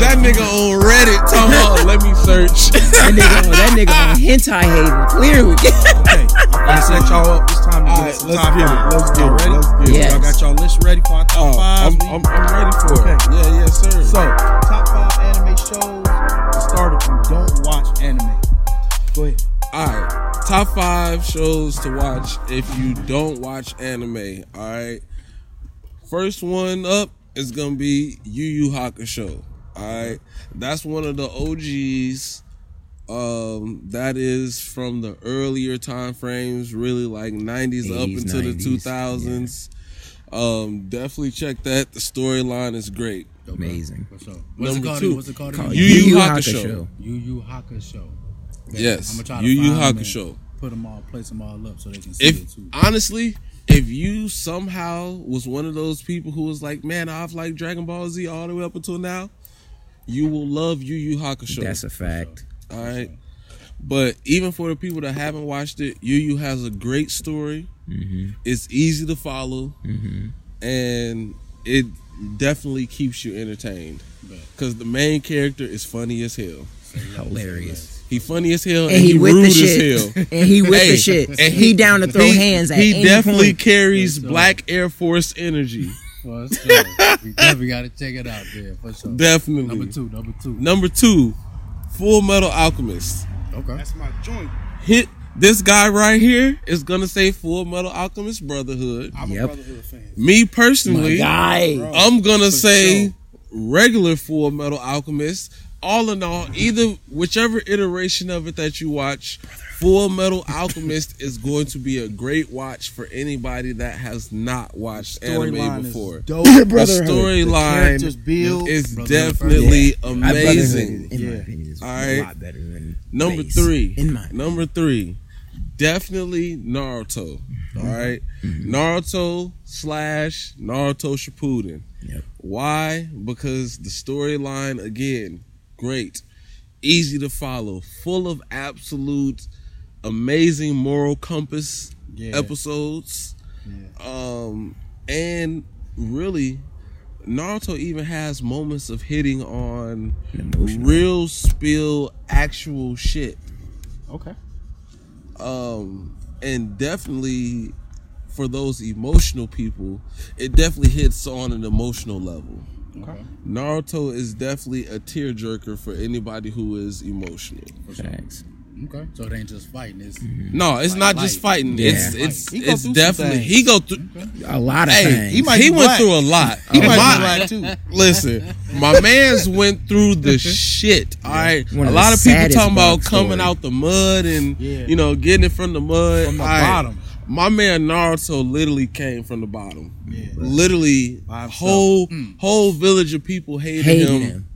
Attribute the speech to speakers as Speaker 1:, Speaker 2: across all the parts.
Speaker 1: that nigga on Reddit talking about let me search.
Speaker 2: That nigga, that nigga on hentai haven, clearly.
Speaker 3: Hey, I set y'all up. It's time to
Speaker 1: All
Speaker 3: get
Speaker 1: right,
Speaker 3: us some
Speaker 1: let's
Speaker 3: top
Speaker 1: get
Speaker 3: five.
Speaker 1: it. Let's get
Speaker 3: Y'all
Speaker 1: it.
Speaker 3: ready?
Speaker 1: Let's get it.
Speaker 2: Yes.
Speaker 3: Y'all got y'all list ready for our top
Speaker 1: Oh,
Speaker 3: five?
Speaker 1: I'm, I'm, I'm ready for it.
Speaker 3: Okay.
Speaker 1: Yeah, yeah, sir.
Speaker 3: So, top five anime shows. To start if you don't watch anime. Go ahead.
Speaker 1: All right, top five shows to watch if you don't watch anime. All right, first one up is gonna be Yu Yu Hakusho. All right, that's one of the OGs. Um, that is from the earlier time frames, really like '90s up
Speaker 2: 80s,
Speaker 1: into
Speaker 2: 90s,
Speaker 1: the 2000s. Um, definitely check that. The storyline is great.
Speaker 2: Amazing.
Speaker 4: For sure. What's it
Speaker 1: Number
Speaker 4: called?
Speaker 1: two.
Speaker 4: What's it called?
Speaker 1: Call
Speaker 4: again?
Speaker 1: Yu Yu Hakusho.
Speaker 4: Yu Yu Hakusho.
Speaker 1: Yes,
Speaker 4: I'ma try to
Speaker 1: Yu Yu
Speaker 4: find 'em
Speaker 1: Hakusho.
Speaker 4: and Put them all, place them all up so they can see it
Speaker 1: if
Speaker 4: too.
Speaker 1: honestly, if you somehow was one of those people who was like, man, I've liked Dragon Ball Z all the way up until now, you will love Yu Yu Hakusho.
Speaker 2: That's a fact.
Speaker 1: all right. But even for the people that haven't watched it, Yu Yu has a great story.
Speaker 2: Mm-hmm.
Speaker 1: It's easy to follow, and it definitely keeps you entertained
Speaker 4: Bet.
Speaker 1: because the main character is funny as hell.
Speaker 2: Hilarious.
Speaker 1: He funny as hell, and,
Speaker 2: And he,
Speaker 1: he
Speaker 2: with
Speaker 1: rude
Speaker 2: the
Speaker 1: as
Speaker 2: shit.
Speaker 1: hell.
Speaker 2: And he with
Speaker 1: Hey,
Speaker 2: the shit.
Speaker 1: and
Speaker 2: he, down to throw hands at
Speaker 1: He
Speaker 2: any
Speaker 1: definitely
Speaker 2: point.
Speaker 1: carries
Speaker 4: Yes,
Speaker 1: Black Air Force energy.
Speaker 4: Well, it's good. we definitely got to check it out there for sure.
Speaker 1: Definitely.
Speaker 4: Number two, number two.
Speaker 1: Number two, Full Metal Alchemist.
Speaker 4: Okay.
Speaker 3: That's my joint.
Speaker 1: Hit this guy right here is gonna say Full Metal Alchemist Brotherhood.
Speaker 3: I'm
Speaker 2: Yep.
Speaker 3: a Brotherhood fan.
Speaker 1: Me personally,
Speaker 2: Guy.
Speaker 1: I'm gonna say
Speaker 3: sure.
Speaker 1: regular Full Metal Alchemist. All in all, either whichever iteration of it that you watch, Full Metal Alchemist is going to be a great watch for anybody that has not watched anime
Speaker 3: Storyline is
Speaker 1: before.
Speaker 3: Dope.
Speaker 1: The storyline
Speaker 3: characters build.
Speaker 1: is
Speaker 4: Brotherhood first.
Speaker 1: definitely
Speaker 2: I brotherhood is,
Speaker 1: amazing.
Speaker 2: In my
Speaker 3: Yeah.
Speaker 2: opinion, is
Speaker 1: All
Speaker 2: a
Speaker 1: right.
Speaker 2: lot better than
Speaker 1: Number
Speaker 2: Blaze.
Speaker 1: three.
Speaker 2: In my
Speaker 1: number three. Definitely Naruto. All right?
Speaker 2: Mm-hmm.
Speaker 1: Naruto slash Naruto Shippuden.
Speaker 2: Yep.
Speaker 1: Why? Because the storyline again, great, easy to follow, full of absolute amazing moral compass
Speaker 4: Yeah.
Speaker 1: episodes.
Speaker 4: Yeah.
Speaker 1: Um and really Naruto even has moments of hitting on
Speaker 2: Emotional.
Speaker 1: real spill actual shit
Speaker 4: Okay.
Speaker 1: um and definitely for those emotional people it definitely hits on an emotional level
Speaker 4: Okay.
Speaker 1: naruto is definitely a tearjerker for anybody who is emotional
Speaker 3: Mm.
Speaker 2: Facts.
Speaker 4: Okay. So it ain't just fighting. It's
Speaker 1: no it's not just
Speaker 4: life.
Speaker 1: fighting
Speaker 2: Yeah.
Speaker 1: it's it's
Speaker 3: He go
Speaker 1: it's
Speaker 3: through some
Speaker 1: definitely
Speaker 3: things.
Speaker 1: he go through
Speaker 2: A lot of
Speaker 1: hey
Speaker 2: things.
Speaker 1: he,
Speaker 3: might be
Speaker 1: went
Speaker 3: black.
Speaker 1: through a lot
Speaker 3: He
Speaker 1: And my-
Speaker 3: might be black too.
Speaker 1: Listen, my man's went through the shit. All right,
Speaker 2: One
Speaker 1: a
Speaker 2: of
Speaker 1: lot
Speaker 2: the
Speaker 1: of people
Speaker 2: saddest
Speaker 1: talking about
Speaker 2: bug
Speaker 1: coming
Speaker 2: story.
Speaker 1: out the mud and
Speaker 3: Yeah.
Speaker 1: you know getting it from the mud.
Speaker 3: From the
Speaker 1: All right.
Speaker 3: bottom.
Speaker 1: My man Naruto literally came from the bottom.
Speaker 3: Yeah.
Speaker 1: Literally,
Speaker 3: By himself. Hmm.
Speaker 1: whole whole village of people hated,
Speaker 2: hated
Speaker 1: him.
Speaker 2: him.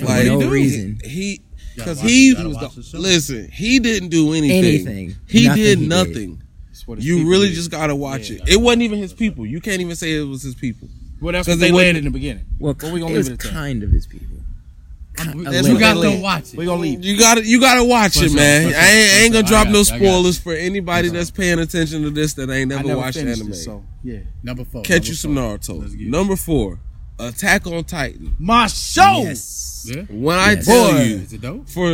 Speaker 2: for no
Speaker 1: dude,
Speaker 2: reason.
Speaker 1: He
Speaker 4: Gotta
Speaker 1: because
Speaker 4: watch-
Speaker 1: he
Speaker 4: gotta watch
Speaker 1: was
Speaker 4: the
Speaker 1: the,
Speaker 4: show.
Speaker 1: listen. He didn't do anything.
Speaker 2: Anything.
Speaker 1: He
Speaker 2: Nothing
Speaker 1: did
Speaker 2: he did.
Speaker 1: nothing.
Speaker 3: That's what his
Speaker 1: You
Speaker 3: people
Speaker 1: really
Speaker 3: did.
Speaker 1: just gotta watch it. It wasn't even his people. You can't even say it was his people.
Speaker 3: Well, that's
Speaker 1: 'Cause
Speaker 3: what
Speaker 1: they
Speaker 3: they
Speaker 1: wouldn't-
Speaker 3: led in the beginning.
Speaker 2: Well,
Speaker 3: But we gonna
Speaker 2: it was
Speaker 3: leave it at that.
Speaker 2: kind of his people.
Speaker 4: That's you
Speaker 2: what
Speaker 4: got
Speaker 2: they
Speaker 4: to
Speaker 2: lead.
Speaker 4: watch it.
Speaker 3: We gonna leave.
Speaker 1: You gotta you gotta watch
Speaker 4: For
Speaker 1: it,
Speaker 4: sure,
Speaker 1: man. I
Speaker 4: for
Speaker 1: ain't,
Speaker 4: sure,
Speaker 1: I ain't
Speaker 4: for
Speaker 1: gonna
Speaker 4: sure. I
Speaker 1: drop
Speaker 4: got
Speaker 1: no
Speaker 4: it, I got it.
Speaker 1: spoilers for anybody that's paying attention to this that ain't
Speaker 3: I
Speaker 1: never,
Speaker 3: never
Speaker 1: watched
Speaker 3: finished
Speaker 1: anime.
Speaker 3: it, so yeah.
Speaker 4: Number four.
Speaker 1: Catch
Speaker 4: number
Speaker 1: you some
Speaker 4: four.
Speaker 1: Naruto.
Speaker 4: Let's get it.
Speaker 1: Number four, Attack on Titan.
Speaker 3: My show.
Speaker 2: Yes.
Speaker 4: Yeah.
Speaker 1: When I
Speaker 2: Yes.
Speaker 1: tell
Speaker 3: Boy.
Speaker 1: you,
Speaker 4: Is it dope?
Speaker 1: for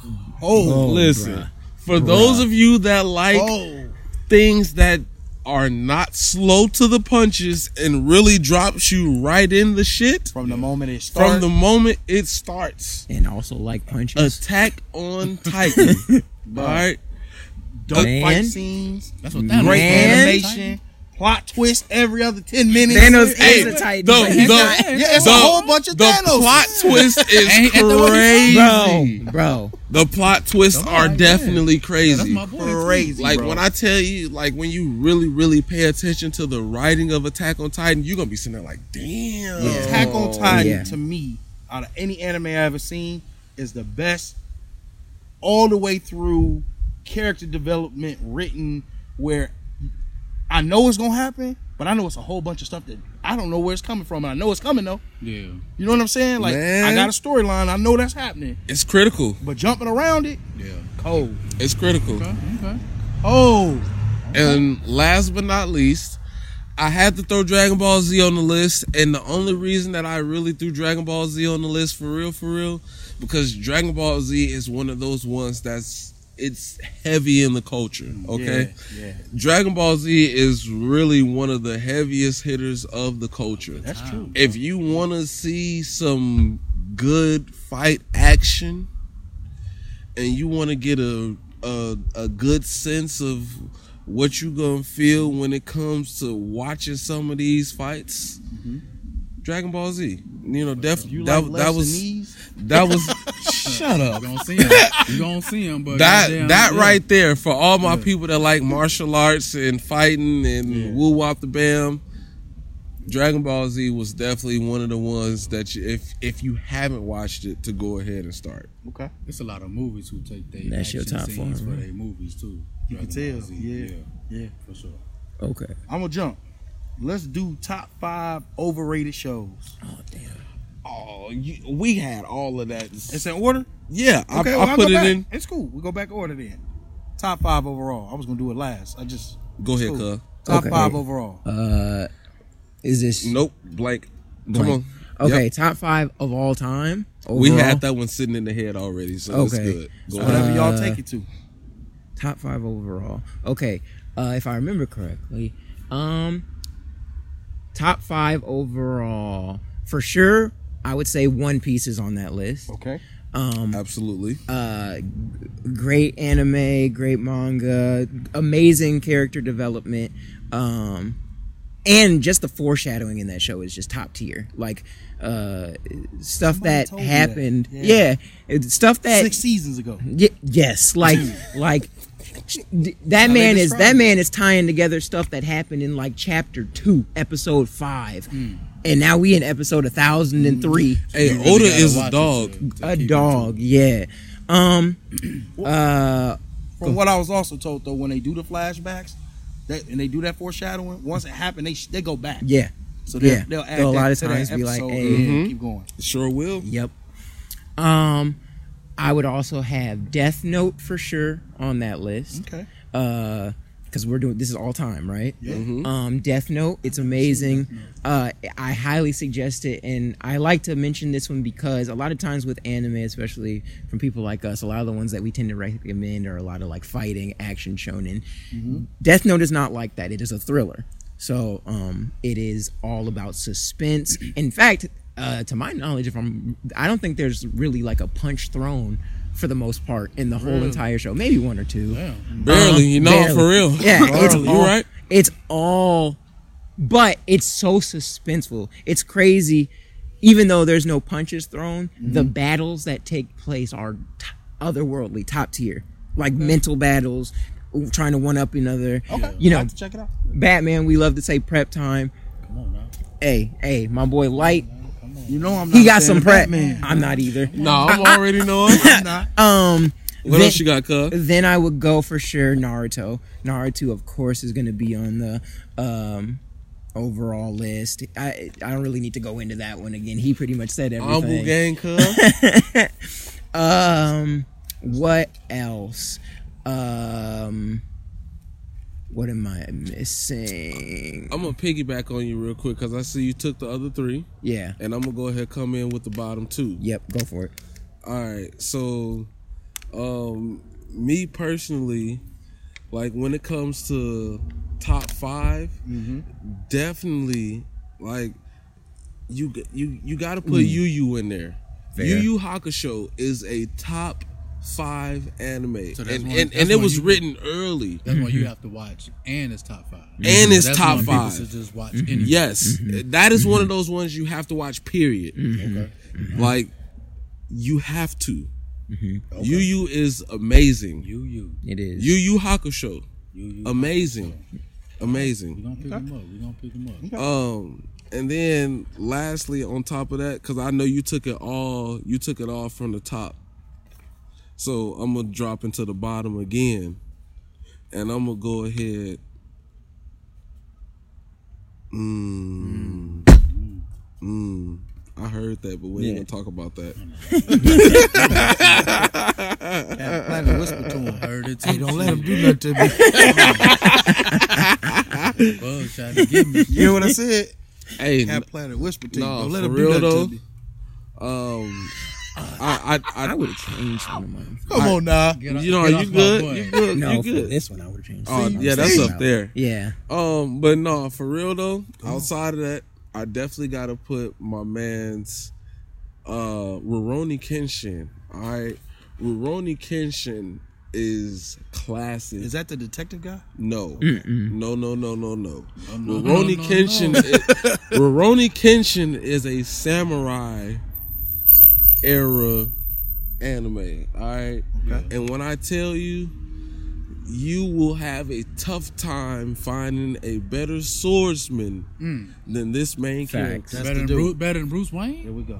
Speaker 1: oh,
Speaker 2: Oh,
Speaker 1: listen,
Speaker 2: bruh.
Speaker 1: for those of you that like
Speaker 3: Oh,
Speaker 1: things that are not slow to the punches and really drops you right in the shit
Speaker 3: From the moment it started.
Speaker 1: from the moment it starts.
Speaker 2: And also like punches.
Speaker 1: Attack on Titan. All right.
Speaker 3: dope
Speaker 2: Man.
Speaker 3: fight scenes,
Speaker 4: That's what that
Speaker 3: great
Speaker 2: Man.
Speaker 3: animation, plot twist every other ten minutes.
Speaker 2: Thanos
Speaker 3: Hey,
Speaker 2: is a Titan.
Speaker 1: the-
Speaker 2: but he's
Speaker 1: the-
Speaker 2: not-
Speaker 3: yeah, it's
Speaker 1: the-
Speaker 3: a whole bunch of
Speaker 1: the
Speaker 3: Thanos.
Speaker 1: plot twist is
Speaker 4: Ain't that the one he
Speaker 1: crazy.
Speaker 2: Bro, bro.
Speaker 1: The plot twists
Speaker 4: Come
Speaker 1: are
Speaker 4: on, yeah.
Speaker 1: definitely
Speaker 4: Yeah, that's
Speaker 1: crazy.
Speaker 4: my boy. too.
Speaker 3: Crazy,
Speaker 1: Like
Speaker 3: bro.
Speaker 1: when I tell you, like when you really, really pay attention to the writing of Attack on Titan, you're gonna be sitting there like, damn.
Speaker 3: Attack on Titan
Speaker 2: Yeah.
Speaker 3: to me, out of any anime I've ever seen, is the best all the way through character development written where I know it's gonna happen, but I know it's a whole bunch of stuff that I don't know where it's coming from. And I know it's coming though.
Speaker 4: Yeah.
Speaker 3: You know what I'm saying? Like I
Speaker 1: Man.
Speaker 3: got a storyline, I know that's happening.
Speaker 1: It's critical.
Speaker 3: But jumping around it,
Speaker 4: Yeah.
Speaker 3: cold.
Speaker 1: It's critical.
Speaker 4: Okay. Okay.
Speaker 3: Oh,
Speaker 1: And last but not least, I had to throw Dragon Ball Z on the list, and the only reason that I really threw Dragon Ball Z on the list for real, for real, because Dragon Ball Z is one of those ones that's it's heavy in the culture. Okay,
Speaker 3: Yeah, yeah.
Speaker 1: Dragon Ball Z is really one of the heaviest hitters of the culture.
Speaker 3: That's true.
Speaker 1: if you want to see some good fight action and you want to get a, a a good sense of what you gonna feel when it comes to watching some of these fights dragon ball z you know def,
Speaker 3: Mm-hmm. You
Speaker 1: that,
Speaker 3: like
Speaker 1: that was that was shut
Speaker 4: You
Speaker 1: up
Speaker 4: gonna see him. You gonna see him, but
Speaker 1: that
Speaker 4: goddamn,
Speaker 1: that
Speaker 4: yeah.
Speaker 1: right there for all my people that like martial arts and fighting and woo wop the bam. Dragon Ball Z was definitely one of the ones that you, if if you haven't watched it to go ahead and start.
Speaker 3: Okay.
Speaker 4: It's a lot of movies who take their
Speaker 2: That's your
Speaker 4: action
Speaker 2: time for
Speaker 4: scenes
Speaker 2: it,
Speaker 4: for
Speaker 2: right?
Speaker 4: their movies too.
Speaker 3: You can
Speaker 4: Dragon Ball
Speaker 3: tell,
Speaker 4: Z,
Speaker 3: yeah. Yeah.
Speaker 4: for sure.
Speaker 2: Okay.
Speaker 3: I'm gonna jump. Let's do top five overrated shows.
Speaker 2: Oh damn.
Speaker 1: Oh, you, we had all of that.
Speaker 3: It's in order.
Speaker 1: Yeah, I, I
Speaker 3: well, I'll
Speaker 1: put
Speaker 3: go
Speaker 1: it
Speaker 3: back.
Speaker 1: in.
Speaker 3: It's cool. We go back order then. Top five overall. I was gonna do it last. I just
Speaker 1: Go ahead,
Speaker 3: Cool.
Speaker 1: cuz.
Speaker 3: top
Speaker 2: Okay.
Speaker 3: five overall.
Speaker 2: Uh, is this
Speaker 1: Nope, blank. Come
Speaker 2: blank?
Speaker 1: on.
Speaker 2: Okay,
Speaker 1: Yep.
Speaker 2: top five of all time.
Speaker 1: We
Speaker 2: overall.
Speaker 1: had that one sitting in the head already, so it's
Speaker 2: Okay.
Speaker 1: good. Go
Speaker 3: So
Speaker 1: ahead.
Speaker 3: whatever y'all take it to.
Speaker 2: top five overall. Okay, uh, if I remember correctly, um, top five overall for sure. I would say One Piece is on that list.
Speaker 3: Okay.
Speaker 2: Um,
Speaker 1: Absolutely.
Speaker 2: uh, g- great anime, great manga, amazing character development. Um, and just the foreshadowing in that show is just top tier. Like uh, stuff that
Speaker 3: told me that.
Speaker 2: happened,
Speaker 3: Yeah.
Speaker 2: yeah. it- stuff that
Speaker 3: Six seasons ago.
Speaker 2: Y- yes, like like d- that
Speaker 3: How they
Speaker 2: man is
Speaker 3: describe
Speaker 2: that man is tying together stuff that happened in like chapter two, episode five,
Speaker 3: Hmm.
Speaker 2: and now we in episode a thousand and three.
Speaker 1: Hey,
Speaker 4: You really
Speaker 1: Oda
Speaker 4: gotta
Speaker 1: is a
Speaker 4: watch it
Speaker 1: dog.
Speaker 4: to- to
Speaker 2: A
Speaker 4: keep it
Speaker 2: dog, yeah. Um, uh,
Speaker 3: From what I was also told though, when they do the flashbacks, that and they do that foreshadowing, once it happened, they sh- they go back.
Speaker 2: yeah,
Speaker 3: So they'll,
Speaker 2: yeah.
Speaker 3: they'll add
Speaker 2: They'll a
Speaker 3: that
Speaker 2: lot of
Speaker 3: to that
Speaker 2: times be like,
Speaker 3: episode
Speaker 2: "Hey."
Speaker 3: and keep going.
Speaker 1: Sure will.
Speaker 2: yep. Um, I would also have Death Note for sure on that list.
Speaker 3: Okay.
Speaker 2: because uh, we're doing this is all time, right? Um, Death Note, it's amazing. Uh, I highly suggest it, and I like to mention this one because a lot of times with anime, especially from people like us, a lot of the ones that we tend to recommend are a lot of like fighting, action shonen. Death Note is not like that. It is a thriller, so um, it is all about suspense. In fact. Uh, to my knowledge, if I'm, I don't think there's really like a punch thrown for the most part in the whole entire show. Maybe one or two.
Speaker 4: Damn.
Speaker 1: Barely, you know,
Speaker 2: Barely.
Speaker 1: for real.
Speaker 2: Yeah, it's
Speaker 1: Barely.
Speaker 2: all,
Speaker 1: you right.
Speaker 2: It's all, but it's so suspenseful. It's crazy, even though there's no punches thrown.
Speaker 1: Mm-hmm.
Speaker 2: The battles that take place are t- otherworldly, top tier, like
Speaker 1: Mm-hmm.
Speaker 2: mental battles, trying to one up another.
Speaker 3: Okay.
Speaker 2: You
Speaker 3: I
Speaker 2: know,
Speaker 3: have to check it out.
Speaker 2: Batman. We love to say prep time.
Speaker 4: Come on now.
Speaker 2: Hey, hey, my boy Light.
Speaker 3: You know I'm not
Speaker 2: He
Speaker 3: a
Speaker 2: got
Speaker 3: fan
Speaker 2: some
Speaker 3: of
Speaker 2: prep.
Speaker 3: Batman.
Speaker 2: I'm not either.
Speaker 1: No, I'm already knowing.
Speaker 3: I'm not.
Speaker 2: Um,
Speaker 1: What
Speaker 2: then-
Speaker 1: else you got, cuz?
Speaker 2: then I would go for sure Naruto. Naruto, of course, is going to be on the um, overall list. I I don't really need to go into that one again. He pretty much said
Speaker 1: Humble
Speaker 2: everything.
Speaker 1: gang, cuz.
Speaker 2: Um, what else? Um, what am I missing?
Speaker 1: I'm gonna piggyback on you real quick because I see you took the other three,
Speaker 2: Yeah.
Speaker 1: and I'm gonna go ahead and come in with the bottom two.
Speaker 2: Yep. Go for it.
Speaker 1: All right, so, um, me personally, like when it comes to top 5 definitely, like you g- you you got to put Yu Yu in there.
Speaker 2: Fair.
Speaker 1: Yu Yu Hakusho is a top five anime,
Speaker 4: So that's
Speaker 1: and
Speaker 4: one-
Speaker 1: and,
Speaker 4: that's
Speaker 1: and it
Speaker 4: one
Speaker 1: was
Speaker 4: you could-
Speaker 1: written early.
Speaker 4: That's why you have to watch, and it's top Mm-hmm. five,
Speaker 1: And it's
Speaker 4: That's
Speaker 1: top
Speaker 4: one people
Speaker 1: five.
Speaker 4: should just watch. Anyway.
Speaker 1: Yes, eh, that is one of those ones you have to watch. Period.
Speaker 4: Mm-hmm.
Speaker 1: Like you have to. Yu Yu is amazing.
Speaker 4: You, you,
Speaker 2: It is.
Speaker 1: Yu Yu Hakusho,
Speaker 4: you, you.
Speaker 1: amazing,
Speaker 4: We're
Speaker 1: amazing.
Speaker 4: gonna pick them up. We're gonna pick them up.
Speaker 1: Um, and then lastly, on top of that, because I know you took it all, you took it all from the top. So I'm gonna drop into the bottom again, and I'm gonna go ahead. Mm. Mm. I heard that, but we ain't
Speaker 2: Yeah.
Speaker 1: gonna talk about that.
Speaker 3: Platinum whisper to him.
Speaker 4: uh, Heard it.
Speaker 3: Hey, don't let him do nothing to me.
Speaker 4: Bug tried to get me.
Speaker 3: You hear what I said?
Speaker 1: Hey,
Speaker 3: Cat Planet whisper to
Speaker 1: No,
Speaker 3: you. Don't let
Speaker 1: for
Speaker 3: him
Speaker 1: real
Speaker 3: do that
Speaker 1: though.
Speaker 3: to me.
Speaker 1: um, I, I, I,
Speaker 2: I would have changed one of mine.
Speaker 3: Come on now.
Speaker 4: Get off-
Speaker 1: you know,
Speaker 4: get off
Speaker 1: you
Speaker 4: my
Speaker 1: good,
Speaker 4: butt.
Speaker 1: you good,
Speaker 2: No,
Speaker 1: you
Speaker 2: for
Speaker 1: good.
Speaker 2: this one I would have changed.
Speaker 1: Oh,
Speaker 2: this one.
Speaker 1: yeah,
Speaker 2: I'm
Speaker 1: that's
Speaker 2: saying.
Speaker 1: up there.
Speaker 2: Yeah,
Speaker 1: Um, but no, for real though. outside of that, I definitely got to put my man's uh Roroni Kenshin. All right, Roroni Kenshin is classic.
Speaker 3: Is that the detective guy?
Speaker 1: No. no, no, no, no, no.
Speaker 4: no,
Speaker 1: Rurouni
Speaker 4: no, no,
Speaker 1: Kenshin,
Speaker 4: no.
Speaker 1: Is, Rurouni Kenshin is a samurai era anime. All right,
Speaker 3: Okay.
Speaker 1: and when I tell you, you will have a tough time finding a better swordsman than this main
Speaker 2: facts.
Speaker 3: That's
Speaker 4: Mm. Better than,
Speaker 3: the dude.
Speaker 4: Bruce, better than Bruce
Speaker 3: Here
Speaker 4: Wayne?
Speaker 3: we go.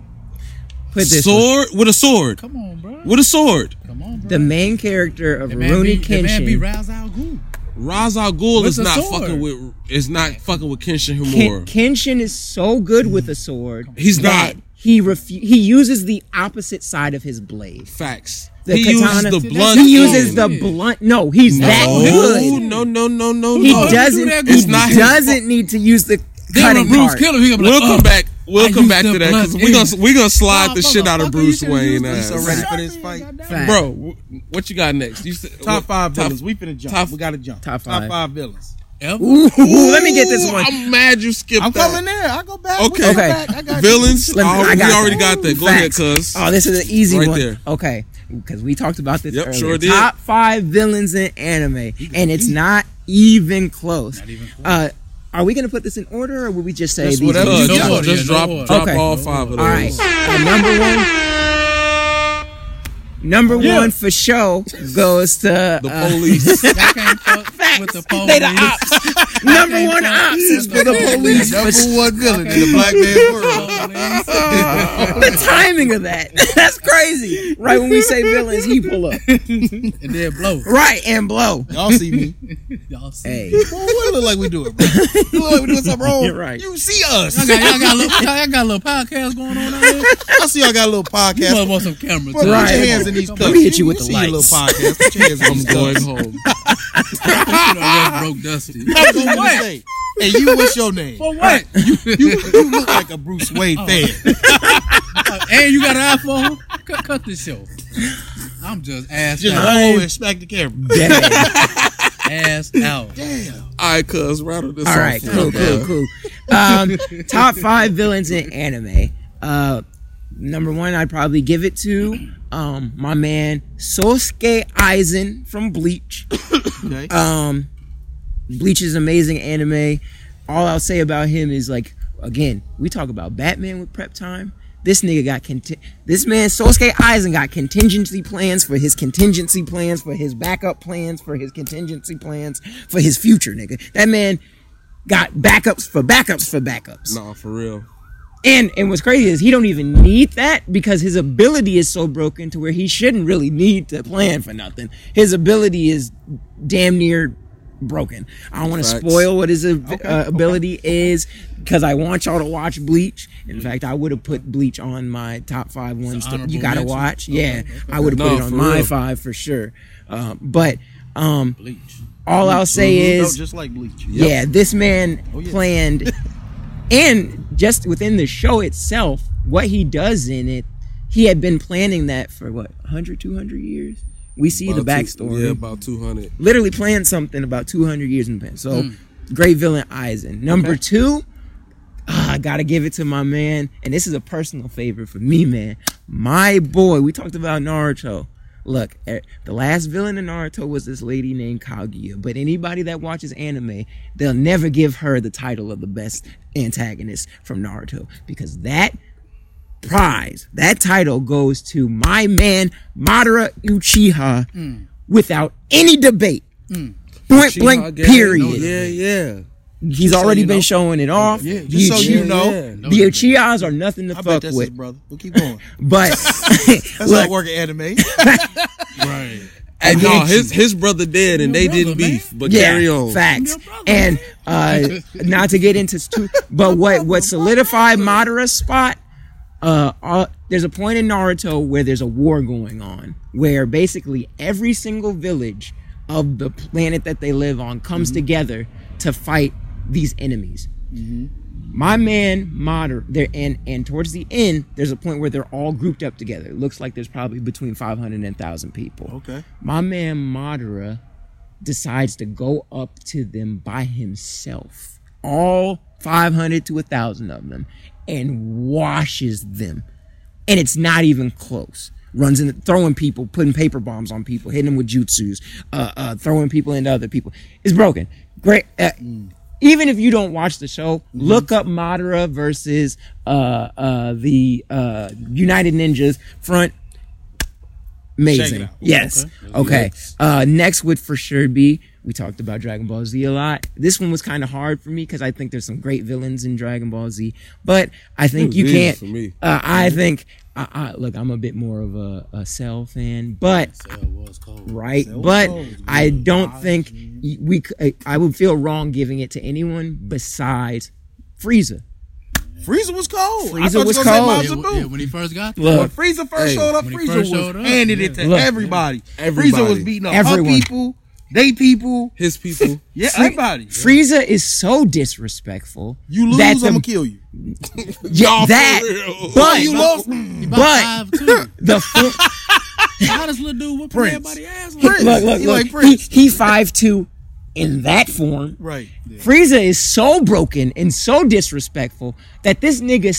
Speaker 2: Put
Speaker 1: character.
Speaker 2: this one.
Speaker 1: Sword with a sword,
Speaker 4: Come on, bro.
Speaker 1: with a sword.
Speaker 4: Come on, bro.
Speaker 2: the main character of
Speaker 4: The man be-
Speaker 2: Rooney
Speaker 4: the man be
Speaker 2: Kenshin.
Speaker 4: Ra's al Ghul.
Speaker 1: Ra's al Ghul
Speaker 4: With
Speaker 1: is
Speaker 4: a
Speaker 1: not
Speaker 4: sword.
Speaker 1: fucking with. Is not fucking with Kenshin
Speaker 2: Ken-
Speaker 1: Himura.
Speaker 2: Kenshin is so good with a sword.
Speaker 1: He's
Speaker 2: that
Speaker 1: not.
Speaker 2: He refu- He uses the opposite side of his blade.
Speaker 1: Facts.
Speaker 2: The
Speaker 1: he
Speaker 2: katana-
Speaker 1: uses the blunt.
Speaker 2: He uses
Speaker 1: end.
Speaker 2: the
Speaker 4: Yeah.
Speaker 2: blunt. No, he's
Speaker 1: no,
Speaker 2: that good.
Speaker 1: No, no, no, no,
Speaker 2: He
Speaker 1: no.
Speaker 2: doesn't.
Speaker 4: that
Speaker 2: He
Speaker 1: It's not his
Speaker 2: doesn't need to use the
Speaker 4: Then
Speaker 2: cutting
Speaker 4: when Bruce
Speaker 2: part.
Speaker 4: kill him, he gonna be
Speaker 1: We'll
Speaker 4: like,
Speaker 1: come
Speaker 4: "Ugh."
Speaker 1: back. We'll
Speaker 4: I
Speaker 1: come
Speaker 4: used
Speaker 1: back
Speaker 4: the
Speaker 1: to that because
Speaker 4: blunt
Speaker 1: we gonna
Speaker 4: end.
Speaker 1: we gonna slide the shit out of
Speaker 4: Motherfucker,
Speaker 1: Bruce
Speaker 4: you should've used
Speaker 1: Wayne
Speaker 4: this
Speaker 1: ass.
Speaker 3: So ready for this
Speaker 4: Shut
Speaker 3: fight?
Speaker 4: me,
Speaker 2: Fact.
Speaker 1: Bro, wh- what you got next? You said,
Speaker 3: Top
Speaker 1: wh-
Speaker 3: five
Speaker 1: top-
Speaker 3: villains. we finna jump.
Speaker 1: top-
Speaker 3: we gotta jump.
Speaker 2: Top
Speaker 3: Top
Speaker 2: five.
Speaker 3: five villains.
Speaker 4: Ever?
Speaker 2: Ooh, let me get this
Speaker 1: Ooh,
Speaker 2: one.
Speaker 1: I'm mad you skipped
Speaker 3: I'm
Speaker 1: that.
Speaker 3: coming there. I go back.
Speaker 1: Okay.
Speaker 3: Okay.
Speaker 2: Okay.
Speaker 3: Back. I got you.
Speaker 1: Villains.
Speaker 2: Let me-
Speaker 1: oh,
Speaker 2: I got
Speaker 1: we already
Speaker 2: that.
Speaker 1: got that. Go
Speaker 2: Facts.
Speaker 1: ahead, cuz.
Speaker 2: Oh, this is an easy
Speaker 1: Right
Speaker 2: one.
Speaker 1: there.
Speaker 2: Okay, because we talked about this
Speaker 1: Yep,
Speaker 2: earlier.
Speaker 1: sure did.
Speaker 2: Top five villains in anime, and it's not even close.
Speaker 4: Not even close.
Speaker 2: Uh, are we gonna put this in order, or would we just say
Speaker 1: Just
Speaker 2: these?
Speaker 1: whatever.
Speaker 2: ones?
Speaker 1: Just,
Speaker 4: No
Speaker 1: just
Speaker 4: order, yeah, no
Speaker 1: drop,
Speaker 4: order.
Speaker 1: drop
Speaker 2: Okay.
Speaker 1: all five of those.
Speaker 2: All right, the number one. Number one for show goes to
Speaker 1: The
Speaker 2: uh,
Speaker 1: police.
Speaker 4: Y'all can't fuck with the police.
Speaker 2: They the ops. number one ops is for the police.
Speaker 3: Number one villain in the
Speaker 4: Okay.
Speaker 3: black man's world.
Speaker 2: Oh, the timing of that—that's crazy. Right when we say villains, he pull up.
Speaker 4: and then blow.
Speaker 2: Right and blow.
Speaker 3: Y'all see me.
Speaker 4: Y'all see.
Speaker 2: Hey.
Speaker 3: Well, what it look like we doing, bro? You look like we doing something wrong.
Speaker 2: You're right.
Speaker 3: You see us.
Speaker 4: Y'all got, y'all, got a little, y'all, y'all got a little podcast going on out here.
Speaker 3: I see y'all got a little
Speaker 4: You
Speaker 3: podcast.
Speaker 4: must want some cameras.
Speaker 3: Bro,
Speaker 2: Right.
Speaker 3: Put your hands in these
Speaker 4: Come
Speaker 3: cups.
Speaker 4: on.
Speaker 2: Let me hit you with the
Speaker 3: see your
Speaker 2: lights.
Speaker 3: little podcast. Put your hands in
Speaker 1: I'm
Speaker 3: these
Speaker 1: going
Speaker 3: cups.
Speaker 1: home.
Speaker 4: You know, West broke Dusty.
Speaker 3: I'm going to say, And you, what's your name?
Speaker 4: For what? Oh. You,
Speaker 3: You, you look like a Bruce Wayne fan.
Speaker 4: and you got an iPhone? Cut, cut this show. I'm just ass
Speaker 3: Just
Speaker 4: out.
Speaker 3: roll and smack the camera.
Speaker 2: Damn.
Speaker 4: Ass out.
Speaker 3: Damn.
Speaker 1: All right, cuz. Rattle this
Speaker 2: All
Speaker 1: off
Speaker 2: right,
Speaker 1: for
Speaker 2: cool,
Speaker 1: me, bro.
Speaker 2: cool, cool. Um, top five villains in anime. Uh, number one, I'd probably give it to um, my man Sosuke Aizen from Bleach.
Speaker 3: Okay.
Speaker 2: Um, Bleach is amazing anime. All I'll say about him is like, again, we talk about Batman with prep time. This nigga got conti- this man Sosuke Aizen got contingency plans for his contingency plans for his backup plans for his contingency plans for his future nigga. That man got backups for backups for backups.
Speaker 1: Nah, for real.
Speaker 2: And and what's crazy is he don't even need that because his ability is so broken to where he shouldn't really need to plan for nothing. His ability is damn near broken. I don't want to
Speaker 1: Facts.
Speaker 2: spoil what his av- uh, ability is because I want y'all to watch Bleach. In fact, I would have put Bleach on my top five ones that
Speaker 4: honorable
Speaker 2: you gotta
Speaker 4: mention.
Speaker 2: watch. Yeah, I would have
Speaker 1: No,
Speaker 2: put it
Speaker 1: for
Speaker 2: on my
Speaker 1: real.
Speaker 2: five for sure. Um, but um,
Speaker 4: Bleach. Mm-hmm.
Speaker 2: all I'll say
Speaker 3: Mhm.
Speaker 2: is
Speaker 3: No, just like bleach.
Speaker 2: yeah, this man
Speaker 1: Oh,
Speaker 3: yeah.
Speaker 2: planned, and just within the show itself, what he does in it, he had been planning that for what 100, 200 years. We see the
Speaker 1: About two-
Speaker 2: backstory.
Speaker 1: Yeah, about 200.
Speaker 2: Literally planned something about two hundred years in the past. So,
Speaker 1: Hmm.
Speaker 2: great villain Eisen. Number two, ah, I gotta give it to my man, and this is a personal favorite for me, man. My boy, we talked about Naruto. Look, eh, the last villain in Naruto was this lady named Kaguya, but anybody that watches anime, they'll never give her the title of the best antagonist from Naruto because that prize, that title goes to my man Madara Uchiha
Speaker 3: Hmm.
Speaker 2: without any debate. Point blank,
Speaker 1: Shihage,
Speaker 2: period.
Speaker 1: Yeah, yeah.
Speaker 2: He's already
Speaker 3: you
Speaker 2: been
Speaker 3: know.
Speaker 2: showing it off.
Speaker 3: Yeah,
Speaker 2: The
Speaker 3: just so
Speaker 2: Uchi-
Speaker 3: you
Speaker 1: Yeah,
Speaker 3: know.
Speaker 1: yeah.
Speaker 4: No
Speaker 2: the
Speaker 4: debate.
Speaker 2: Uchihas are nothing to
Speaker 3: I bet
Speaker 2: fuck
Speaker 3: that's his
Speaker 2: with.
Speaker 3: brother. We'll keep going.
Speaker 2: But
Speaker 3: That's
Speaker 2: look,
Speaker 3: not working anime.
Speaker 4: Right.
Speaker 1: And no, his his brother dead, and they
Speaker 4: Your brother,
Speaker 1: didn't
Speaker 4: man.
Speaker 1: beef. But
Speaker 2: yeah,
Speaker 1: carry on.
Speaker 2: facts.
Speaker 4: I'm your brother,
Speaker 2: And uh, not to get into too, but what what solidified Madara's spot? Uh, all, there's a point in Naruto where there's a war going on, where basically
Speaker 1: Mm-hmm.
Speaker 2: every single village of the planet that they live on comes together to fight these enemies.
Speaker 1: Mm-hmm.
Speaker 2: My man Mater there and and towards the end there's a point where they're all grouped up together. It looks like there's probably between 500 and 1000 people.
Speaker 3: Okay.
Speaker 2: My man Madara decides to go up to them by himself. All 500 to 1000 of them and washes them. And it's not even close. Runs in, throwing people, putting paper bombs on people, hitting them with jutsus, uh, uh, throwing people into other people. It's broken. Great. Uh, Even if you don't watch the show, look up Madara versus uh, uh, the uh, United Ninjas front
Speaker 3: Check
Speaker 2: Amazing.
Speaker 3: it out.
Speaker 2: Yes. Okay. Uh, next would for sure be we talked about Dragon Ball Z a lot. This one was kind of hard for me because I think there's some great villains in Dragon Ball Z, but I think
Speaker 1: was
Speaker 2: you
Speaker 1: easy
Speaker 2: can't.
Speaker 1: for me.
Speaker 2: Uh, I
Speaker 3: Mm-hmm.
Speaker 2: think I, I look. I'm a bit more of a, a Cell fan, but
Speaker 4: Cell was cold.
Speaker 2: right?
Speaker 3: Cell
Speaker 2: but
Speaker 3: phones,
Speaker 2: I
Speaker 3: man.
Speaker 2: don't
Speaker 3: Gosh,
Speaker 2: think y- we. c- I- I would feel wrong giving it to anyone besides Frieza.
Speaker 3: Freezer was cold. I
Speaker 2: Frieza
Speaker 3: thought you
Speaker 2: was
Speaker 3: was cold.
Speaker 4: Yeah,
Speaker 3: Say
Speaker 4: w-
Speaker 3: Majin
Speaker 4: yeah,
Speaker 3: Buu.
Speaker 4: when he first got there.
Speaker 2: Look,
Speaker 3: When Frieza first
Speaker 1: Hey,
Speaker 3: showed up,
Speaker 4: when he
Speaker 3: Frieza
Speaker 4: first
Speaker 3: was
Speaker 4: showed up,
Speaker 3: handed it
Speaker 4: yeah.
Speaker 3: to
Speaker 2: Look,
Speaker 3: everybody.
Speaker 1: Everybody.
Speaker 3: Frieza was beating up
Speaker 2: Everyone.
Speaker 3: her people, they people,
Speaker 1: His people.
Speaker 3: yeah,
Speaker 2: Fri-
Speaker 3: everybody.
Speaker 2: Frieza is so disrespectful.
Speaker 3: You lose,
Speaker 2: that
Speaker 3: I'm
Speaker 2: the-
Speaker 3: gonna kill you.
Speaker 2: yeah,
Speaker 1: Y'all for
Speaker 2: that.
Speaker 1: real.
Speaker 2: But
Speaker 3: you lost. He
Speaker 4: He about
Speaker 2: But-
Speaker 4: five too.
Speaker 2: the full,
Speaker 4: How does little dude whoop
Speaker 3: Prince.
Speaker 4: everybody ass? Like,
Speaker 3: Prince.
Speaker 2: look, look,
Speaker 3: he
Speaker 2: look.
Speaker 3: like Prince.
Speaker 2: He, he five two in that form.
Speaker 3: right. Yeah.
Speaker 2: Frieza is so broken and so disrespectful that this nigga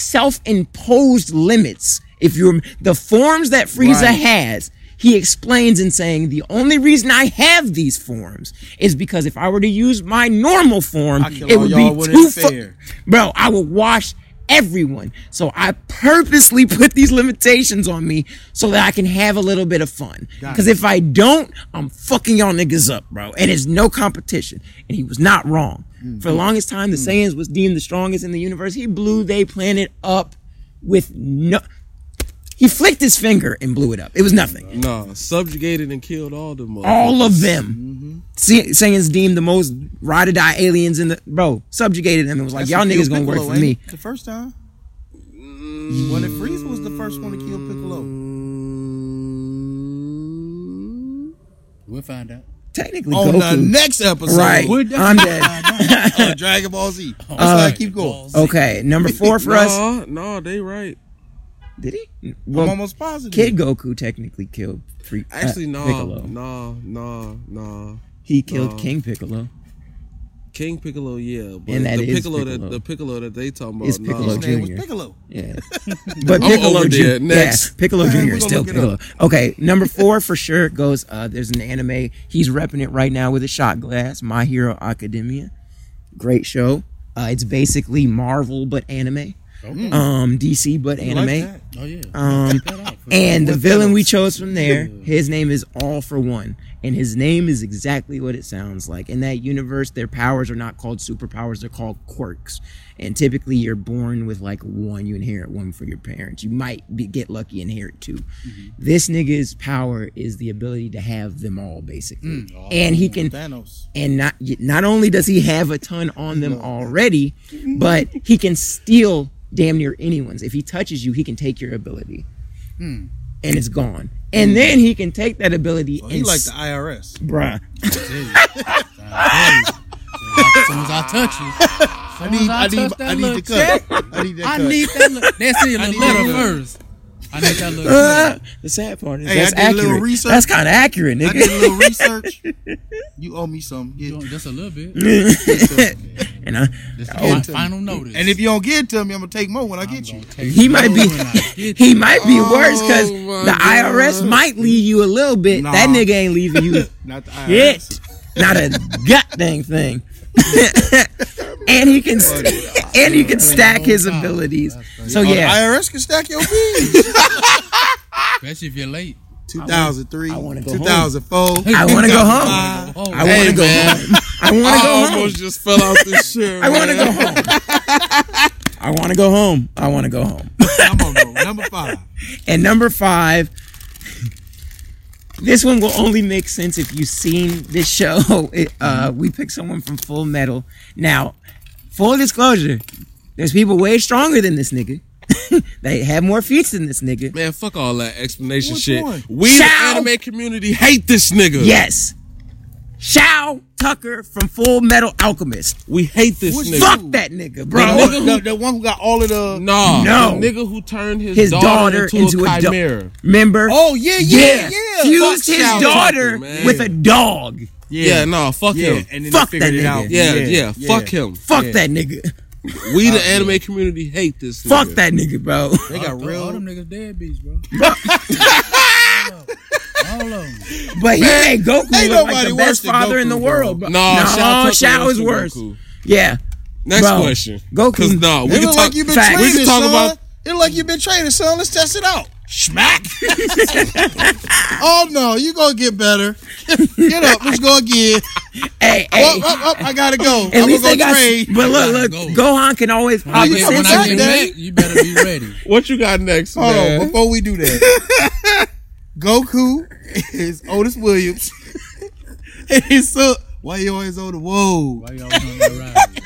Speaker 2: self-imposed limits. If you rem- the forms that Frieza
Speaker 3: Right.
Speaker 2: has, he explains in saying the only reason I have these forms is because if I were to use my normal form,
Speaker 3: I kill
Speaker 2: it
Speaker 3: all
Speaker 2: would
Speaker 3: y'all
Speaker 2: be
Speaker 3: when
Speaker 2: too
Speaker 3: it's
Speaker 2: fu-
Speaker 3: fair.
Speaker 2: bro. I would wash everyone. So I purposely put these limitations on me so that I can have a little bit of fun. Because if I don't, I'm fucking y'all niggas up, bro. And it's no competition. And he was not wrong.
Speaker 3: Mm.
Speaker 2: For the longest time, the Saiyans was deemed the strongest in the universe. He blew they planet up with no. He flicked his finger and blew it up. It was nothing
Speaker 1: Nah, subjugated and killed all the motherfuckers.
Speaker 2: all of
Speaker 3: Mm-hmm.
Speaker 2: them. Say- Saiyans deemed the most ride or die aliens in the bro subjugated them and was like,
Speaker 3: That's
Speaker 2: y'all
Speaker 3: what killed
Speaker 2: niggas gonna work
Speaker 3: Piccolo,
Speaker 2: for me.
Speaker 3: ain't it? The first time. When it Frieza was the first one to kill Piccolo.
Speaker 4: We'll find out.
Speaker 2: Technically,
Speaker 3: On the
Speaker 2: Goku.
Speaker 3: next episode.
Speaker 2: Right, I'm dead.
Speaker 3: Uh, Dragon Ball Z. That's how I keep going.
Speaker 4: Balls.
Speaker 2: okay, number four for us.
Speaker 1: Nah, nah, they right.
Speaker 2: Did he?
Speaker 3: I'm
Speaker 2: Well,
Speaker 3: almost positive.
Speaker 2: Kid Goku technically killed Free, uh,
Speaker 1: Actually, nah,
Speaker 2: Piccolo.
Speaker 1: nah, nah, nah.
Speaker 2: He killed
Speaker 1: no.
Speaker 2: King Piccolo.
Speaker 1: King Piccolo, yeah, but
Speaker 2: And that
Speaker 1: the
Speaker 2: is
Speaker 1: Piccolo,
Speaker 2: Piccolo.
Speaker 1: that the Piccolo that they talking about,
Speaker 2: It's
Speaker 1: nah.
Speaker 2: Piccolo
Speaker 3: His name was
Speaker 2: Junior.
Speaker 3: Piccolo.
Speaker 2: Yeah, but
Speaker 1: I'm
Speaker 2: Piccolo
Speaker 1: over
Speaker 2: Junior.
Speaker 1: there. Next.
Speaker 2: Yeah, Piccolo
Speaker 3: Man,
Speaker 2: Junior
Speaker 3: we
Speaker 2: is
Speaker 3: gonna
Speaker 2: still
Speaker 3: look it
Speaker 2: Piccolo.
Speaker 3: up.
Speaker 2: Okay, number four for sure goes. Uh, there's an anime. He's repping it right now with a shot glass. My Hero Academia, great show. Uh, it's basically Marvel but anime,
Speaker 4: Okay.
Speaker 2: um, DC but
Speaker 3: You
Speaker 2: anime.
Speaker 3: Like that?
Speaker 4: Oh yeah.
Speaker 2: Um,
Speaker 4: Cut off.
Speaker 2: and the
Speaker 3: What
Speaker 2: villain we
Speaker 3: else?
Speaker 2: chose from there, his name is All for One, and his name is exactly what it sounds like. In that universe, their powers are not called superpowers; they're called quirks. And typically, you're born with like one. You inherit one from your parents. You might be, get lucky and inherit 2 This nigga's power is the ability to have them all, basically, and he can
Speaker 3: Thanos.
Speaker 2: and not not only does he have a ton on them already, but he can steal damn near anyone's. If he touches you, he can take your ability,
Speaker 3: Hmm.
Speaker 2: and it's gone. And then he can take that ability
Speaker 3: Well,
Speaker 2: and
Speaker 3: he like
Speaker 2: s-
Speaker 3: the IRS.
Speaker 2: bruh.
Speaker 4: As soon as I touch you, as soon
Speaker 3: I need,
Speaker 4: as I,
Speaker 3: I need,
Speaker 4: touch that
Speaker 3: I need
Speaker 4: little
Speaker 3: the
Speaker 4: check,
Speaker 3: cut. I need that
Speaker 4: I
Speaker 3: cut.
Speaker 4: need that. Little, that's in the
Speaker 3: need
Speaker 4: letter
Speaker 3: that.
Speaker 4: first. I need that little.
Speaker 2: Uh,
Speaker 4: cut.
Speaker 2: the sad part is
Speaker 3: Hey, I
Speaker 2: that's
Speaker 3: did a little
Speaker 2: accurate.
Speaker 3: research.
Speaker 2: That's kind of accurate,
Speaker 3: I did a
Speaker 2: nigga.
Speaker 3: little research. You owe me some. Get-
Speaker 4: You want Just a little bit.
Speaker 2: and uh, I,
Speaker 4: Just
Speaker 3: Oh.
Speaker 4: my final notice.
Speaker 3: And if you don't give it to me, I'm gonna take more when I
Speaker 4: I'm
Speaker 3: get you.
Speaker 4: gonna take
Speaker 2: he might
Speaker 4: you
Speaker 2: be
Speaker 4: when I get
Speaker 2: he might be worse because
Speaker 1: Oh, my
Speaker 2: the IRS
Speaker 1: God.
Speaker 2: might leave you a little bit. That
Speaker 3: Nah.
Speaker 2: nigga ain't leaving you
Speaker 3: Not the IRS.
Speaker 2: shit. Not a goddamn thing. and he can and he can stack his abilities. So
Speaker 3: Oh, the
Speaker 2: yeah,
Speaker 3: IRS can stack your fees.
Speaker 4: Especially if you're late.
Speaker 3: 2003,
Speaker 2: I wanna go
Speaker 3: 2004.
Speaker 2: I want to go home.
Speaker 3: Uh,
Speaker 4: Oh,
Speaker 2: I want to
Speaker 1: Hey,
Speaker 2: go
Speaker 1: man.
Speaker 2: home. I want to
Speaker 1: I
Speaker 2: go home.
Speaker 1: almost just fell out this shit.
Speaker 2: I want to go home. I want to go home. I want to go home.
Speaker 3: I'm on roll. number five.
Speaker 2: And number five, this one will only make sense if you've seen this show. It, uh, we picked someone from Full Metal. Now, full disclosure, there's people way stronger than this nigga. they have more feats than this nigga.
Speaker 1: Man, fuck all that explanation
Speaker 3: Which
Speaker 1: shit.
Speaker 3: one?
Speaker 1: We
Speaker 2: Shout-
Speaker 1: the anime community hate this nigga.
Speaker 2: Yes. Shao Tucker from Full Metal Alchemist.
Speaker 1: We hate this
Speaker 3: What's
Speaker 1: nigga.
Speaker 2: Fuck that nigga,
Speaker 3: The,
Speaker 2: bro.
Speaker 1: nigga who-
Speaker 3: the- the one who got all of the.
Speaker 1: Nah,
Speaker 2: No.
Speaker 1: the nigga who turned his,
Speaker 2: His
Speaker 1: daughter, into, a,
Speaker 2: do-
Speaker 1: chimera.
Speaker 2: Remember?
Speaker 3: Oh yeah, yeah, yeah.
Speaker 2: Fused
Speaker 1: Fuck
Speaker 2: his
Speaker 1: Shao
Speaker 2: daughter
Speaker 1: Tucker, man.
Speaker 2: with a dog.
Speaker 1: yeah. no, fuck
Speaker 3: yeah.
Speaker 1: him.
Speaker 3: And then
Speaker 2: Fuck
Speaker 3: they figured
Speaker 2: that nigga.
Speaker 3: it out.
Speaker 1: Yeah, yeah, fuck him.
Speaker 2: Fuck that nigga.
Speaker 1: We the anime community hate this.
Speaker 2: Fuck
Speaker 1: nigga.
Speaker 2: that nigga, bro.
Speaker 3: They got
Speaker 4: All- All them niggas
Speaker 3: real.
Speaker 4: deadbeats, bro. All of them.
Speaker 2: But he made Goku look
Speaker 3: ain't
Speaker 2: like
Speaker 3: nobody
Speaker 2: the
Speaker 3: worse
Speaker 2: best
Speaker 3: than
Speaker 2: father in
Speaker 3: Goku,
Speaker 2: the
Speaker 3: bro.
Speaker 2: world. Bro.
Speaker 1: Nah,
Speaker 2: no,
Speaker 1: Shao
Speaker 2: Shao,
Speaker 1: Tucker
Speaker 2: is
Speaker 1: than
Speaker 2: worse.
Speaker 1: Goku.
Speaker 2: Yeah,
Speaker 1: Next
Speaker 2: Bro,
Speaker 1: question.
Speaker 2: Goku-
Speaker 1: Cause nah, we
Speaker 3: It
Speaker 1: can
Speaker 3: look
Speaker 1: talk.
Speaker 3: like you've been
Speaker 2: facts.
Speaker 3: training.
Speaker 1: We can talk
Speaker 3: son.
Speaker 1: about-
Speaker 3: It look like you've been training, son. Let's test it out. Smack. oh no, you gonna get better. get up. Let's go again.
Speaker 2: hey, hey.
Speaker 3: Up, up, up. I gotta go.
Speaker 2: At
Speaker 3: I'm
Speaker 2: least
Speaker 3: gonna
Speaker 2: they
Speaker 3: go
Speaker 2: got.
Speaker 3: train.
Speaker 2: But look, look,
Speaker 4: Goku.
Speaker 2: Gohan can always pop
Speaker 4: When
Speaker 3: you
Speaker 2: his
Speaker 4: I get-
Speaker 3: coming
Speaker 4: when
Speaker 2: sense
Speaker 4: I
Speaker 3: back,
Speaker 4: get
Speaker 2: out.
Speaker 3: Daddy?
Speaker 4: back, you better be ready.
Speaker 1: What you got next,
Speaker 3: Hold
Speaker 1: man?
Speaker 3: on, before we do that, Goku is Otis Williams. and his son, why you always on the whoa?
Speaker 4: Why you always on the ride?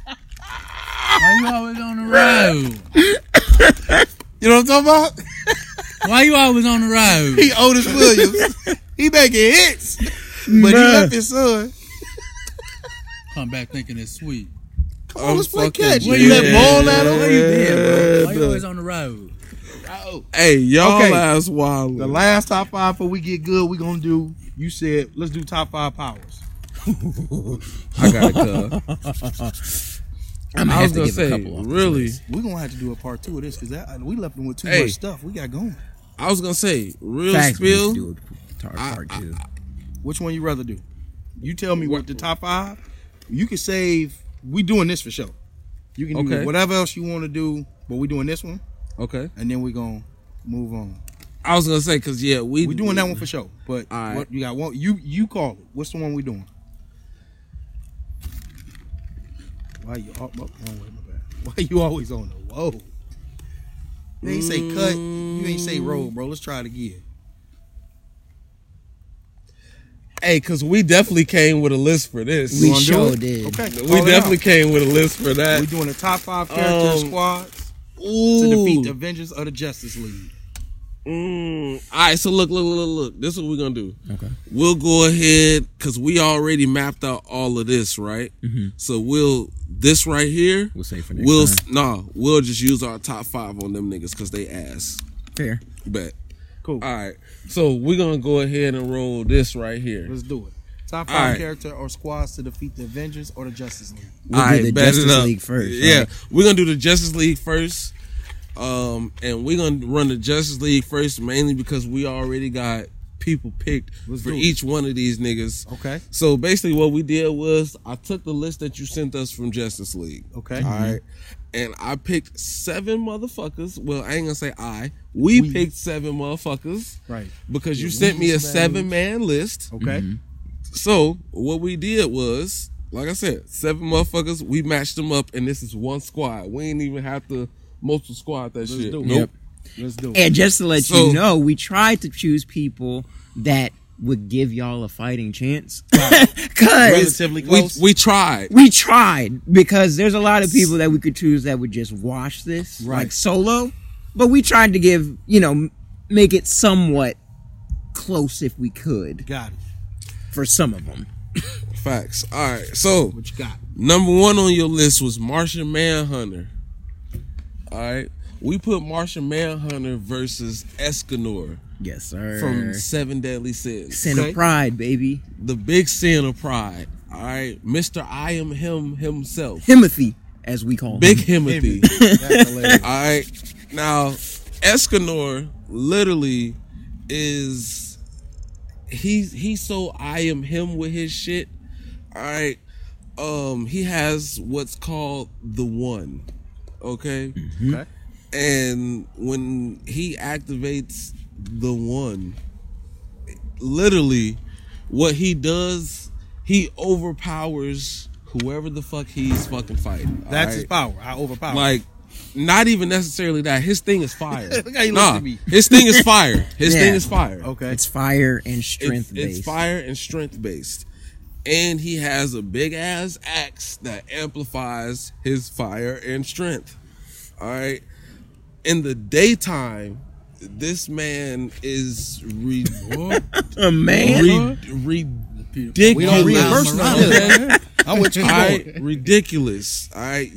Speaker 4: Why you always on the road?
Speaker 3: You know what I'm talking about?
Speaker 4: Why you always on the road?
Speaker 3: He Otis Williams. he making hits, but he
Speaker 2: Bruh.
Speaker 3: left his son.
Speaker 4: Come back thinking it's sweet.
Speaker 1: I'm
Speaker 3: Otis play
Speaker 1: fucking
Speaker 3: catch.
Speaker 1: dead.
Speaker 3: You let ball at him.
Speaker 2: What you did,
Speaker 4: Why you always on the road?
Speaker 1: Hey, y'all
Speaker 3: Okay.
Speaker 1: ass wild.
Speaker 3: The last top five before we get good, we gonna do. You said let's do top five powers.
Speaker 1: I got it. cuz.
Speaker 2: I'm
Speaker 1: I
Speaker 2: gonna
Speaker 1: was
Speaker 2: have to
Speaker 1: gonna
Speaker 2: give a
Speaker 1: say,
Speaker 2: couple. off.
Speaker 1: really.
Speaker 3: We gonna have to do a part two of this because that we left him with too
Speaker 1: Hey.
Speaker 3: much stuff. We got going.
Speaker 1: I was gonna say, real
Speaker 2: Facts, we
Speaker 1: spill.
Speaker 2: need to do a tar- part two.
Speaker 3: Which one you rather do? You tell me what the top five. You can save. We doing this for sure. You can
Speaker 1: Okay.
Speaker 3: do whatever else you want to do, but we doing this one,
Speaker 1: Okay.
Speaker 3: and then we gonna move on.
Speaker 1: I was gonna say, cause yeah, we
Speaker 3: We doing that one for sure. But
Speaker 1: All right.
Speaker 3: what you got one? You you call it. What's the one we doing? Why you all, oh, wrong way, my bad. Why you always on the whoa? They ain't say cut. You ain't say roll, bro. Let's try it again.
Speaker 1: Hey, cause we definitely came with a list for this.
Speaker 2: We
Speaker 1: We,
Speaker 3: wanna do
Speaker 2: sure
Speaker 3: it?
Speaker 2: did.
Speaker 3: Okay,
Speaker 1: definitely came with a list for that.
Speaker 3: we doing the top five character
Speaker 1: Um,
Speaker 3: squads to
Speaker 1: Ooh.
Speaker 3: defeat the Avengers of the Justice League.
Speaker 1: Mm. All right, so look, look, look, look, look. This is what we're gonna do.
Speaker 2: Okay.
Speaker 1: We'll go ahead because we already mapped out all of this, right? So we'll this right here.
Speaker 2: Mm-hmm. We'll save for next
Speaker 1: We'll
Speaker 2: time.
Speaker 1: nah. We'll just use our top five on them niggas because they ass.
Speaker 2: Fair.
Speaker 1: Bet.
Speaker 3: Cool.
Speaker 1: All right. So we're gonna go ahead and roll this right here.
Speaker 3: Let's do it. Top
Speaker 1: All
Speaker 3: five
Speaker 1: right.
Speaker 3: character or squads to defeat the Avengers or the Justice League.
Speaker 2: We'll
Speaker 1: All right,
Speaker 2: do the
Speaker 1: bet it
Speaker 2: Justice
Speaker 1: up.
Speaker 2: League first.
Speaker 1: Yeah,
Speaker 2: right?
Speaker 1: we're gonna do the Justice League first, um, and we're gonna run the Justice League first mainly because we already got people picked
Speaker 3: Let's
Speaker 1: for
Speaker 3: do it.
Speaker 1: each one of these niggas.
Speaker 3: Okay.
Speaker 1: So basically, what we did was I took the list that you sent us from Justice League. All
Speaker 3: Okay.
Speaker 1: right. And I picked seven motherfuckers. Well, I ain't gonna say I. We,
Speaker 3: We.
Speaker 1: picked seven motherfuckers.
Speaker 3: Right.
Speaker 1: Because you
Speaker 3: Yeah,
Speaker 1: sent
Speaker 3: we
Speaker 1: me a
Speaker 3: some bad
Speaker 1: seven man list.
Speaker 3: Mm-hmm. Okay.
Speaker 1: Mm-hmm. So what we did was, like I said, seven motherfuckers. We matched them up, and this is one squad. We ain't even have to multiple squad that shit.
Speaker 3: do it.
Speaker 1: Nope.
Speaker 3: Let's do it.
Speaker 2: And just to let
Speaker 1: So-
Speaker 2: you know, we tried to choose people that would give y'all a fighting chance. Because
Speaker 3: Relatively
Speaker 1: We,
Speaker 3: close.
Speaker 1: we tried.
Speaker 2: we tried. Because there's a lot of people that we could choose that would just wash this,
Speaker 3: Right.
Speaker 2: like solo. But we tried to give, you know, m- make it somewhat close if we could
Speaker 3: got it.
Speaker 2: for some of them.
Speaker 1: Facts. All right. So
Speaker 3: What you got?
Speaker 1: number one on your list was Martian Manhunter. All right. We put Martian Manhunter versus Escanor
Speaker 2: Yes, sir.
Speaker 1: from Seven Deadly Sins.
Speaker 2: Sin
Speaker 3: Okay.
Speaker 2: of pride, baby.
Speaker 1: The big sin of pride. All right. Mr. I am him himself.
Speaker 2: Himothy, as we call
Speaker 1: Big
Speaker 2: him.
Speaker 1: Himothy.
Speaker 3: That's hilarious.
Speaker 1: All right. Now, Escanor literally is he's he's so I am him with his shit. All right. Um he has what's called the one. Okay?
Speaker 3: Okay.
Speaker 1: And when he activates the one, literally what he does, he overpowers whoever the fuck he's fucking fighting. all
Speaker 3: That's
Speaker 1: right?
Speaker 3: his power. I overpower.
Speaker 1: Like, not even necessarily that. His thing is fire.
Speaker 3: Look how he looks
Speaker 1: nah,
Speaker 3: at me.
Speaker 1: his thing is fire. His
Speaker 2: Yeah.
Speaker 1: thing is fire.
Speaker 3: okay.
Speaker 2: It's fire and
Speaker 1: It's,
Speaker 2: strength
Speaker 1: it's
Speaker 2: based.
Speaker 1: fire and strength based. And he has a big ass axe that amplifies his fire and strength. All right. In the daytime, this man is re-
Speaker 4: Boy,
Speaker 2: A Oh, man.
Speaker 1: re- re-
Speaker 4: Peter.
Speaker 1: Dick-
Speaker 3: We don't
Speaker 1: Hey,
Speaker 4: Miles
Speaker 3: reimburse nothing.
Speaker 4: Morales.
Speaker 1: Okay?
Speaker 3: I'm with you.
Speaker 1: All right, ridiculous. All right,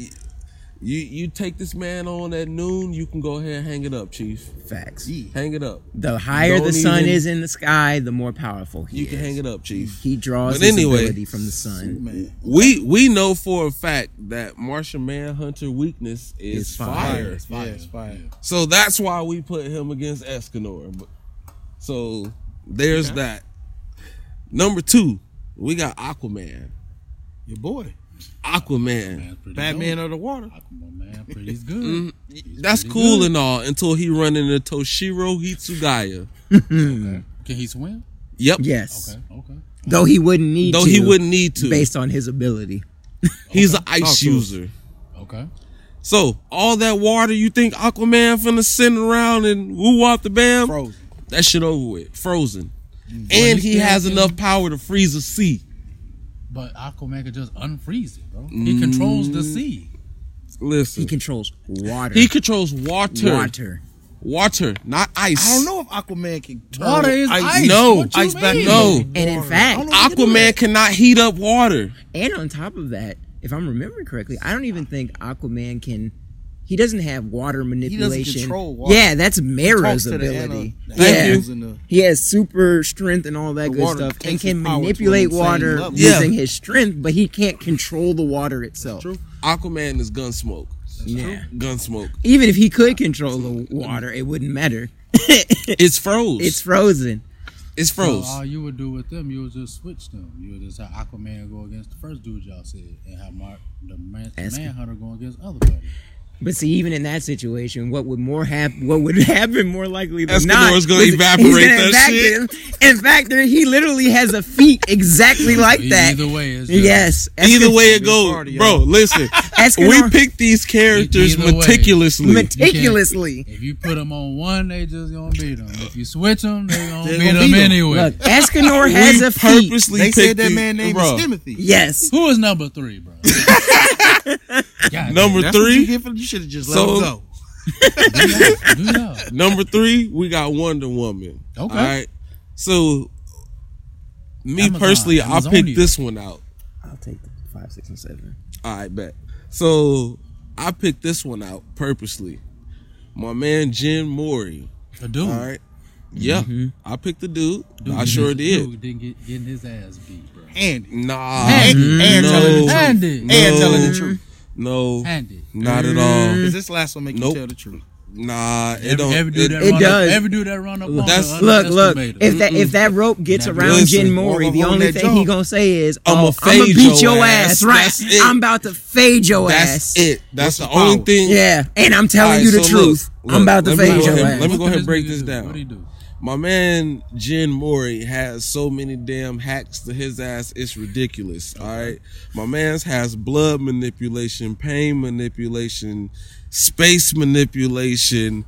Speaker 1: you you take this man on at noon. You can go ahead and hang it up, Chief.
Speaker 2: Facts.
Speaker 3: Yeah.
Speaker 1: Hang it up.
Speaker 2: The higher
Speaker 1: Don't
Speaker 2: the sun
Speaker 1: even-
Speaker 2: is in the sky, the more powerful he
Speaker 1: You
Speaker 2: is.
Speaker 1: can hang it up, Chief.
Speaker 2: He draws
Speaker 1: But
Speaker 2: his
Speaker 1: anyway-
Speaker 2: ability from the sun.
Speaker 3: Man,
Speaker 1: We we know for a fact that Martian Manhunter weakness is
Speaker 2: It's
Speaker 1: fire.
Speaker 2: fire.
Speaker 3: it's fire. it's fire.
Speaker 1: So that's why we put him against Escanor. But- So there's that. Number two, we got Aquaman.
Speaker 3: Your boy,
Speaker 1: Aquaman.
Speaker 4: Man's pretty
Speaker 3: Batman
Speaker 4: dope.
Speaker 3: of the water.
Speaker 4: Come on, man, pretty is
Speaker 2: Mm-hmm.
Speaker 4: good.
Speaker 1: That's
Speaker 4: pretty
Speaker 1: cool
Speaker 4: good.
Speaker 1: and all until he run into Toshiro Hitsugaya.
Speaker 4: Can he swim?
Speaker 1: Yep.
Speaker 2: Yes.
Speaker 4: Okay, okay.
Speaker 2: Though he wouldn't need
Speaker 1: Though
Speaker 2: to.
Speaker 1: he wouldn't need to.
Speaker 2: Based on his ability.
Speaker 1: He's an ice
Speaker 3: Oh, cool.
Speaker 1: user.
Speaker 4: Okay.
Speaker 1: So all that water you think Aquaman finna send around and woo off the bam?
Speaker 3: Frozen.
Speaker 1: That shit over with. Frozen. And he
Speaker 4: he's
Speaker 1: has
Speaker 4: frozen.
Speaker 1: enough power to freeze a sea.
Speaker 4: But Aquaman could just unfreeze it, bro.
Speaker 2: Mm.
Speaker 4: He controls the sea.
Speaker 1: Listen.
Speaker 2: He controls water.
Speaker 1: He controls water.
Speaker 2: water.
Speaker 1: Water, not ice.
Speaker 3: I don't know if Aquaman can turn
Speaker 4: Water is ice.
Speaker 1: no,
Speaker 4: What you
Speaker 3: ice back-
Speaker 4: mean?
Speaker 1: No.
Speaker 2: And in
Speaker 3: Water. I
Speaker 2: fact,
Speaker 3: don't
Speaker 1: Aquaman cannot heat up water.
Speaker 2: and on top of that, if I'm remembering correctly, I don't even think Aquaman can. He doesn't have water manipulation.
Speaker 3: control water.
Speaker 2: Yeah, that's Mara's
Speaker 3: Talks to the
Speaker 2: ability.
Speaker 3: ana- the
Speaker 2: yeah.
Speaker 3: animals in the-
Speaker 2: He has super strength and all that
Speaker 3: The
Speaker 2: good
Speaker 3: water
Speaker 2: stuff, and
Speaker 3: takes
Speaker 2: can
Speaker 3: his power to
Speaker 2: manipulate
Speaker 3: an insane
Speaker 2: water
Speaker 3: level.
Speaker 1: Yeah.
Speaker 2: using his strength, but he can't control the water itself.
Speaker 3: true.
Speaker 1: Aquaman is Gunsmoke.
Speaker 2: Yeah.
Speaker 1: Gunsmoke.
Speaker 2: Even if he could control the water, it wouldn't matter.
Speaker 1: It's froze.
Speaker 2: it's frozen.
Speaker 1: it's froze.
Speaker 4: So all you would do with them, you would just switch them. You would just have Aquaman go against the first dude y'all said, and have Mark the man,
Speaker 2: Ask-
Speaker 4: Manhunter go against other buddy.
Speaker 2: But see, even in that situation, what would more happen? What would happen more likely than
Speaker 1: Escanor's
Speaker 2: not?
Speaker 1: gonna
Speaker 2: was he's
Speaker 1: evaporate
Speaker 2: gonna
Speaker 1: that shit.
Speaker 2: evac- In fact, there, he literally has a feat exactly like that.
Speaker 4: Either way, it's just,
Speaker 2: yes.
Speaker 1: Either
Speaker 2: Escan-
Speaker 1: way it goes,
Speaker 3: party,
Speaker 1: bro.
Speaker 3: y'all.
Speaker 1: Listen,
Speaker 2: Escanor
Speaker 1: we picked these characters
Speaker 4: Either way.
Speaker 1: meticulously.
Speaker 2: meticulously.
Speaker 4: If you put them on one, they just gonna beat them. If you switch them, they gonna
Speaker 3: They
Speaker 4: beat
Speaker 3: gonna
Speaker 4: them
Speaker 3: beat 'em.
Speaker 4: anyway.
Speaker 2: Look, Escanor has
Speaker 1: we
Speaker 2: a feat.
Speaker 1: purposely
Speaker 3: They said
Speaker 1: picked
Speaker 3: that
Speaker 1: these-
Speaker 3: man name
Speaker 1: bro.
Speaker 3: is Timothy.
Speaker 2: Yes.
Speaker 4: Who is number three, bro? God,
Speaker 1: Number
Speaker 3: That's what you
Speaker 1: three.
Speaker 3: get for- you should have just
Speaker 1: So-
Speaker 3: let him go.
Speaker 4: do y'all, do y'all.
Speaker 1: Number three. We got Wonder Woman.
Speaker 4: Okay.
Speaker 1: right. So, me
Speaker 4: Amazon,
Speaker 1: personally, I
Speaker 4: Amazonia.
Speaker 1: picked this one out.
Speaker 2: I'll take the five, six, and seven.
Speaker 1: All right, bet. So I picked this one out purposely. My man Jim Mori.
Speaker 4: A dude.
Speaker 1: All right. Yeah,
Speaker 3: Mm-hmm.
Speaker 1: I picked the dude. I sure did.
Speaker 4: Dude didn't get getting his ass beat, bro.
Speaker 3: Andy.
Speaker 1: Nah,
Speaker 3: And- and telling the
Speaker 1: no,
Speaker 4: And it.
Speaker 1: No.
Speaker 3: And telling the truth. Mm.
Speaker 1: no,
Speaker 4: And it.
Speaker 1: not at all.
Speaker 3: Because this last one make
Speaker 1: Mm. Nope.
Speaker 3: you tell the truth.
Speaker 1: Nah, it
Speaker 4: Every,
Speaker 1: don't.
Speaker 4: every dude that
Speaker 1: it-
Speaker 2: it
Speaker 4: run
Speaker 2: does.
Speaker 4: Up, every dude that run up on
Speaker 1: That's-
Speaker 4: her
Speaker 2: Look, look.
Speaker 4: underestimated
Speaker 2: If
Speaker 4: her.
Speaker 2: that if that rope gets
Speaker 4: Never.
Speaker 2: around
Speaker 1: Listen,
Speaker 2: Jen Mori, the
Speaker 3: I'm
Speaker 2: only
Speaker 3: holding that
Speaker 2: thing he
Speaker 3: jaw.
Speaker 2: gonna say is,
Speaker 1: I'ma
Speaker 2: "Oh, I'm gonna
Speaker 1: fade
Speaker 2: beat
Speaker 1: your
Speaker 2: your
Speaker 1: ass.
Speaker 2: ass, right?
Speaker 1: That's it.
Speaker 2: I'm about to fade your ass."
Speaker 1: that's it. That's the
Speaker 3: What's the
Speaker 1: only
Speaker 3: power?
Speaker 1: thing.
Speaker 2: Yeah, and I'm telling
Speaker 1: Alright,
Speaker 2: you the
Speaker 1: so look,
Speaker 2: truth.
Speaker 1: look,
Speaker 2: I'm about to
Speaker 1: let me
Speaker 2: fade
Speaker 1: go
Speaker 2: your
Speaker 1: ahead.
Speaker 2: ass.
Speaker 1: Let me go
Speaker 4: What did
Speaker 1: ahead and break
Speaker 4: nigga
Speaker 1: this down.
Speaker 4: What he do?
Speaker 1: My man Jen Mori has so many damn hacks to his ass, it's ridiculous. All right. My man's has blood manipulation, pain manipulation, space manipulation,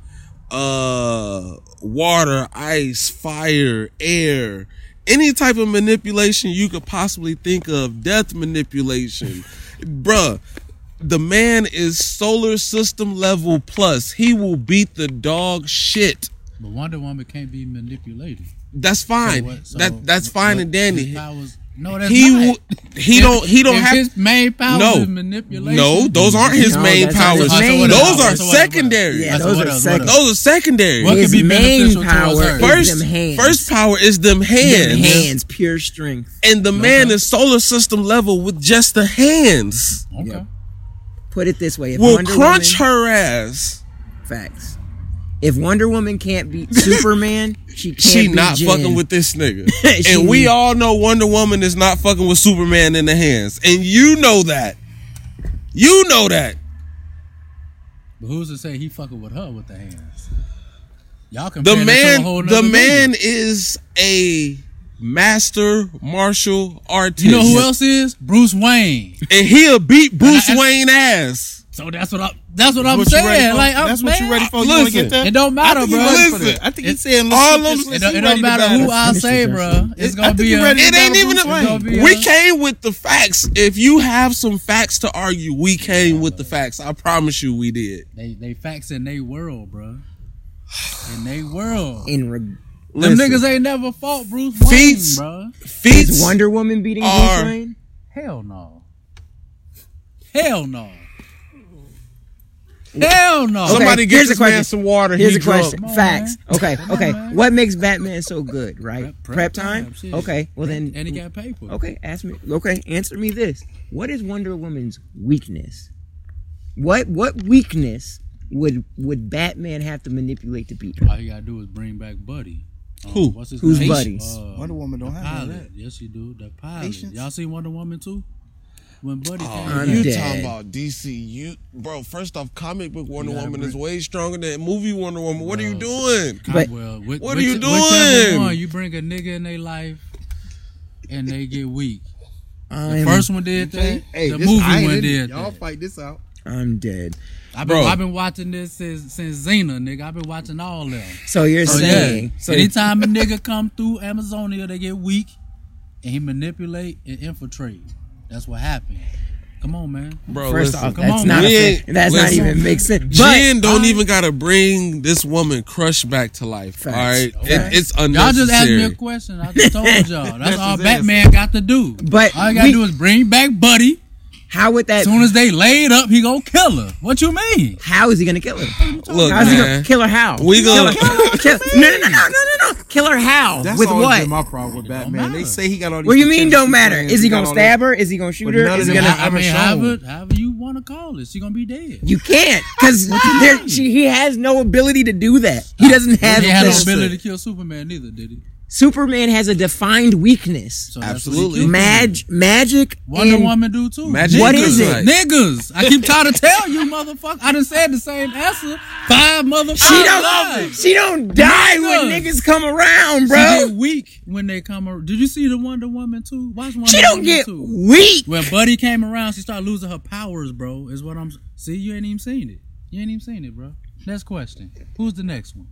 Speaker 1: uh water, ice, fire, air. Any type of manipulation you could possibly think of, death manipulation. Bruh, the man is solar system level plus. He will beat the dog shit.
Speaker 4: But Wonder Woman can't be manipulated.
Speaker 1: That's
Speaker 4: So
Speaker 1: fine.
Speaker 4: what- so
Speaker 1: that that's fine
Speaker 4: what-
Speaker 1: and dandy.
Speaker 4: his powers- no, that's
Speaker 1: He
Speaker 4: not.
Speaker 1: w- he don't he don't
Speaker 4: If
Speaker 1: have
Speaker 4: his main powers
Speaker 1: No.
Speaker 4: is manipulation.
Speaker 1: no. Those aren't his
Speaker 2: No,
Speaker 1: main
Speaker 2: that's not
Speaker 1: powers.
Speaker 2: his main
Speaker 1: those
Speaker 2: powers.
Speaker 1: are
Speaker 4: So what-
Speaker 1: secondary.
Speaker 2: Yeah,
Speaker 4: That's
Speaker 2: those
Speaker 4: what
Speaker 2: are
Speaker 4: else,
Speaker 2: second.
Speaker 4: what else?
Speaker 1: Those are secondary.
Speaker 4: What could
Speaker 2: His
Speaker 4: be
Speaker 2: main
Speaker 4: beneficial towards
Speaker 2: power
Speaker 4: her?
Speaker 2: is
Speaker 1: First,
Speaker 2: them hands.
Speaker 1: first power is them hands,
Speaker 2: them hands, pure strength.
Speaker 1: and the man is solar system level with just the hands.
Speaker 4: Okay.
Speaker 2: Yep. Put it this way: if
Speaker 1: Will
Speaker 2: Wonder
Speaker 1: crunch
Speaker 2: Woman,
Speaker 1: her ass.
Speaker 2: facts. If Wonder Woman can't beat Superman, she can't
Speaker 1: She
Speaker 2: beat
Speaker 1: not
Speaker 2: Jen.
Speaker 1: fucking with this nigga.
Speaker 2: She
Speaker 1: and we
Speaker 2: need-
Speaker 1: all know Wonder Woman is not fucking with Superman in the hands. And you know that. You know that.
Speaker 4: But who's to say he fucking with her with the hands? Y'all can
Speaker 1: The
Speaker 4: a whole
Speaker 1: man, the
Speaker 4: nother
Speaker 1: man
Speaker 4: nigga.
Speaker 1: is a master martial artist.
Speaker 4: You know who else is Bruce Wayne?
Speaker 1: And he'll beat Bruce
Speaker 4: And I-
Speaker 1: Wayne ass.
Speaker 4: So that's what I. That's what I'm
Speaker 3: What you ready
Speaker 4: saying.
Speaker 3: for?
Speaker 4: Like I'm
Speaker 3: that's what you
Speaker 4: man,
Speaker 3: ready for. You wanna
Speaker 1: listen,
Speaker 3: get that?
Speaker 4: it don't matter,
Speaker 3: I think he
Speaker 4: bro.
Speaker 3: ready for
Speaker 1: Listen,
Speaker 3: that. I think he's saying
Speaker 1: all
Speaker 3: let's
Speaker 1: of
Speaker 3: get
Speaker 1: them-
Speaker 4: It
Speaker 3: this.
Speaker 4: don't, it don't matter who I
Speaker 2: Finish
Speaker 4: say,
Speaker 2: this,
Speaker 4: bro.
Speaker 2: Justin.
Speaker 4: It's
Speaker 3: I
Speaker 4: gonna
Speaker 3: think
Speaker 4: be
Speaker 3: you
Speaker 4: a.
Speaker 3: ready.
Speaker 1: It
Speaker 3: It's
Speaker 1: ain't
Speaker 3: not
Speaker 1: even
Speaker 3: Bruce Wayne.
Speaker 1: a,
Speaker 4: It's gonna be
Speaker 1: We
Speaker 4: a-
Speaker 1: came with the facts. If you have some facts to argue, we came with the facts. I promise you, we did.
Speaker 4: They they facts in they world, bro. In they world.
Speaker 2: in re-
Speaker 4: Them
Speaker 1: Listen.
Speaker 4: niggas ain't never fought Bruce Wayne,
Speaker 1: Feats-
Speaker 4: bro.
Speaker 1: Feats
Speaker 2: Is Wonder Woman beating
Speaker 1: are-
Speaker 2: Bruce Wayne?
Speaker 4: Hell no. Hell no. Hell no.
Speaker 2: Okay,
Speaker 1: Somebody
Speaker 2: here's a
Speaker 1: gets this man
Speaker 2: question.
Speaker 1: some water.
Speaker 2: Here's
Speaker 1: he
Speaker 2: a question.
Speaker 1: drunk.
Speaker 4: Come on,
Speaker 2: Facts.
Speaker 4: man.
Speaker 2: Okay.
Speaker 4: Come on,
Speaker 2: Okay.
Speaker 4: man.
Speaker 2: What makes Batman so good? Right.
Speaker 4: Prep-
Speaker 2: Prep,
Speaker 4: prep
Speaker 2: time.
Speaker 4: time, shit.
Speaker 2: Okay. Well then.
Speaker 4: and he got paid for it.
Speaker 2: Okay. Ask me. Okay. Answer me this. What is Wonder Woman's weakness? What What weakness would would Batman have to manipulate to beat her?
Speaker 4: All you gotta do is bring back Buddy. Uh,
Speaker 1: Who?
Speaker 4: What's his
Speaker 2: Who's
Speaker 4: name?
Speaker 2: Buddy?
Speaker 4: Uh,
Speaker 3: Wonder Woman don't
Speaker 4: the
Speaker 3: have none of
Speaker 4: pilot. Yes, she do. The pilot.
Speaker 3: Patience.
Speaker 4: Y'all seen Wonder Woman too? When Buddy
Speaker 2: I'm
Speaker 1: Oh, you
Speaker 4: came back.
Speaker 2: dead.
Speaker 1: talking about DC? You, bro. First off, comic book Wonder
Speaker 4: You gotta
Speaker 1: Woman is
Speaker 4: bring-
Speaker 1: way stronger than movie Wonder Woman. What are you
Speaker 4: No.
Speaker 1: doing?
Speaker 2: But-
Speaker 4: well, which,
Speaker 1: What are you
Speaker 4: whichever
Speaker 1: doing?
Speaker 4: One, you bring a nigga in their life, and they get weak. The
Speaker 2: I'm,
Speaker 4: first one did that. the movie one did
Speaker 3: Y'all
Speaker 4: that.
Speaker 3: fight this out.
Speaker 2: I'm dead.
Speaker 4: I've
Speaker 1: Bro.
Speaker 4: been, I've been watching this since since Xena, nigga. I've been watching all of them.
Speaker 2: So you're
Speaker 1: Oh,
Speaker 4: So Oh, yeah,
Speaker 2: saying so
Speaker 4: anytime a nigga come through Amazonia, they get weak, and he manipulate and infiltrate. That's what happened. Come on, man.
Speaker 1: Bro,
Speaker 2: First
Speaker 1: listen.
Speaker 2: off,
Speaker 4: come
Speaker 2: that's
Speaker 4: on,
Speaker 2: not
Speaker 1: man.
Speaker 2: a fa-
Speaker 1: Yeah,
Speaker 2: that's not
Speaker 1: listen.
Speaker 2: even makes sense. But
Speaker 1: Jen don't even gotta bring this woman crush back to life.
Speaker 2: Facts.
Speaker 1: All right, it,
Speaker 2: Facts.
Speaker 1: it's
Speaker 4: Y'all just asked
Speaker 1: unnecessary.
Speaker 4: me a question. I just told y'all. That's all
Speaker 3: his
Speaker 4: Batman got to do.
Speaker 2: But
Speaker 4: all you gotta
Speaker 2: we-
Speaker 4: do is bring back Buddy.
Speaker 2: how would that?
Speaker 4: As soon as they laid up, he gonna kill her. What you mean?
Speaker 2: How is he gonna kill her?
Speaker 1: Look,
Speaker 2: How's he gonna
Speaker 1: man,
Speaker 2: kill her? How
Speaker 1: We gonna-
Speaker 2: Kill her- kill- no no no no no no kill her how
Speaker 3: That's
Speaker 2: with
Speaker 3: always
Speaker 2: what?
Speaker 3: been my problem with Batman. They
Speaker 4: matter.
Speaker 3: say he got all these.
Speaker 2: What do you mean don't
Speaker 3: Superman
Speaker 2: matter?
Speaker 3: plans,
Speaker 2: Is he
Speaker 3: got
Speaker 2: gonna
Speaker 3: all
Speaker 2: stab her? Is he gonna shoot
Speaker 3: But
Speaker 2: her?
Speaker 3: none
Speaker 2: Is
Speaker 3: of
Speaker 2: he
Speaker 3: them
Speaker 2: gonna?
Speaker 3: have-
Speaker 4: I, I
Speaker 3: ever
Speaker 4: mean,
Speaker 3: shown.
Speaker 4: however, however you want to call it, she gonna be dead.
Speaker 2: You can't because she he has no ability to that. He doesn't have.
Speaker 4: he had no
Speaker 2: the-
Speaker 4: ability to kill Superman neither, did he?
Speaker 2: Superman has a defined weakness.
Speaker 4: So that's what he
Speaker 1: Absolutely.
Speaker 4: killed him.
Speaker 2: Mag- magic.
Speaker 4: Wonder
Speaker 2: and-
Speaker 4: Woman do too.
Speaker 1: Magic
Speaker 2: What is it?
Speaker 1: Right.
Speaker 4: Niggas. I keep trying to tell you, motherfucker. I done said the same answer five motherfuckers.
Speaker 2: She don't. She don't die when
Speaker 4: Niggas.
Speaker 2: niggas come around,
Speaker 4: She get
Speaker 2: bro.
Speaker 4: weak when they come around. Did you see the Wonder Woman too? Watch Wonder
Speaker 2: She don't
Speaker 4: Woman
Speaker 2: get
Speaker 4: too.
Speaker 2: weak.
Speaker 4: When Buddy came around, she started losing her powers, bro. Is what I'm. See, you ain't even seen it. You ain't even seen it, bro. Next question. Who's the next one?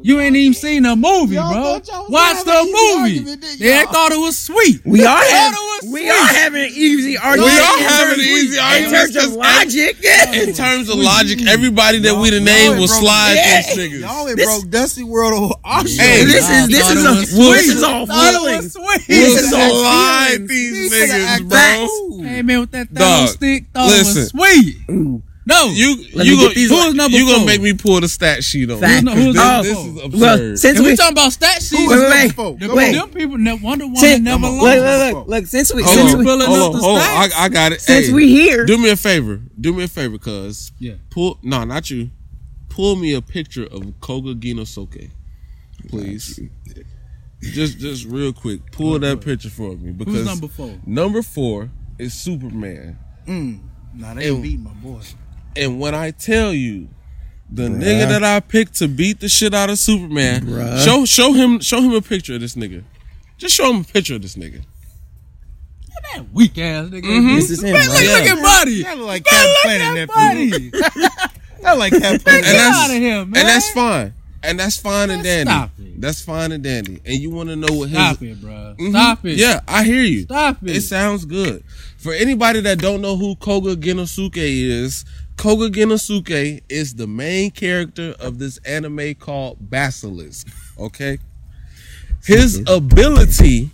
Speaker 4: You ain't even seen the movie,
Speaker 3: Y'all
Speaker 4: bro.
Speaker 3: thought y'all was
Speaker 4: Watch
Speaker 3: having
Speaker 4: the
Speaker 3: an easy
Speaker 4: movie.
Speaker 3: argument, didn't
Speaker 4: They
Speaker 3: y'all?
Speaker 4: thought it was sweet.
Speaker 2: We are
Speaker 4: Thought
Speaker 2: having.
Speaker 4: it was
Speaker 2: We
Speaker 4: sweet.
Speaker 2: are having an easy
Speaker 1: we
Speaker 2: argument.
Speaker 1: all
Speaker 2: in
Speaker 1: having an
Speaker 2: terms-
Speaker 1: easy
Speaker 2: in
Speaker 1: argument.
Speaker 2: terms of
Speaker 1: Just-
Speaker 2: logic. Yeah.
Speaker 1: in terms of logic, everybody that we the
Speaker 3: Y'all
Speaker 1: name
Speaker 3: ain't
Speaker 1: will
Speaker 3: broke-
Speaker 1: slide
Speaker 2: Yeah.
Speaker 1: those
Speaker 3: Y'all
Speaker 1: niggas.
Speaker 3: ain't
Speaker 2: This-
Speaker 3: broke Dusty World or
Speaker 1: Hey,
Speaker 2: this
Speaker 4: I
Speaker 2: is this
Speaker 4: thought
Speaker 2: is
Speaker 4: it
Speaker 2: a
Speaker 4: was
Speaker 2: this
Speaker 4: sweet.
Speaker 2: is all
Speaker 4: Thought it
Speaker 2: feelings.
Speaker 4: was sweet.
Speaker 1: We'll
Speaker 2: This is all
Speaker 1: slide
Speaker 2: feelings.
Speaker 1: these
Speaker 3: These nigga
Speaker 1: niggas,
Speaker 3: act
Speaker 1: bro.
Speaker 2: facts.
Speaker 4: Hey man, with that thing
Speaker 1: Dog,
Speaker 4: stick, thought
Speaker 1: listen.
Speaker 4: it was sweet. No,
Speaker 1: You
Speaker 2: Let
Speaker 1: you
Speaker 2: me
Speaker 1: gonna
Speaker 2: get these-
Speaker 1: you-
Speaker 4: Who's number
Speaker 1: you gonna
Speaker 4: four? Oh.
Speaker 1: make me pull the stat sheet on
Speaker 2: Fact.
Speaker 1: me, 'cause
Speaker 4: Who's number
Speaker 1: this,
Speaker 4: four?
Speaker 1: this is absurd.
Speaker 2: Well, since
Speaker 4: if we
Speaker 2: we
Speaker 4: talking about stat sheets,
Speaker 2: Wait, wait,
Speaker 4: them-
Speaker 3: wait.
Speaker 4: them,
Speaker 2: Wait.
Speaker 4: them people, ne- Wonder Woman
Speaker 2: Since-
Speaker 4: never
Speaker 3: Come on.
Speaker 2: Look,
Speaker 4: lost.
Speaker 2: look, look, look. Since we,
Speaker 1: hold
Speaker 2: since
Speaker 1: on,
Speaker 2: we,
Speaker 4: Pulling up
Speaker 1: hold on,
Speaker 4: the
Speaker 1: hold on.
Speaker 4: stats.
Speaker 1: I, I got it.
Speaker 2: Since
Speaker 1: Hey,
Speaker 2: we here-
Speaker 1: do me a favor. Do me a favor, cuz.
Speaker 4: Yeah.
Speaker 1: Pull no, not you. Pull me a picture of Koga Ginosuke, please. Just, just real quick, pull that picture for me because
Speaker 4: number four?
Speaker 1: Number four is Superman,
Speaker 3: Nah, they beat my boy.
Speaker 1: and when I tell you, the nigga that I picked to beat the shit out of Superman,
Speaker 2: Bruh.
Speaker 1: show, show him, show him a picture of this nigga. Just show him a picture of this nigga.
Speaker 4: That weak ass nigga.
Speaker 2: this is him.
Speaker 4: Man, look,
Speaker 2: Right?
Speaker 4: look at Buddy.
Speaker 3: That
Speaker 4: Man,
Speaker 3: look like
Speaker 4: look
Speaker 3: Captain
Speaker 4: at
Speaker 3: Planet
Speaker 4: Buddy.
Speaker 3: nephew. That like Captain Planet.
Speaker 1: and that's,
Speaker 4: outta here, man.
Speaker 1: And that's fine. And that's fine and
Speaker 4: Man,
Speaker 1: dandy.
Speaker 4: stop it.
Speaker 1: That's fine and dandy. And you want to know what his
Speaker 4: Stop it, bro.
Speaker 1: Mhm.
Speaker 4: Stop it.
Speaker 1: Yeah, I hear you.
Speaker 4: Stop it.
Speaker 1: It sounds good. For anybody that don't know who Koga Genosuke is, Koga Genosuke is the main character of this anime called Basilisk. Okay? His ability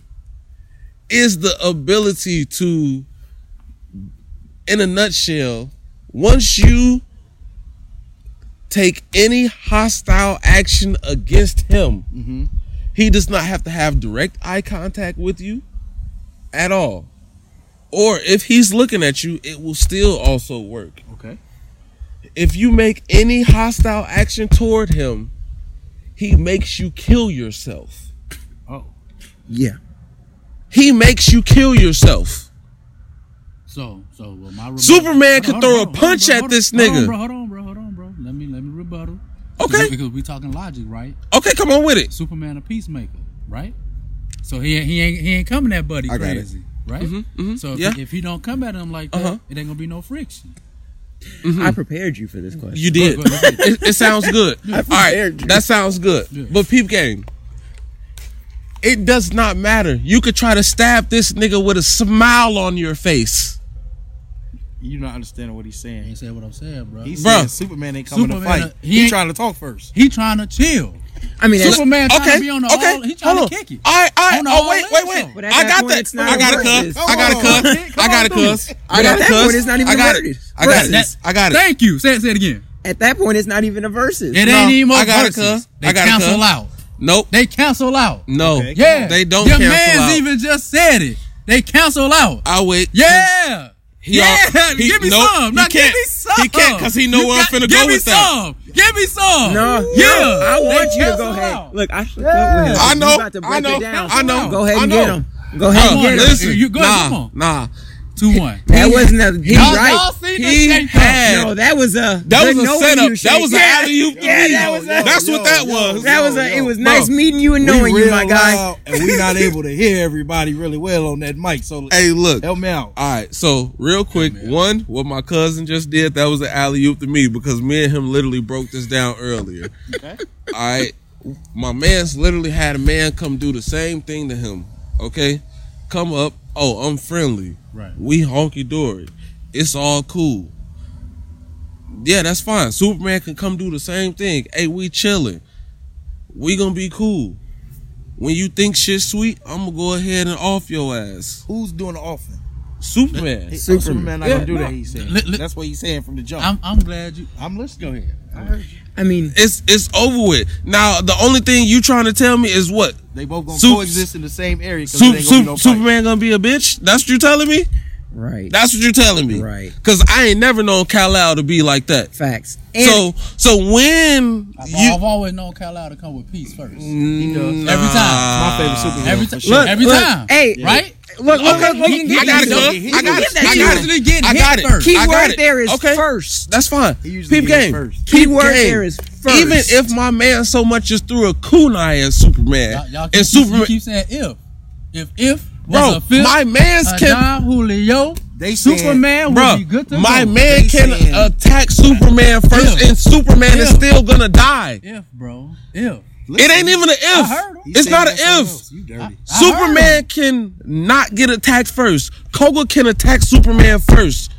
Speaker 1: is the ability to, in a nutshell, once you take any hostile action against him, he does not have to have direct eye contact with you at all. Or if he's looking at you, it will still also work.
Speaker 3: Okay.
Speaker 1: If you make any hostile action toward him, he makes you kill yourself.
Speaker 2: Yeah.
Speaker 1: He makes you kill yourself.
Speaker 4: So, so well, my rebuttal.
Speaker 1: Superman
Speaker 4: Hold
Speaker 1: could
Speaker 4: on,
Speaker 1: throw a
Speaker 4: hold on, hold on,
Speaker 1: punch
Speaker 4: hold on,
Speaker 1: at
Speaker 4: hold
Speaker 1: this
Speaker 4: on, hold
Speaker 1: nigga.
Speaker 4: on, bro, Hold on, bro. Hold on, bro. Let me let me rebuttal.
Speaker 1: Okay.
Speaker 4: Because we talking logic, right?
Speaker 1: Okay, come on with it.
Speaker 4: Superman a peacemaker, right? So he he ain't he ain't coming at Buddy
Speaker 1: I got it.
Speaker 4: crazy, right? So if,
Speaker 1: Mm-hmm, yeah.
Speaker 4: if he don't come at him like that,
Speaker 1: Uh-huh.
Speaker 4: it ain't gonna be no friction.
Speaker 2: I prepared you for this question.
Speaker 1: You did.
Speaker 4: Go ahead, go ahead.
Speaker 1: it, it sounds good. All right,
Speaker 2: prepared you.
Speaker 1: that sounds good.
Speaker 4: Yeah.
Speaker 1: But peep game, it does not matter. You could try to stab this nigga with a smile on your face.
Speaker 3: You not understanding what he's
Speaker 4: Ain't
Speaker 3: saying.
Speaker 4: said what I'm saying, bro.
Speaker 3: He's
Speaker 1: Bruh.
Speaker 3: saying Superman ain't coming
Speaker 4: Superman,
Speaker 3: to fight.
Speaker 4: uh, he
Speaker 3: He,
Speaker 4: ain't-
Speaker 3: trying to talk first.
Speaker 4: he trying to chill.
Speaker 2: I mean, that's,
Speaker 4: Superman trying
Speaker 1: okay,
Speaker 4: to be on the
Speaker 1: okay,
Speaker 4: all, he trying
Speaker 1: hold
Speaker 4: to
Speaker 1: on.
Speaker 4: kick it.
Speaker 1: All right, all right.
Speaker 4: On the
Speaker 1: Oh wait,
Speaker 4: all-in
Speaker 1: wait,
Speaker 4: show.
Speaker 1: wait.
Speaker 2: But at
Speaker 1: I
Speaker 2: that
Speaker 1: got
Speaker 2: point,
Speaker 1: that.
Speaker 2: it's not
Speaker 1: I got a
Speaker 2: a
Speaker 1: cuss.
Speaker 2: versus.
Speaker 1: I got a
Speaker 4: Come on.
Speaker 1: cuss. I got a
Speaker 4: Come on.
Speaker 1: cuss. I
Speaker 2: But
Speaker 1: got
Speaker 2: at
Speaker 1: a
Speaker 2: that
Speaker 1: cuss.
Speaker 2: point, it's not even
Speaker 1: I got
Speaker 2: murdered.
Speaker 1: it. I got it.
Speaker 2: Versus.
Speaker 1: I got it.
Speaker 4: Thank you. Say it, say it again.
Speaker 2: at that point, it's not even a versus.
Speaker 4: It
Speaker 1: No,
Speaker 4: ain't even more
Speaker 1: I got a
Speaker 4: verses.
Speaker 1: cuss.
Speaker 4: They
Speaker 1: I got a
Speaker 4: cancel
Speaker 1: cuss.
Speaker 4: out.
Speaker 1: Nope.
Speaker 4: They cancel out.
Speaker 1: No.
Speaker 3: Okay.
Speaker 4: Yeah,
Speaker 1: They don't
Speaker 4: Your
Speaker 1: cancel
Speaker 4: man's
Speaker 1: out.
Speaker 4: even just said it. They cancel out.
Speaker 1: I wait.
Speaker 4: Yeah.
Speaker 1: He
Speaker 4: yeah,
Speaker 1: al- he-
Speaker 4: give me
Speaker 1: nope,
Speaker 4: some.
Speaker 1: he
Speaker 4: Now give
Speaker 1: can't.
Speaker 4: me some.
Speaker 1: He can't 'cause he know
Speaker 4: You
Speaker 1: where I'm
Speaker 4: got-
Speaker 1: finna
Speaker 4: give
Speaker 1: go
Speaker 4: me
Speaker 1: with that.
Speaker 4: some. Give me some.
Speaker 2: No,
Speaker 4: yeah.
Speaker 2: no, I want
Speaker 4: They
Speaker 2: you to
Speaker 4: cancel
Speaker 2: go ahead.
Speaker 4: out.
Speaker 2: Look, I shook up with him.
Speaker 1: I
Speaker 2: You
Speaker 1: know,
Speaker 2: about to break
Speaker 1: I know,
Speaker 2: it down.
Speaker 1: I know,
Speaker 2: Go ahead
Speaker 1: I
Speaker 2: and
Speaker 1: know.
Speaker 2: get him. Go ahead
Speaker 1: Bruh,
Speaker 2: and get him.
Speaker 1: listen.
Speaker 4: You- go ahead, come
Speaker 1: nah.
Speaker 4: on.
Speaker 1: Nah.
Speaker 4: Two one.
Speaker 2: That wasn't a. He's
Speaker 4: Y'all-
Speaker 2: right.
Speaker 4: y'all seen this
Speaker 1: He
Speaker 4: shape up?
Speaker 1: had-
Speaker 2: No, that was a.
Speaker 1: That
Speaker 2: good
Speaker 1: was a
Speaker 2: knowing
Speaker 1: setup.
Speaker 2: you,
Speaker 1: That
Speaker 2: Shay.
Speaker 1: was an
Speaker 2: yeah.
Speaker 1: alley oop.
Speaker 2: Yeah, that was a-
Speaker 1: That's what that was.
Speaker 2: That was a. It was nice
Speaker 1: Bro,
Speaker 2: meeting you and knowing
Speaker 3: we
Speaker 2: you,
Speaker 3: real
Speaker 2: my guy.
Speaker 3: loud, and we not able to hear everybody really well on that mic. So
Speaker 1: Hey, look.
Speaker 3: help me out.
Speaker 1: All right, so real quick, one, what my cousin just did, that was an alley oop to me because me and him literally broke this down earlier. All right, my man's literally had a man come do the same thing to him. Okay, come up. Oh, I'm friendly.
Speaker 4: Right.
Speaker 1: We honky dory. It's all cool. Yeah, that's fine. Superman can come do the same thing. Hey, we chilling. We gonna be cool. When you think shit's sweet, I'm gonna go ahead and off your ass.
Speaker 3: Who's doing the offense?
Speaker 1: Superman.
Speaker 3: Hey, oh,
Speaker 2: Superman.
Speaker 3: Superman not
Speaker 1: Yeah,
Speaker 3: gonna do
Speaker 1: no.
Speaker 3: that. He's saying
Speaker 4: Li- li-
Speaker 3: that's what he's saying from the jump. I'm,
Speaker 4: I'm, I'm glad you.
Speaker 3: listening. Go ahead. I heard you.
Speaker 2: I mean,
Speaker 1: It's it's over with. Now the only thing you trying to tell me is what
Speaker 3: They both gonna
Speaker 1: Sup-
Speaker 3: coexist in the same area. 'cause
Speaker 1: Sup-
Speaker 3: there ain't gonna be
Speaker 1: Sup-
Speaker 3: no fight.
Speaker 1: Superman gonna be a bitch? That's what you telling me?
Speaker 2: right.
Speaker 1: That's what you're telling me,
Speaker 2: Right.
Speaker 1: Because I ain't never known Kal El to be like that.
Speaker 2: Facts. And
Speaker 1: so so when
Speaker 4: I've,
Speaker 1: you
Speaker 4: I've always known Kyle to come with peace first.
Speaker 3: He does.
Speaker 1: Nah.
Speaker 4: Every time.
Speaker 3: My favorite Superman.
Speaker 4: Every
Speaker 3: for
Speaker 4: time.
Speaker 3: sure.
Speaker 4: Every
Speaker 2: look,
Speaker 4: time.
Speaker 2: hey,
Speaker 4: Right?
Speaker 2: Look, look,
Speaker 4: Okay,
Speaker 2: look, you
Speaker 4: he-
Speaker 2: can
Speaker 4: he
Speaker 2: get
Speaker 1: I got it,
Speaker 2: that.
Speaker 3: though.
Speaker 1: cuz.
Speaker 3: He
Speaker 1: I got
Speaker 2: can
Speaker 1: it.
Speaker 2: get that
Speaker 1: I got
Speaker 2: usually
Speaker 1: it.
Speaker 4: getting
Speaker 1: I
Speaker 4: hit
Speaker 1: got it.
Speaker 4: first.
Speaker 1: I got
Speaker 2: Keyword
Speaker 1: it.
Speaker 2: there is
Speaker 1: okay.
Speaker 2: first.
Speaker 1: That's fine.
Speaker 3: He usually
Speaker 1: Peep
Speaker 3: hit
Speaker 1: game.
Speaker 3: first.
Speaker 1: Peep
Speaker 2: Keyword
Speaker 1: game.
Speaker 2: there is first.
Speaker 1: Even if my man so much as threw a kunai at Superman,
Speaker 4: Y'all, y'all
Speaker 1: and
Speaker 4: keep, you
Speaker 1: Superman,
Speaker 4: keep saying if. If if was
Speaker 1: bro,
Speaker 4: a fifth,
Speaker 1: my man's
Speaker 4: a
Speaker 1: can
Speaker 4: Don Julio,
Speaker 3: They saying-
Speaker 4: Superman
Speaker 1: Bruh,
Speaker 4: would be good to
Speaker 1: my
Speaker 4: go.
Speaker 1: man
Speaker 3: They
Speaker 1: can
Speaker 3: saying-
Speaker 1: attack Superman first,
Speaker 4: Yeah.
Speaker 1: and Superman is
Speaker 4: Yeah.
Speaker 1: still gonna die.
Speaker 4: If, bro. If.
Speaker 1: It ain't even an
Speaker 4: I
Speaker 1: if.
Speaker 4: heard him.
Speaker 3: He's
Speaker 1: It's
Speaker 3: saying
Speaker 1: not an
Speaker 3: that's something
Speaker 1: if.
Speaker 3: else. You dirty.
Speaker 4: I heard
Speaker 1: Superman can not get attacked first. Koga can attack Superman first,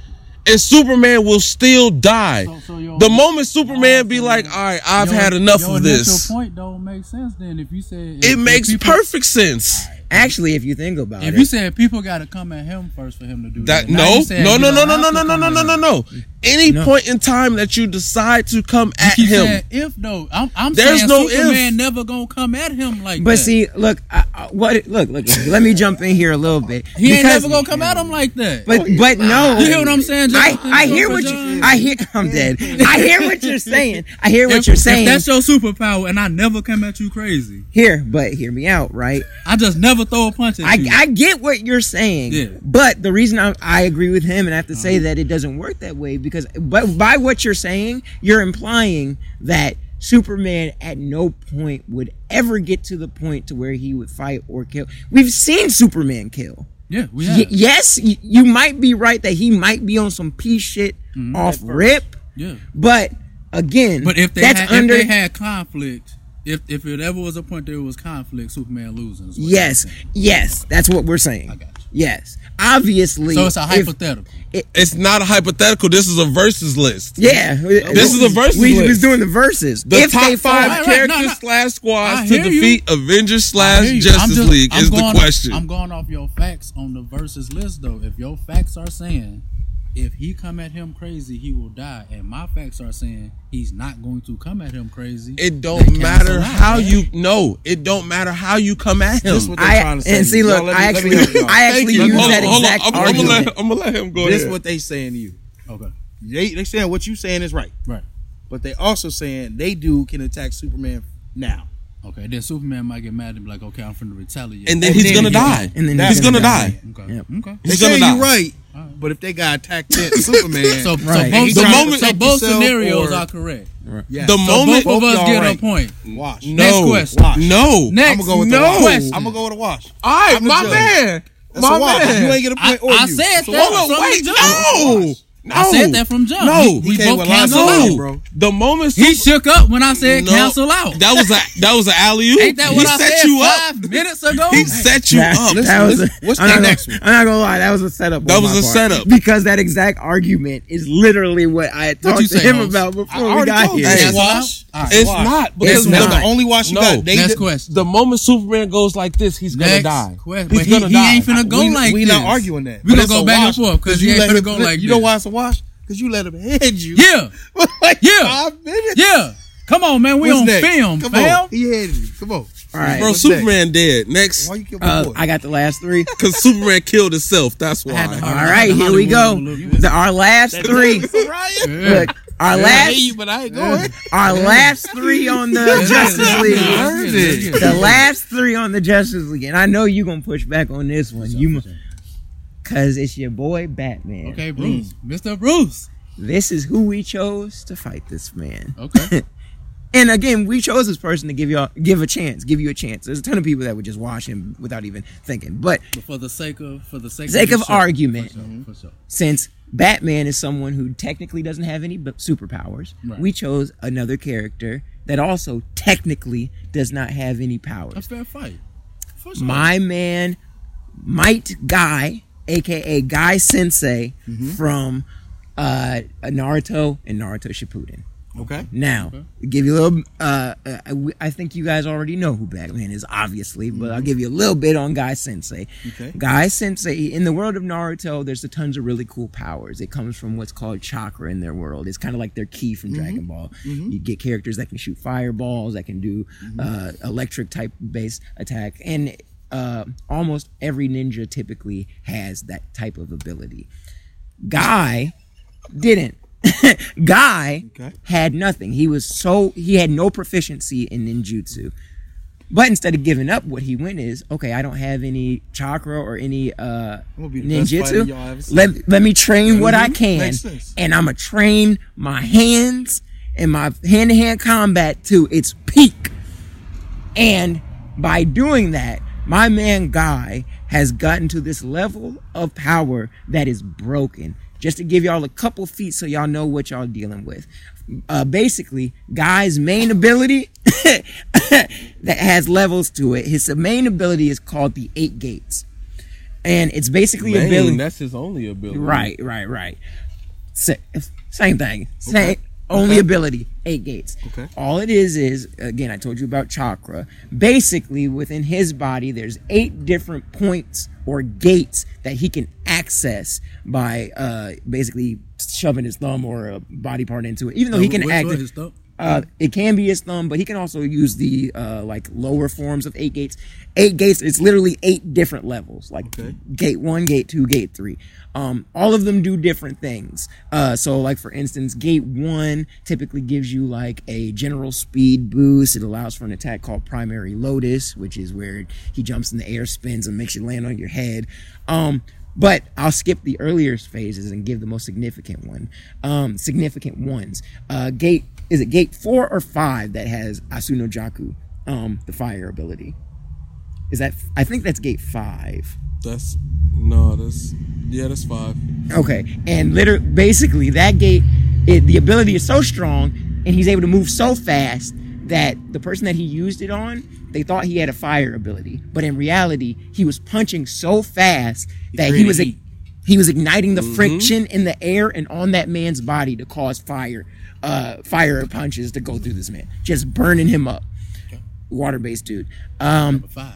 Speaker 1: and Superman will still die.
Speaker 4: So- so your-
Speaker 1: the moment Superman be
Speaker 4: so
Speaker 1: like,
Speaker 4: your-
Speaker 1: "All right, I've
Speaker 4: Your-
Speaker 1: had enough
Speaker 4: your
Speaker 1: of this,"
Speaker 4: initial point don't make sense then if you said
Speaker 1: it
Speaker 4: if
Speaker 1: makes
Speaker 4: people-
Speaker 1: perfect sense.
Speaker 2: actually, if you think about
Speaker 4: If
Speaker 2: it,
Speaker 4: you said people got to come at him first for him to do
Speaker 1: That
Speaker 4: that, Now
Speaker 1: no,
Speaker 4: you saying
Speaker 1: no,
Speaker 4: you
Speaker 1: no, no,
Speaker 4: don't
Speaker 1: no,
Speaker 4: have
Speaker 1: no, no,
Speaker 4: to
Speaker 1: no,
Speaker 4: come
Speaker 1: no,
Speaker 4: at
Speaker 1: no, no,
Speaker 4: him.
Speaker 1: no. Any
Speaker 2: No.
Speaker 1: point in time that you decide to come
Speaker 4: You
Speaker 1: at
Speaker 4: keep
Speaker 1: him,
Speaker 4: saying if though. I'm, I'm
Speaker 1: There's
Speaker 4: saying
Speaker 1: no if.
Speaker 4: Superman never gonna come at him like that.
Speaker 2: But see, look, I, I, what? Look, look. Let me jump in here a little bit.
Speaker 4: he ain't
Speaker 2: Because-
Speaker 4: never gonna come at him like that.
Speaker 2: But but no.
Speaker 4: You hear what I'm saying,
Speaker 2: I,
Speaker 4: Jonathan?
Speaker 2: I hear
Speaker 4: Super
Speaker 2: what you.
Speaker 4: John?
Speaker 2: I hear. I'm dead. I hear what you're saying. I hear what
Speaker 4: If-
Speaker 2: you're saying.
Speaker 4: If that's your superpower, and I never come at you crazy.
Speaker 2: here, but hear me out, right?
Speaker 4: I just never throw a punch at
Speaker 2: I,
Speaker 4: you.
Speaker 2: I get what you're saying,
Speaker 4: Yeah. Uh-huh.
Speaker 2: but the reason I, I agree with him and I have to say that it doesn't work that way because, but by what you're saying, you're implying that Superman at no point would ever get to the point to where he would fight or kill. We've seen Superman kill.
Speaker 4: yeah, we
Speaker 2: Y-
Speaker 4: have.
Speaker 2: yes, y- you might be right that he might be on some pea shit off rip,
Speaker 4: yeah.
Speaker 2: but again,
Speaker 4: Mm-hmm. But if they
Speaker 2: that's
Speaker 4: had,
Speaker 2: under
Speaker 4: if they had conflict, if if it ever was a point there was conflict, Superman losing. is what
Speaker 2: yes,
Speaker 4: I'm saying.
Speaker 2: yes, that's what we're saying.
Speaker 4: got you.
Speaker 2: Yes, obviously.
Speaker 4: So it's a
Speaker 2: if-
Speaker 4: hypothetical.
Speaker 1: it's not a hypothetical. This is a versus list.
Speaker 2: Yeah,
Speaker 1: This is a versus
Speaker 2: We
Speaker 1: list.
Speaker 2: was doing the verses.
Speaker 1: The
Speaker 2: if
Speaker 1: top
Speaker 2: they fall,
Speaker 1: five
Speaker 4: Right, right,
Speaker 1: characters
Speaker 4: no, no.
Speaker 1: slash
Speaker 4: I
Speaker 1: squads to
Speaker 4: hear you.
Speaker 1: defeat Avengers
Speaker 4: I
Speaker 1: slash
Speaker 4: hear you.
Speaker 1: Justice
Speaker 4: I'm just-
Speaker 1: League
Speaker 4: I'm
Speaker 1: is the
Speaker 4: going-
Speaker 1: question.
Speaker 4: I'm going off your facts on the versus list though. If your facts are saying if he come at him crazy, he will die, and my facts are saying he's not going to come at him crazy.
Speaker 1: it
Speaker 4: they
Speaker 1: don't
Speaker 4: cancel
Speaker 1: matter
Speaker 4: out,
Speaker 1: how
Speaker 4: man.
Speaker 1: you no. It don't matter how you come at him.
Speaker 3: This what they're
Speaker 2: I
Speaker 3: trying to say.
Speaker 2: and see,
Speaker 3: Y'all
Speaker 2: look,
Speaker 3: let me-
Speaker 2: I
Speaker 3: let me
Speaker 2: actually,
Speaker 3: help y'all.
Speaker 2: I actually
Speaker 1: Thank
Speaker 2: use
Speaker 1: you. Hold
Speaker 2: that
Speaker 1: on, hold on.
Speaker 2: exact
Speaker 1: I'm, I'm gonna
Speaker 2: argument.
Speaker 1: let, I'm gonna let him go.
Speaker 3: This
Speaker 1: ahead.
Speaker 3: what they saying to you.
Speaker 4: Okay,
Speaker 3: They they saying what you saying is right,
Speaker 4: right.
Speaker 3: but they also saying they do can attack Superman now.
Speaker 4: Okay, then Superman might get mad and be like, "Okay, I'm finna retaliate."
Speaker 1: and then
Speaker 3: and
Speaker 1: he's
Speaker 3: then
Speaker 1: gonna
Speaker 3: he-
Speaker 1: die.
Speaker 2: and then
Speaker 1: he's,
Speaker 3: he's
Speaker 1: gonna,
Speaker 2: gonna
Speaker 1: die.
Speaker 4: okay,
Speaker 2: Yep.
Speaker 4: okay.
Speaker 3: They
Speaker 1: He's gonna
Speaker 3: saying
Speaker 1: die.
Speaker 3: you right,
Speaker 4: Alright.
Speaker 3: but if they got attacked then Superman,
Speaker 2: Right.
Speaker 4: So, so both,
Speaker 3: He's
Speaker 4: so
Speaker 3: trying
Speaker 4: both,
Speaker 3: to
Speaker 4: so
Speaker 3: protect
Speaker 4: both
Speaker 3: yourself
Speaker 4: scenarios
Speaker 3: or-
Speaker 4: are correct.
Speaker 3: yeah.
Speaker 1: The
Speaker 4: So
Speaker 1: moment.
Speaker 4: both of us
Speaker 3: y'all
Speaker 4: get
Speaker 3: right.
Speaker 4: a point.
Speaker 3: wash.
Speaker 1: no.
Speaker 4: Next question.
Speaker 3: Watch.
Speaker 1: No.
Speaker 4: Next
Speaker 3: I'm gonna go with
Speaker 1: No.
Speaker 3: the wash.
Speaker 1: question.
Speaker 3: I'm gonna go with the wash.
Speaker 1: All right,
Speaker 3: I'm a
Speaker 1: my
Speaker 3: judge.
Speaker 1: man.
Speaker 3: That's a
Speaker 1: My
Speaker 3: wash. You ain't
Speaker 1: man.
Speaker 3: get a
Speaker 4: I,
Speaker 3: point or
Speaker 4: I
Speaker 3: you.
Speaker 4: said
Speaker 3: So
Speaker 4: that.
Speaker 1: Hold
Speaker 4: so
Speaker 1: on. Wait.
Speaker 4: I'm just-
Speaker 1: No.
Speaker 3: Wash.
Speaker 4: I said that from jump.
Speaker 1: No,
Speaker 4: we, we
Speaker 3: He came
Speaker 4: both
Speaker 3: with lots of
Speaker 4: canceled
Speaker 1: no,
Speaker 4: out,
Speaker 3: money,
Speaker 4: bro.
Speaker 1: bro. The moment
Speaker 4: He shook up when I said
Speaker 1: No.
Speaker 4: cancel out.
Speaker 1: that was a that was an alley oop.
Speaker 4: Ain't that
Speaker 1: he
Speaker 4: what I
Speaker 1: set
Speaker 4: said
Speaker 1: you
Speaker 4: five
Speaker 1: up.
Speaker 4: minutes ago?
Speaker 1: He set you
Speaker 2: that,
Speaker 1: up.
Speaker 2: that
Speaker 3: Listen,
Speaker 2: was
Speaker 3: listen,
Speaker 2: a,
Speaker 3: what's
Speaker 2: I'm
Speaker 3: the
Speaker 2: not
Speaker 3: next
Speaker 2: gonna- I'm not gonna lie, that was a setup.
Speaker 1: That
Speaker 2: on
Speaker 1: was
Speaker 2: my
Speaker 1: a
Speaker 2: part.
Speaker 1: setup.
Speaker 2: because that exact argument is literally what I had
Speaker 4: What
Speaker 2: talked
Speaker 4: you
Speaker 2: to
Speaker 4: say,
Speaker 2: him
Speaker 4: Holmes?
Speaker 2: about before we
Speaker 3: already
Speaker 2: got
Speaker 3: told you
Speaker 2: here.
Speaker 3: that.
Speaker 1: Hey,
Speaker 3: That's
Speaker 4: Wash? All right.
Speaker 1: It's
Speaker 3: Why?
Speaker 1: not because
Speaker 2: It's
Speaker 1: that's
Speaker 2: not.
Speaker 1: the only watch you
Speaker 3: No.
Speaker 1: got. They
Speaker 4: Next
Speaker 1: did-
Speaker 4: question.
Speaker 1: The moment Superman goes like this, Oh, he's
Speaker 4: Next
Speaker 1: gonna die.
Speaker 4: question.
Speaker 1: He's
Speaker 4: But he-
Speaker 1: gonna
Speaker 4: he
Speaker 1: die.
Speaker 4: ain't finna go
Speaker 3: we,
Speaker 4: like
Speaker 3: we not
Speaker 4: this.
Speaker 3: arguing that.
Speaker 4: We
Speaker 3: But
Speaker 4: gonna
Speaker 3: it's
Speaker 4: go
Speaker 3: a
Speaker 4: back and
Speaker 3: wash,
Speaker 4: forth, 'cause you ain't
Speaker 3: let
Speaker 4: finna
Speaker 3: him-
Speaker 4: go
Speaker 3: let-
Speaker 4: like
Speaker 3: You know
Speaker 4: this.
Speaker 3: why it's a wash? Because you let him head you.
Speaker 4: Yeah.
Speaker 3: For like
Speaker 4: Yeah.
Speaker 3: five minutes.
Speaker 4: Yeah. Come on, man. We
Speaker 3: What's
Speaker 4: on
Speaker 3: next?
Speaker 4: film,
Speaker 3: Come
Speaker 4: fam.
Speaker 3: on. He headed you. Come on.
Speaker 2: All right,
Speaker 1: Bro,
Speaker 3: What's
Speaker 1: Superman dead. Next,
Speaker 3: Why you give
Speaker 2: Uh,
Speaker 3: him
Speaker 2: I got the last three.
Speaker 1: because Superman killed himself. That's why.
Speaker 4: had to
Speaker 2: All
Speaker 4: I
Speaker 2: right,
Speaker 4: had the
Speaker 2: here we go.
Speaker 4: Hollywood one a little bit.
Speaker 2: The, our last three.
Speaker 3: Ryan.
Speaker 4: Yeah.
Speaker 2: Look, our
Speaker 3: I hate
Speaker 2: last,
Speaker 3: you, but I ain't going.
Speaker 2: our last three on the
Speaker 4: Yeah,
Speaker 2: Justice
Speaker 4: yeah, yeah,
Speaker 2: League.
Speaker 4: yeah,
Speaker 3: Heard
Speaker 4: yeah,
Speaker 3: it.
Speaker 4: yeah.
Speaker 2: The last three on the Justice League, and I know you're gonna push back on this one. You, mu- cause it's your boy Batman.
Speaker 4: Okay, Bruce. Mr. Bruce.
Speaker 2: This is who we chose to fight this man.
Speaker 4: Okay.
Speaker 2: And again, we chose this person to give y'all give a chance, give you a chance. There's a ton of people that would just watch him without even thinking. But
Speaker 4: But for the sake of for the sake,
Speaker 2: Sake
Speaker 4: of,
Speaker 2: of
Speaker 4: the show,
Speaker 2: argument.
Speaker 4: For sure, for sure.
Speaker 2: since Batman is someone who technically doesn't have any b- superpowers,
Speaker 4: Right.
Speaker 2: we chose another character that also technically does not have any
Speaker 4: A
Speaker 2: powers.
Speaker 4: fair fight. For sure.
Speaker 2: My man, Might Guy, aka Guy Sensei from uh, Naruto and Naruto Shippuden.
Speaker 3: Okay.
Speaker 2: Now, give you a little. Uh, uh, I- I think you guys already know who Batman is, obviously, but I'll give you a little bit on Guy Sensei.
Speaker 3: Okay.
Speaker 2: Guy Sensei, in the world of Naruto, there's a tons of really cool powers. It comes from what's called chakra in their world. It's kind of like their key from Dragon Ball. You get characters that can shoot fireballs, that can do uh, electric type based attack, and uh, almost every ninja typically has that type of ability. Guy didn't. Guy
Speaker 3: Okay.
Speaker 2: had nothing. He was so he had no proficiency in ninjutsu. But instead of giving up, what he went is okay. I don't have any chakra or any uh,
Speaker 3: gonna be the best fighter y'all ever
Speaker 2: ninjutsu.
Speaker 3: seen.
Speaker 2: Let let me train what I
Speaker 3: Mhm.
Speaker 2: can,
Speaker 3: Makes sense.
Speaker 2: and I'm gonna train my hands and my hand to hand combat to its peak. And by doing that, my man Guy has gotten to this level of power that is broken. Just to give y'all a couple feet so y'all know what y'all dealing with. Uh, basically, Guy's main ability that has levels to it, his main ability is called the Eight Gates. And it's basically a
Speaker 1: Bane,
Speaker 2: ability.
Speaker 1: that's his only ability.
Speaker 2: Right,
Speaker 4: Mm-hmm.
Speaker 2: right, right. Sa- Same thing. Same. Only ability. Eight gates.
Speaker 3: Okay.
Speaker 2: All it is is again. I told you about chakra. Basically, within his body, there's eight different points or gates that he can access by uh, basically shoving his thumb or a body part into it. Even though he can
Speaker 4: Which
Speaker 2: act.
Speaker 4: one? His thumb?
Speaker 2: Uh, it can be his thumb, but he can also use the uh, like lower forms of eight gates. Eight gates. It's literally eight different levels. Like gate one, gate two, gate three. Um, all of them do different things. Uh, so like for instance, gate one typically gives you like a general speed boost. It allows for an attack called primary lotus, which is where he jumps in the air, spins, and makes you land on your head. Um, but I'll skip the earlier phases and give the most significant one. Um, significant ones. Uh, gate is it gate four or five that has Asuno Jaku, um, the fire ability? Is that I think that's gate five.
Speaker 1: That's no. That's yeah. That's five.
Speaker 2: Okay, and literally, basically, that gate, it, the ability is so strong, and he's able to move so fast that the person that he used it on, they thought he had a fire ability, but in reality, he was punching so fast that he
Speaker 4: created
Speaker 2: was ig-
Speaker 4: heat. Mm-hmm.
Speaker 2: he was igniting the friction in the air and on that man's body to cause fire, uh, fire punches to go through this man, just burning him up. Water based dude. Um,
Speaker 4: Five.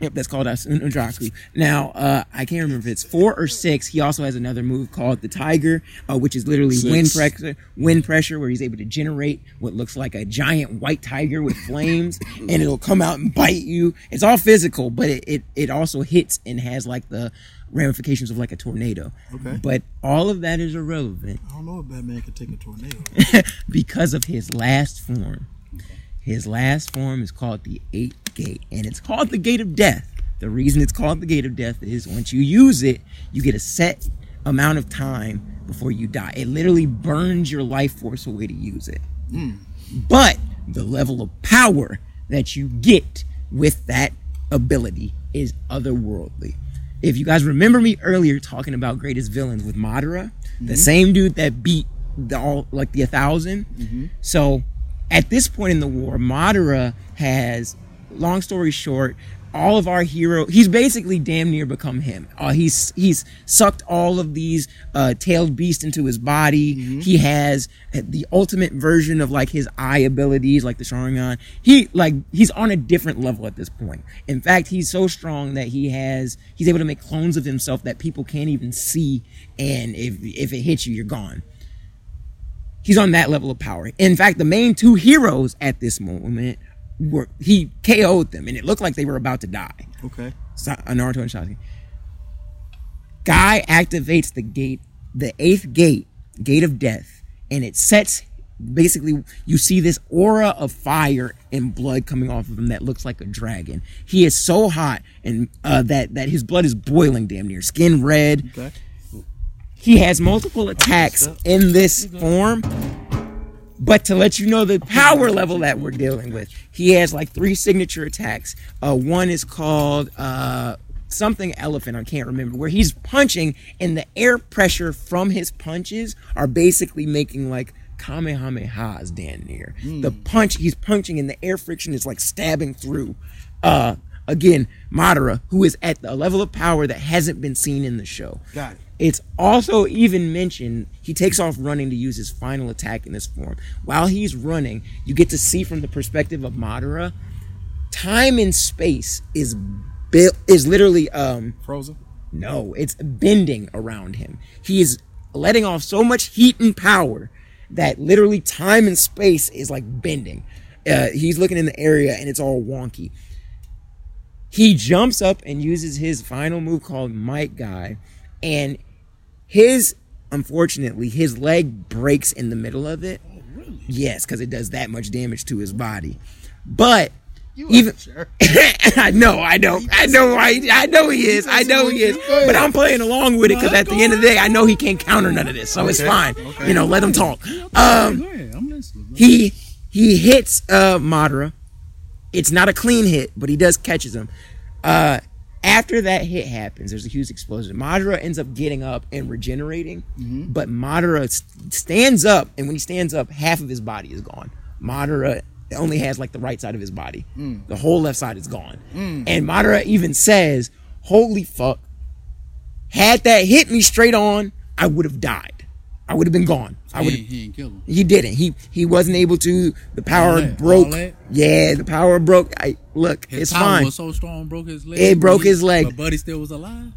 Speaker 2: Yep, that's called Asun Ojaku. Now, uh, I can't remember if it's four or six. He also has another move called the Tiger, uh, which is literally wind
Speaker 1: Six.
Speaker 2: pressure, wind pressure, where he's able to generate what looks like a giant white tiger with flames, and it'll come out and bite you. It's all physical, but it, it, it also hits and has like the ramifications of like a tornado.
Speaker 3: Okay.
Speaker 2: But all of that is irrelevant
Speaker 3: I don't know if Batman could take a tornado.
Speaker 2: because of his last form. His last form is called the Eighth Gate, and it's called the Gate of Death. The reason it's called the Gate of Death is once you use it, you get a set amount of time before you die. It literally burns your life force away to use it. But the level of power that you get with that ability is otherworldly. If you guys remember me earlier talking about greatest villains with Madara, the same dude that beat the all like the 1000 So at this point in the war, Madara has, long story short, all of our hero he's basically damn near become him uh, he's he's sucked all of these uh, tailed beasts into his body he has uh, the ultimate version of like his eye abilities like the sharingan he like he's on a different level at this point in fact he's so strong that he has he's able to make clones of himself that people can't even see and if if it hits you you're gone he's on that level of power. In fact, the main two heroes at this moment were he KO'd them, and it looked like they were about to die.
Speaker 3: Okay.
Speaker 2: Sa- uh, Naruto and Sasuke. Guy activates the gate, the eighth gate, gate of death, and it sets. Basically, you see this aura of fire and blood coming off of him that looks like a dragon. He is so hot and uh, that that his blood is boiling damn near, skin red.
Speaker 3: Okay.
Speaker 2: He has multiple attacks in this form. But to let you know the power level that we're dealing with, he has like three signature attacks. Uh, one is called uh, something elephant, I can't remember, where he's punching and the air pressure from his punches are basically making like Kamehameha's damn near. The
Speaker 3: Hmm.
Speaker 2: punch he's punching and the air friction is like stabbing through. Uh, again, Madara, who is at a level of power that hasn't been seen in the show.
Speaker 3: Got it.
Speaker 2: It's also even mentioned he takes off running to use his final attack in this form. While he's running, you get to see from the perspective of Madara, time and space is built is literally um
Speaker 3: Frozen.
Speaker 2: no, it's bending around him. He is letting off so much heat and power that literally time and space is like bending. Uh, he's looking in the area and it's all wonky. He jumps up and uses his final move called Might Guy, and his unfortunately his leg breaks in the middle of it. Yes, because it does that much damage to his body. But even
Speaker 3: sure.
Speaker 2: I know, I know, I know, I, I know he is, I know he is. But I'm playing along with it because at the end of the day, I know he can't counter none of this, so it's fine. You know, let him talk. Um,
Speaker 4: Go ahead, I'm listening. Bro.
Speaker 2: he he hits uh Madara. It's not a clean hit, but he does catches him. Uh, after that hit happens, there's a huge explosion. Madara ends up getting up and regenerating, but Madara st- stands up, and when he stands up, half of his body is gone. Madara only has like the right side of his body. The whole left side is gone. And Madara even says, "Holy fuck, had that hit me straight on, I would have died. I would have been gone. I
Speaker 4: he,
Speaker 2: would
Speaker 4: ain't, he ain't kill him.
Speaker 2: he didn't. He he wasn't able to. The power
Speaker 4: All that,
Speaker 2: broke.
Speaker 4: all that?
Speaker 2: Yeah, the power broke. I look,
Speaker 4: His
Speaker 2: it's
Speaker 4: power
Speaker 2: fine.
Speaker 4: was so strong, broke his leg.
Speaker 2: It broke
Speaker 4: He-
Speaker 2: his leg.
Speaker 4: But Buddy still was alive.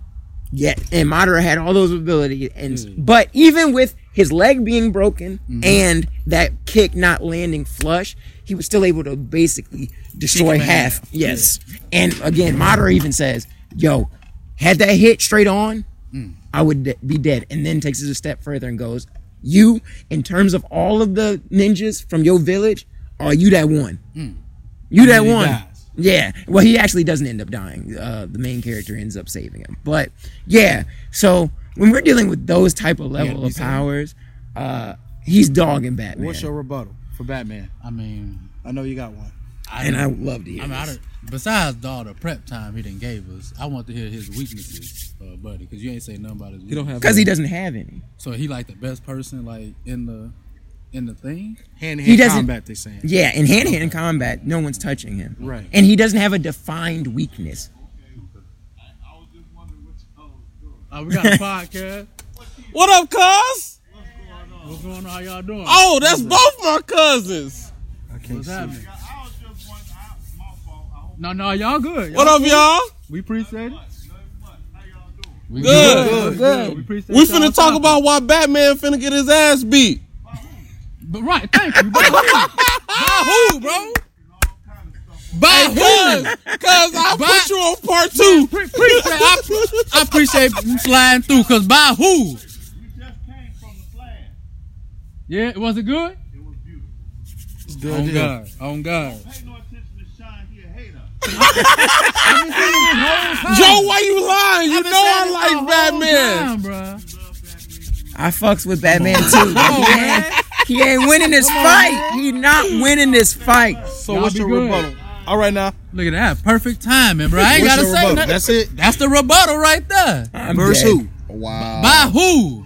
Speaker 2: Yeah, and Madara had all those abilities, and but even with his leg being broken and that kick not landing flush, he was still able to basically destroy
Speaker 4: him in
Speaker 2: half. Yes, and again, Madara even says, "Yo, had that hit straight on, I would de- be dead." And then takes it a step further and goes, "You, in terms of all of the ninjas from your village, are you that one? You that
Speaker 4: he
Speaker 2: one?"
Speaker 4: dies.
Speaker 2: Yeah. Well, he actually doesn't end up dying. Uh, the main character ends up saving him. But yeah. So when we're dealing with those type of level
Speaker 4: we
Speaker 2: of
Speaker 4: see.
Speaker 2: powers, uh, he's dogging Batman,
Speaker 3: What's your rebuttal for Batman?
Speaker 4: I mean,
Speaker 3: I know you got one.
Speaker 2: and I would love to hear.
Speaker 4: I mean, I
Speaker 2: this.
Speaker 4: don't, besides all the prep time he didn't gave us, I want to hear his weaknesses, uh, buddy, because you ain't say nothing about his.
Speaker 1: He don't have
Speaker 2: because he doesn't have any.
Speaker 4: So he like the best person like in the in the thing.
Speaker 3: Hand to
Speaker 2: He
Speaker 3: hand
Speaker 2: doesn't-
Speaker 3: combat. They saying.
Speaker 2: Yeah, in hand-to-hand combat, no one's touching him.
Speaker 3: Right.
Speaker 2: And he doesn't have a defined weakness.
Speaker 4: Oh, we got a podcast.
Speaker 1: What up, cuz?
Speaker 4: What's going on? How y'all doing?
Speaker 1: Oh, that's both my cousins.
Speaker 3: I can't
Speaker 4: What's
Speaker 3: see.
Speaker 4: happening?
Speaker 5: I was just wondering, I- my fault. I hope
Speaker 4: No, no, y'all good. Y'all
Speaker 1: What up, y'all?
Speaker 4: We appreciate it.
Speaker 5: nothing much. How y'all doing?
Speaker 4: We
Speaker 1: Good.
Speaker 4: We good. We, appreciate
Speaker 1: We
Speaker 4: y'all
Speaker 1: finna talk
Speaker 4: topic.
Speaker 1: about why Batman finna get his ass beat.
Speaker 4: But right, thank you.
Speaker 1: By
Speaker 4: Bro.
Speaker 1: who, bro?
Speaker 5: All kind of stuff.
Speaker 1: By who? Cuz I
Speaker 4: By-
Speaker 1: put you on part two.
Speaker 4: Pre- appreciate- I, I appreciate you flying through, cause by who?
Speaker 5: We just came from the flag.
Speaker 4: Yeah, was it good?
Speaker 5: It was beautiful.
Speaker 4: On Oh, God, on God.
Speaker 5: Pay no attention to Shine. He a hater.
Speaker 1: Yo, why you lying? You know I like Batman.
Speaker 4: bro.
Speaker 2: I fucks with Batman too. but he, ain't, he ain't winning this fight. He not winning this fight.
Speaker 1: So
Speaker 4: Y'all
Speaker 1: what's
Speaker 4: be
Speaker 1: your
Speaker 4: good.
Speaker 1: rebuttal?
Speaker 3: All right now.
Speaker 4: Look at that. Perfect timing, bro. I ain't
Speaker 3: What's
Speaker 4: gotta
Speaker 3: your
Speaker 4: say
Speaker 3: rebuttal?
Speaker 4: nothing.
Speaker 3: That's it.
Speaker 4: That's the rebuttal right there.
Speaker 2: I'm
Speaker 3: Verse
Speaker 2: dead.
Speaker 3: who? Uh,
Speaker 6: Wow.
Speaker 4: By who?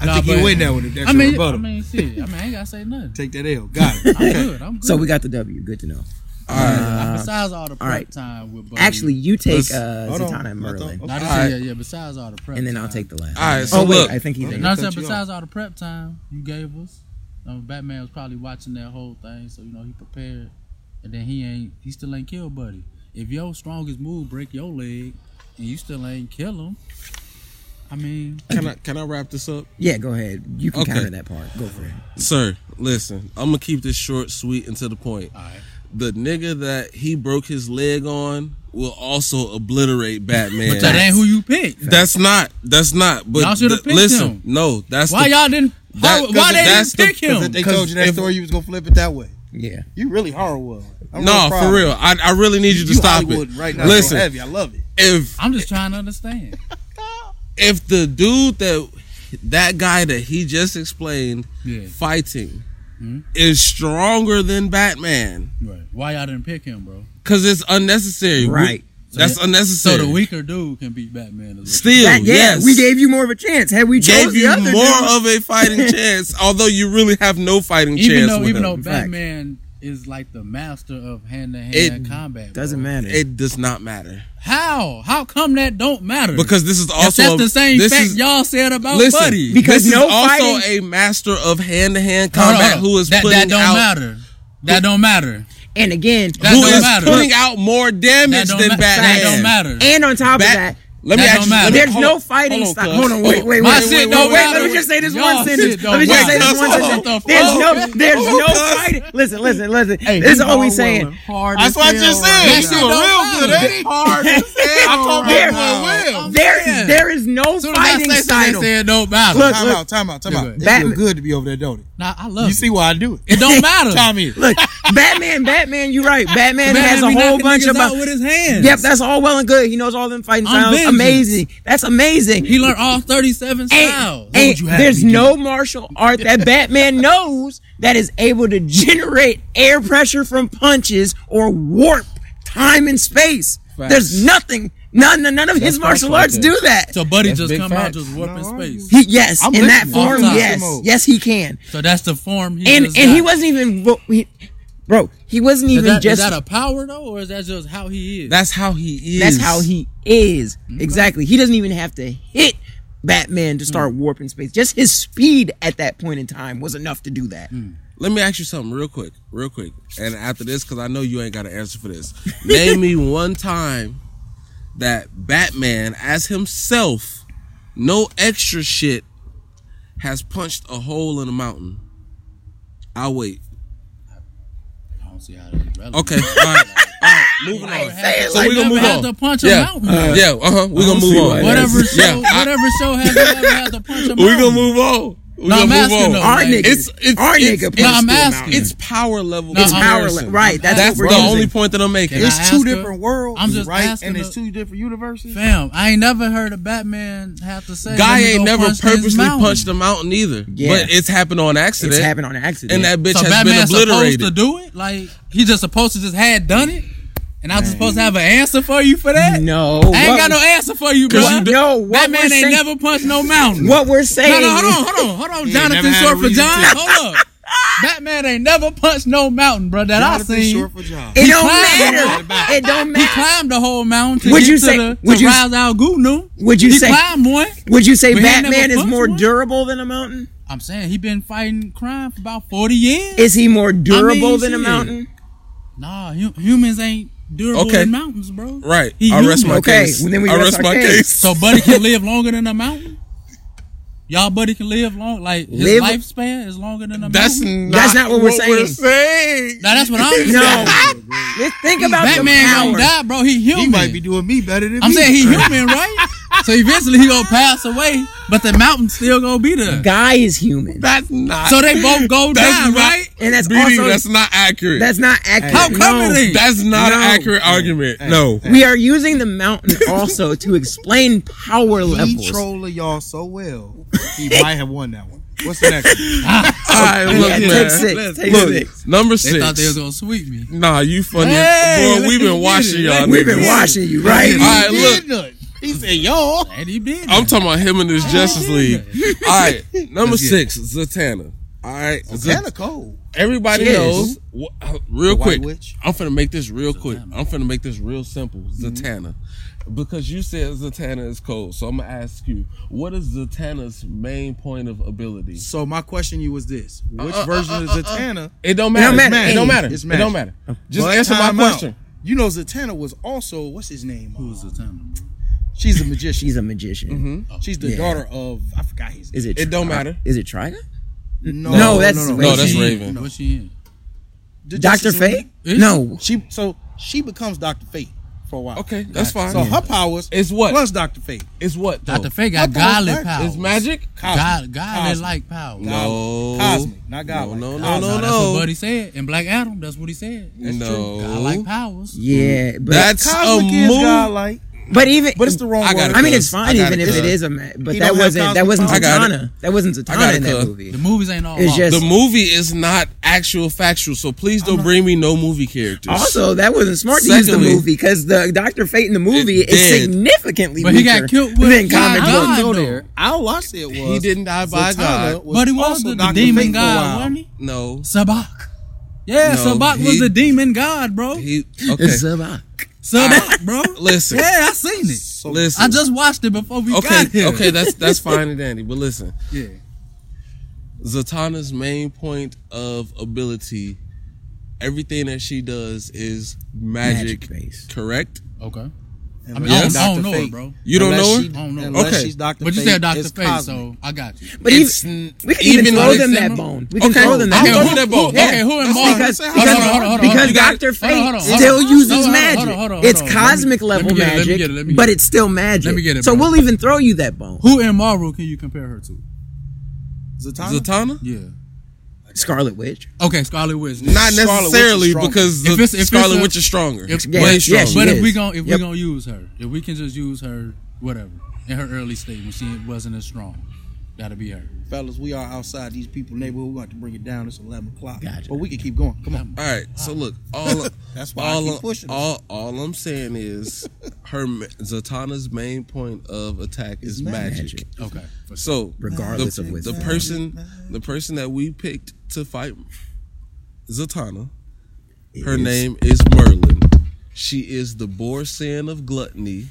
Speaker 3: I
Speaker 4: Nah,
Speaker 3: think
Speaker 4: but-
Speaker 3: you win that one. If that's
Speaker 4: I
Speaker 3: your
Speaker 4: mean, I
Speaker 3: rebuttal.
Speaker 4: mean, shit. I mean, I ain't gotta say nothing.
Speaker 3: Take that L. Got it.
Speaker 4: I'm good. I'm good.
Speaker 2: So we got the W. Good to know.
Speaker 4: besides all the prep
Speaker 2: alright.
Speaker 4: time with Buddy.
Speaker 2: Actually, you take
Speaker 1: Let's-
Speaker 2: uh,
Speaker 3: hold on.
Speaker 2: Zatanna and
Speaker 6: I thought-
Speaker 2: Merlin,
Speaker 4: not
Speaker 1: alright.
Speaker 4: yeah, yeah. Besides all the prep,
Speaker 2: and then I'll
Speaker 4: time.
Speaker 2: take the last.
Speaker 1: All right, so
Speaker 2: oh wait,
Speaker 1: look.
Speaker 2: I think he's.
Speaker 4: No, I'm saying
Speaker 3: Cut you
Speaker 4: besides all the prep time you gave us, um, Batman was probably watching that whole thing, so you know he prepared, and then he ain't, he still ain't kill Buddy. If your strongest move break your leg, and you still ain't kill him, I mean,
Speaker 1: Can I can I wrap this up?
Speaker 2: Yeah, go ahead. You can
Speaker 1: Okay.
Speaker 2: counter that part. Go for it.
Speaker 1: Sir, listen, I'm gonna keep this short, sweet, and to the point. The nigga that he broke his leg on will also obliterate Batman.
Speaker 4: but that ain't who you picked.
Speaker 1: That's not. That's not. But
Speaker 4: Y'all should've
Speaker 1: th-
Speaker 4: picked
Speaker 1: listen,
Speaker 4: him.
Speaker 1: no, that's
Speaker 4: Why
Speaker 1: the-
Speaker 4: y'all didn't?
Speaker 1: That-
Speaker 4: how, why they
Speaker 1: that's
Speaker 4: didn't
Speaker 1: the-
Speaker 4: pick him?
Speaker 3: They told you that
Speaker 1: if-
Speaker 3: story. You was gonna flip it that way.
Speaker 2: Yeah.
Speaker 3: You really horrible. I'm
Speaker 1: no,
Speaker 3: proud.
Speaker 1: for real. I, I really need you to
Speaker 3: You
Speaker 1: stop
Speaker 3: Hollywood
Speaker 1: it.
Speaker 3: Right now,
Speaker 1: listen,
Speaker 3: so heavy. I love it.
Speaker 1: if
Speaker 4: I'm just trying to understand.
Speaker 1: if the dude that that guy that he just explained
Speaker 4: Yeah. Hmm?
Speaker 1: fighting is stronger than Batman,
Speaker 4: Right. Why y'all didn't pick him, bro?
Speaker 1: because it's unnecessary. We-
Speaker 2: Right.
Speaker 1: that's
Speaker 4: So-
Speaker 1: unnecessary.
Speaker 4: So the weaker dude can beat Batman. as well.
Speaker 1: Still,
Speaker 2: That- yeah,
Speaker 1: yes.
Speaker 2: we gave you more of a chance. Had we chose
Speaker 1: gave you
Speaker 2: the other
Speaker 1: more
Speaker 2: dude-
Speaker 1: of a fighting chance, although you really have no fighting
Speaker 4: even
Speaker 1: chance.
Speaker 4: though
Speaker 1: with
Speaker 4: even
Speaker 1: him.
Speaker 4: though
Speaker 2: fact.
Speaker 4: Batman is like the master of hand to
Speaker 1: It
Speaker 4: hand combat. bro.
Speaker 2: doesn't matter.
Speaker 1: it does not matter
Speaker 4: How? How come that don't matter?
Speaker 1: because this is
Speaker 4: If
Speaker 1: also
Speaker 4: that's the same
Speaker 1: this
Speaker 4: fact
Speaker 1: is-
Speaker 4: y'all said about
Speaker 1: listen,
Speaker 4: Buddy.
Speaker 2: Because
Speaker 1: this
Speaker 2: no
Speaker 1: is also
Speaker 2: fighting-
Speaker 1: a master of hand to hand
Speaker 4: Hold on,
Speaker 1: combat
Speaker 4: hold on.
Speaker 1: who is
Speaker 4: that,
Speaker 1: putting
Speaker 4: that don't
Speaker 1: out
Speaker 4: matter. That don't matter.
Speaker 2: and again,
Speaker 4: That
Speaker 1: who
Speaker 4: don't
Speaker 1: is
Speaker 4: matter.
Speaker 1: putting out more
Speaker 4: That
Speaker 1: damage
Speaker 4: don't,
Speaker 1: than
Speaker 4: ma-
Speaker 1: Batman.
Speaker 4: that don't matter.
Speaker 2: and on top of
Speaker 1: Bat-
Speaker 2: that,
Speaker 1: let me
Speaker 4: That
Speaker 1: ask
Speaker 4: don't
Speaker 1: you.
Speaker 4: matter.
Speaker 1: let me-
Speaker 2: there's
Speaker 1: hold
Speaker 2: no
Speaker 1: on,
Speaker 2: fighting
Speaker 1: hold
Speaker 2: style.
Speaker 1: cuz.
Speaker 2: Hold on, wait, wait, wait.
Speaker 4: My
Speaker 2: wait,
Speaker 4: shit
Speaker 2: wait,
Speaker 4: don't
Speaker 2: wait,
Speaker 4: matter.
Speaker 2: Let me just say this
Speaker 4: Y'all
Speaker 2: one
Speaker 4: shit
Speaker 2: sentence.
Speaker 4: don't
Speaker 2: Let me just say
Speaker 1: matter.
Speaker 2: this one
Speaker 1: Hold on,
Speaker 2: sentence.
Speaker 4: hold
Speaker 2: There's
Speaker 4: on,
Speaker 2: no,
Speaker 4: cuz.
Speaker 2: there's
Speaker 1: Hold
Speaker 2: no
Speaker 1: on, cuz.
Speaker 2: fighting. Listen, listen, listen. This is all we saying.
Speaker 3: That's what I just
Speaker 4: That
Speaker 3: said. That
Speaker 4: shit
Speaker 3: shit
Speaker 4: don't matter.
Speaker 3: real good, ain't it? Hard as hell. I told
Speaker 2: There-
Speaker 3: my boy Will.
Speaker 2: There
Speaker 4: Yeah.
Speaker 2: is, there is no
Speaker 4: Soon as I
Speaker 2: fighting
Speaker 4: say something,
Speaker 2: style.
Speaker 4: they said don't matter.
Speaker 2: Look,
Speaker 3: Time out, time out, time
Speaker 4: Yeah,
Speaker 3: out.
Speaker 4: go ahead.
Speaker 3: It feel
Speaker 2: Batman-
Speaker 3: good to be over there, don't it?
Speaker 4: nah, I love
Speaker 3: You
Speaker 4: it.
Speaker 3: see why I do it.
Speaker 4: it don't matter.
Speaker 3: Time here.
Speaker 2: Look, Batman, Batman, you're right. Batman,
Speaker 4: Batman
Speaker 2: has a
Speaker 4: be
Speaker 2: whole
Speaker 4: knocking
Speaker 2: bunch
Speaker 4: niggas
Speaker 2: of
Speaker 4: out with his hands.
Speaker 2: Yep, that's all well and good. He knows all them fighting
Speaker 4: I'm
Speaker 2: styles.
Speaker 4: vengeance.
Speaker 2: Amazing. That's amazing.
Speaker 4: he learned all 37 styles.
Speaker 2: And, and there's no martial art that Batman knows that is able to generate air pressure from punches or warp time and space. There's nothing. None, none of his martial
Speaker 6: right
Speaker 2: arts
Speaker 6: there.
Speaker 2: do that.
Speaker 4: so Buddy
Speaker 6: That's
Speaker 4: just
Speaker 6: big
Speaker 4: come
Speaker 6: facts.
Speaker 4: out just warping space.
Speaker 2: He, yes,
Speaker 3: I'm
Speaker 2: in that
Speaker 3: listening.
Speaker 2: form,
Speaker 4: Offensive
Speaker 2: yes,
Speaker 3: mode.
Speaker 2: yes, he can.
Speaker 4: So that's the form he
Speaker 2: And
Speaker 4: just
Speaker 2: and he
Speaker 4: got.
Speaker 2: wasn't even, well, he, bro. He wasn't
Speaker 4: Is
Speaker 2: even
Speaker 4: that, is
Speaker 2: just.
Speaker 4: that a power though, or is that just how he is?
Speaker 1: That's how he is.
Speaker 2: that's how he is
Speaker 4: Mm-hmm.
Speaker 2: exactly. He doesn't even have to hit Batman to
Speaker 4: Mm.
Speaker 2: start warping space. Just his speed at that point in time was enough to do that.
Speaker 4: Mm.
Speaker 1: Let me ask you something real quick, real quick. And after this, because I know you ain't got an answer for this. Name me one time that Batman, as himself, no extra shit, has punched a hole in a mountain. I'll wait.
Speaker 4: I don't see how that's relevant.
Speaker 1: Okay. All right. All right. Moving on.
Speaker 4: So
Speaker 1: we gonna move on.
Speaker 4: to punch
Speaker 1: yeah.
Speaker 4: a mountain.
Speaker 1: Uh, yeah. Uh huh. We're gonna
Speaker 2: see
Speaker 1: move on.
Speaker 2: why that
Speaker 4: whatever
Speaker 2: is.
Speaker 4: show,
Speaker 1: Yeah. I-
Speaker 4: whatever show has ever had to punch a mountain.
Speaker 1: We're gonna move on. We're
Speaker 4: No,
Speaker 1: gonna
Speaker 4: I'm
Speaker 1: move
Speaker 4: asking
Speaker 1: on.
Speaker 4: though.
Speaker 2: Our
Speaker 4: Like,
Speaker 2: nigga,
Speaker 1: It's- it's-
Speaker 2: our
Speaker 1: it's-
Speaker 2: nigga.
Speaker 4: No, I'm
Speaker 2: punched through a mountain.
Speaker 4: asking.
Speaker 1: It's power level.
Speaker 4: No,
Speaker 2: It's
Speaker 4: I'm
Speaker 2: power
Speaker 1: comparison.
Speaker 2: level, right? That's,
Speaker 1: That's
Speaker 2: what
Speaker 1: the
Speaker 2: we're using.
Speaker 1: only point that I'm making.
Speaker 4: Can I
Speaker 3: It's two
Speaker 4: ask her?
Speaker 3: different worlds,
Speaker 4: I'm just
Speaker 3: right?
Speaker 4: asking
Speaker 3: And it's
Speaker 4: her-
Speaker 3: two different universes.
Speaker 4: Fam, I ain't never heard a Batman have to say.
Speaker 1: Guy
Speaker 4: "Let me
Speaker 1: ain't
Speaker 4: go
Speaker 1: never
Speaker 4: punch this
Speaker 1: purposely
Speaker 4: mountain."
Speaker 1: punched a mountain either.
Speaker 2: Yeah.
Speaker 1: But it's happened on accident.
Speaker 2: It's happened on accident.
Speaker 1: and that bitch
Speaker 4: So
Speaker 1: has
Speaker 4: Batman's
Speaker 1: been
Speaker 4: supposed to
Speaker 1: obliterated.
Speaker 4: do it. Like he just supposed to just had done it, and I was supposed to have an answer for you for that.
Speaker 2: no,
Speaker 4: I ain't
Speaker 2: what-
Speaker 4: got no answer for you, bro.
Speaker 2: you do- No, what
Speaker 4: Batman
Speaker 2: we're
Speaker 4: ain't
Speaker 2: saying-
Speaker 4: never punched no mountain.
Speaker 2: What we're saying?
Speaker 4: No, no, hold on, hold on, hold on.
Speaker 3: ain't never
Speaker 4: Jonathan
Speaker 3: had
Speaker 4: Short
Speaker 3: a
Speaker 4: for
Speaker 3: reason
Speaker 4: John.
Speaker 3: to.
Speaker 4: Hold up. Batman ain't never punched no mountain, bro. That I
Speaker 3: Jonathan
Speaker 4: seen.
Speaker 3: Short for John.
Speaker 2: It don't
Speaker 4: climbed
Speaker 2: matter. It don't
Speaker 4: He
Speaker 2: matter.
Speaker 4: climbed the whole mountain to
Speaker 2: Would
Speaker 4: get
Speaker 2: you
Speaker 4: to
Speaker 2: say-
Speaker 4: the
Speaker 2: would
Speaker 4: to
Speaker 2: you-
Speaker 4: Ra's al Ghul.
Speaker 2: Would you
Speaker 4: he
Speaker 2: say-
Speaker 4: climbed one?
Speaker 2: Would you say
Speaker 4: But he ain't
Speaker 2: Batman
Speaker 4: never
Speaker 2: is
Speaker 4: punched
Speaker 2: more
Speaker 4: one?
Speaker 2: durable than a mountain?
Speaker 4: I'm saying he been fighting crime for about 40 years.
Speaker 2: Is he more durable than a
Speaker 4: shit.
Speaker 2: mountain?
Speaker 4: nah, hu- humans ain't durable
Speaker 1: Okay.
Speaker 4: in mountains, bro.
Speaker 1: Right.
Speaker 4: He
Speaker 1: I rest
Speaker 4: human.
Speaker 1: my
Speaker 2: Okay,
Speaker 1: case.
Speaker 2: well, then we
Speaker 1: I
Speaker 2: rest
Speaker 1: rest
Speaker 2: our
Speaker 1: my
Speaker 2: case.
Speaker 1: case.
Speaker 4: So Buddy can live longer than a mountain. Y'all Buddy can live long. Like his
Speaker 2: Live-
Speaker 4: lifespan is longer than a
Speaker 1: That's
Speaker 4: mountain.
Speaker 1: not,
Speaker 2: That's not what we're saying.
Speaker 1: saying.
Speaker 4: Now that's what I'm saying.
Speaker 2: No. Let's think about
Speaker 4: Batman
Speaker 2: the
Speaker 4: gonna
Speaker 2: power.
Speaker 4: die, bro. He human.
Speaker 3: He might be doing me better than
Speaker 4: I'm
Speaker 3: me.
Speaker 4: saying he human, right? so eventually he gonna pass away, but the mountain still gonna be there.
Speaker 2: Guy is human,
Speaker 1: That's not.
Speaker 4: So they both go
Speaker 1: that's
Speaker 4: down,
Speaker 1: not,
Speaker 4: right?
Speaker 2: and that's
Speaker 1: BD,
Speaker 2: also
Speaker 1: that's not accurate.
Speaker 2: that's not accurate.
Speaker 4: How come
Speaker 2: No.
Speaker 4: it ain't?
Speaker 1: That's not an
Speaker 2: No.
Speaker 1: accurate argument. no.
Speaker 2: We are using the mountain also to explain power
Speaker 3: he
Speaker 2: levels.
Speaker 3: trolling y'all so well. He might have won that one. What's the next? one?
Speaker 1: All right, look,
Speaker 2: Yeah,
Speaker 1: man.
Speaker 2: take six. Take
Speaker 1: look,
Speaker 2: six.
Speaker 1: number
Speaker 4: They thought they was
Speaker 1: six.
Speaker 4: gonna sweep me.
Speaker 1: Nah, you funny.
Speaker 4: Hey,
Speaker 1: Boy, we've
Speaker 4: let's
Speaker 1: been
Speaker 4: get
Speaker 1: watching
Speaker 4: it.
Speaker 1: y'all.
Speaker 2: We've been
Speaker 1: niggas.
Speaker 2: watching you, right?
Speaker 1: All right, look.
Speaker 3: Nut. He said, "Y'all."
Speaker 4: And he did.
Speaker 1: I'm
Speaker 4: that.
Speaker 1: talking about him and his Justice League. All right, number
Speaker 4: Let's get
Speaker 1: six, Zatanna. All right,
Speaker 3: Kind of cold.
Speaker 1: Everybody
Speaker 2: She is.
Speaker 1: knows. wh- uh, Real
Speaker 3: The White
Speaker 1: quick,
Speaker 3: Witch?
Speaker 1: I'm finna make this real quick. I'm finna make this real simple. Zatanna, because you said Zatanna is cold, so I'm gonna ask you, what is Zatanna's main point of ability?
Speaker 3: So my question to you was this: Which
Speaker 1: uh,
Speaker 3: version
Speaker 1: uh,
Speaker 3: of
Speaker 1: uh, uh.
Speaker 3: Zatanna?
Speaker 1: It don't matter.
Speaker 2: matter.
Speaker 1: It don't
Speaker 2: Hey,
Speaker 1: matter.
Speaker 3: it's
Speaker 1: It don't matter.
Speaker 3: magic.
Speaker 1: Just
Speaker 3: But
Speaker 1: answer my
Speaker 3: time out.
Speaker 1: question.
Speaker 3: You know, Zatanna was also what's his name? Uh,
Speaker 4: Who was the time?
Speaker 3: She's a magician.
Speaker 2: She's a magician.
Speaker 3: She's the
Speaker 2: Yeah.
Speaker 3: daughter of I forgot his.
Speaker 2: Is it?
Speaker 1: Oh, It don't
Speaker 2: Trigon?
Speaker 1: matter.
Speaker 2: Is it Trigon?
Speaker 3: No,
Speaker 2: No, that's Raven.
Speaker 1: No, that's
Speaker 4: She in.
Speaker 1: Raven.
Speaker 4: What she in?
Speaker 3: The
Speaker 2: Doctor
Speaker 3: Justice League.
Speaker 2: Fate? No.
Speaker 3: She so she becomes Doctor Fate for a while.
Speaker 1: Okay, that's
Speaker 4: Got
Speaker 1: fine.
Speaker 3: So her powers
Speaker 1: It's what?
Speaker 3: plus Doctor Fate.
Speaker 1: It's what? though?
Speaker 4: Dr. Faye got
Speaker 3: That goes
Speaker 4: godly
Speaker 3: back.
Speaker 4: power.
Speaker 1: It's magic.
Speaker 4: God,
Speaker 3: Cosmic.
Speaker 4: godly
Speaker 3: Cosmic.
Speaker 4: like power.
Speaker 1: No.
Speaker 3: Um, Cosmic, not godlike.
Speaker 1: Oh. No, no, no,
Speaker 3: Cosmic.
Speaker 1: no,
Speaker 4: That's what
Speaker 1: no.
Speaker 4: Buddy said. In Black Adam, that's what he said. That's
Speaker 1: No.
Speaker 4: true. God like powers.
Speaker 2: Yeah, but
Speaker 1: That's a
Speaker 3: Cosmic is
Speaker 1: move.
Speaker 3: godlike,
Speaker 2: but even
Speaker 3: but it's the wrong
Speaker 1: I got
Speaker 3: word.
Speaker 1: it.
Speaker 2: I mean, it's
Speaker 1: cuz.
Speaker 2: fine
Speaker 1: I got
Speaker 2: even
Speaker 1: it,
Speaker 2: if it
Speaker 1: cuz.
Speaker 2: is a ma- but
Speaker 3: He
Speaker 2: that
Speaker 3: don't have
Speaker 2: wasn't that
Speaker 3: cosmic
Speaker 2: wasn't
Speaker 1: powers. I got it.
Speaker 2: Zatanna. That wasn't
Speaker 1: got
Speaker 2: Zatanna
Speaker 1: it,
Speaker 2: in that
Speaker 1: cuz.
Speaker 2: movie.
Speaker 4: The movies ain't all.
Speaker 2: It's
Speaker 4: off.
Speaker 2: just-
Speaker 1: The movie is not actual factual, so please don't bring me no movie characters.
Speaker 2: Also, that wasn't smart to use
Speaker 1: Secondly-
Speaker 2: the movie because the Doctor Fate in the movie
Speaker 1: It
Speaker 2: is
Speaker 1: did.
Speaker 2: significantly
Speaker 4: But
Speaker 2: weaker
Speaker 4: he got killed with
Speaker 2: than
Speaker 4: God.
Speaker 2: comic
Speaker 4: God.
Speaker 2: book.
Speaker 3: I
Speaker 4: God,
Speaker 3: go
Speaker 4: though.
Speaker 3: there. All I said was
Speaker 1: He didn't die by
Speaker 3: Zatanna
Speaker 1: God.
Speaker 4: But he was
Speaker 3: also
Speaker 4: the,
Speaker 3: Dr. Fate for
Speaker 4: demon
Speaker 3: a
Speaker 4: god,
Speaker 3: while.
Speaker 4: wasn't he?
Speaker 1: No.
Speaker 4: Sabak. Yeah,
Speaker 1: No,
Speaker 4: Sabak was
Speaker 1: he-
Speaker 4: the demon god, bro.
Speaker 1: He okay.
Speaker 2: It's about-
Speaker 4: Sabak, bro.
Speaker 1: Listen.
Speaker 4: Yeah, I seen it.
Speaker 1: Listen.
Speaker 4: I just watched it before we
Speaker 1: okay,
Speaker 4: got here.
Speaker 1: okay, that's that's fine and dandy. But listen,
Speaker 4: Yeah.
Speaker 1: Zatanna's main point of ability, everything that she does is magic.
Speaker 2: Magic-based.
Speaker 1: correct?
Speaker 4: Okay.
Speaker 3: Unless
Speaker 4: I mean,
Speaker 1: Yes.
Speaker 4: I, don't, I don't
Speaker 3: Dr.
Speaker 4: know
Speaker 3: Fate.
Speaker 4: it, bro.
Speaker 1: You don't
Speaker 3: Unless
Speaker 1: know her?
Speaker 3: she-
Speaker 4: I don't know.
Speaker 3: Unless
Speaker 1: Okay.
Speaker 3: she's Doctor
Speaker 4: But you
Speaker 3: Fate,
Speaker 4: said Dr.
Speaker 3: it's
Speaker 4: Fate,
Speaker 3: cosmic.
Speaker 4: so I got you.
Speaker 2: But
Speaker 1: It's
Speaker 2: even,
Speaker 1: n-
Speaker 2: we can even,
Speaker 1: even
Speaker 2: throw
Speaker 1: like
Speaker 2: them
Speaker 1: some-
Speaker 2: that bone. We can
Speaker 1: Okay,
Speaker 2: throw them
Speaker 1: okay,
Speaker 2: that
Speaker 1: who-
Speaker 2: bone.
Speaker 1: throw that bone.
Speaker 2: Yeah.
Speaker 4: Okay, who in
Speaker 2: That's
Speaker 4: Marvel?
Speaker 2: Because,
Speaker 4: Hold
Speaker 2: because,
Speaker 4: on, hold on, hold on,
Speaker 2: because
Speaker 4: hold on.
Speaker 2: Dr. Fate
Speaker 4: Hold on, hold on, hold on.
Speaker 2: still uses
Speaker 4: Hold on, hold on,
Speaker 2: magic.
Speaker 4: hold on, hold on.
Speaker 2: It's
Speaker 4: Let me-
Speaker 2: cosmic level
Speaker 4: let me get it, let me
Speaker 2: magic,
Speaker 4: get it, let me
Speaker 2: but
Speaker 4: get it.
Speaker 2: it's still magic.
Speaker 4: Let me get it,
Speaker 2: so
Speaker 4: bro.
Speaker 2: we'll even throw you that bone.
Speaker 4: Who in Marvel can you compare her to?
Speaker 3: Zatanna.
Speaker 1: Zatanna?
Speaker 4: Yeah.
Speaker 2: Scarlet Witch.
Speaker 4: Okay, Scarlet Witch.
Speaker 1: Not
Speaker 3: Scarlet Witch is
Speaker 1: necessarily
Speaker 3: stronger.
Speaker 1: because
Speaker 4: If
Speaker 1: the
Speaker 4: it's- if it's
Speaker 1: Scarlet
Speaker 4: a-
Speaker 1: Witch is stronger.
Speaker 4: if-
Speaker 1: Way
Speaker 2: Yeah, yeah,
Speaker 1: stronger.
Speaker 2: she
Speaker 4: But if
Speaker 2: is.
Speaker 4: we gon' if
Speaker 2: Yep.
Speaker 4: we gonna use her, if we can just use her, whatever, in her early state when she wasn't as strong, that'll be her.
Speaker 3: Fellas, we are outside these people neighborhood. We want to bring it down. It's eleven o'clock.
Speaker 4: Gotcha.
Speaker 3: But we can keep going. Come on.
Speaker 1: All right. So look, all
Speaker 3: That's why I
Speaker 1: all,
Speaker 3: keep pushing this.
Speaker 1: all all I'm saying is her ma- Zatanna's main point of attack is magic.
Speaker 2: magic.
Speaker 4: Okay. For sure.
Speaker 1: So
Speaker 2: Regardless
Speaker 1: the,
Speaker 2: of what's
Speaker 1: the
Speaker 2: going
Speaker 1: person, the person that we picked to fight Zatanna, her
Speaker 2: is-
Speaker 1: name is Merlin. She is the boar sin of gluttony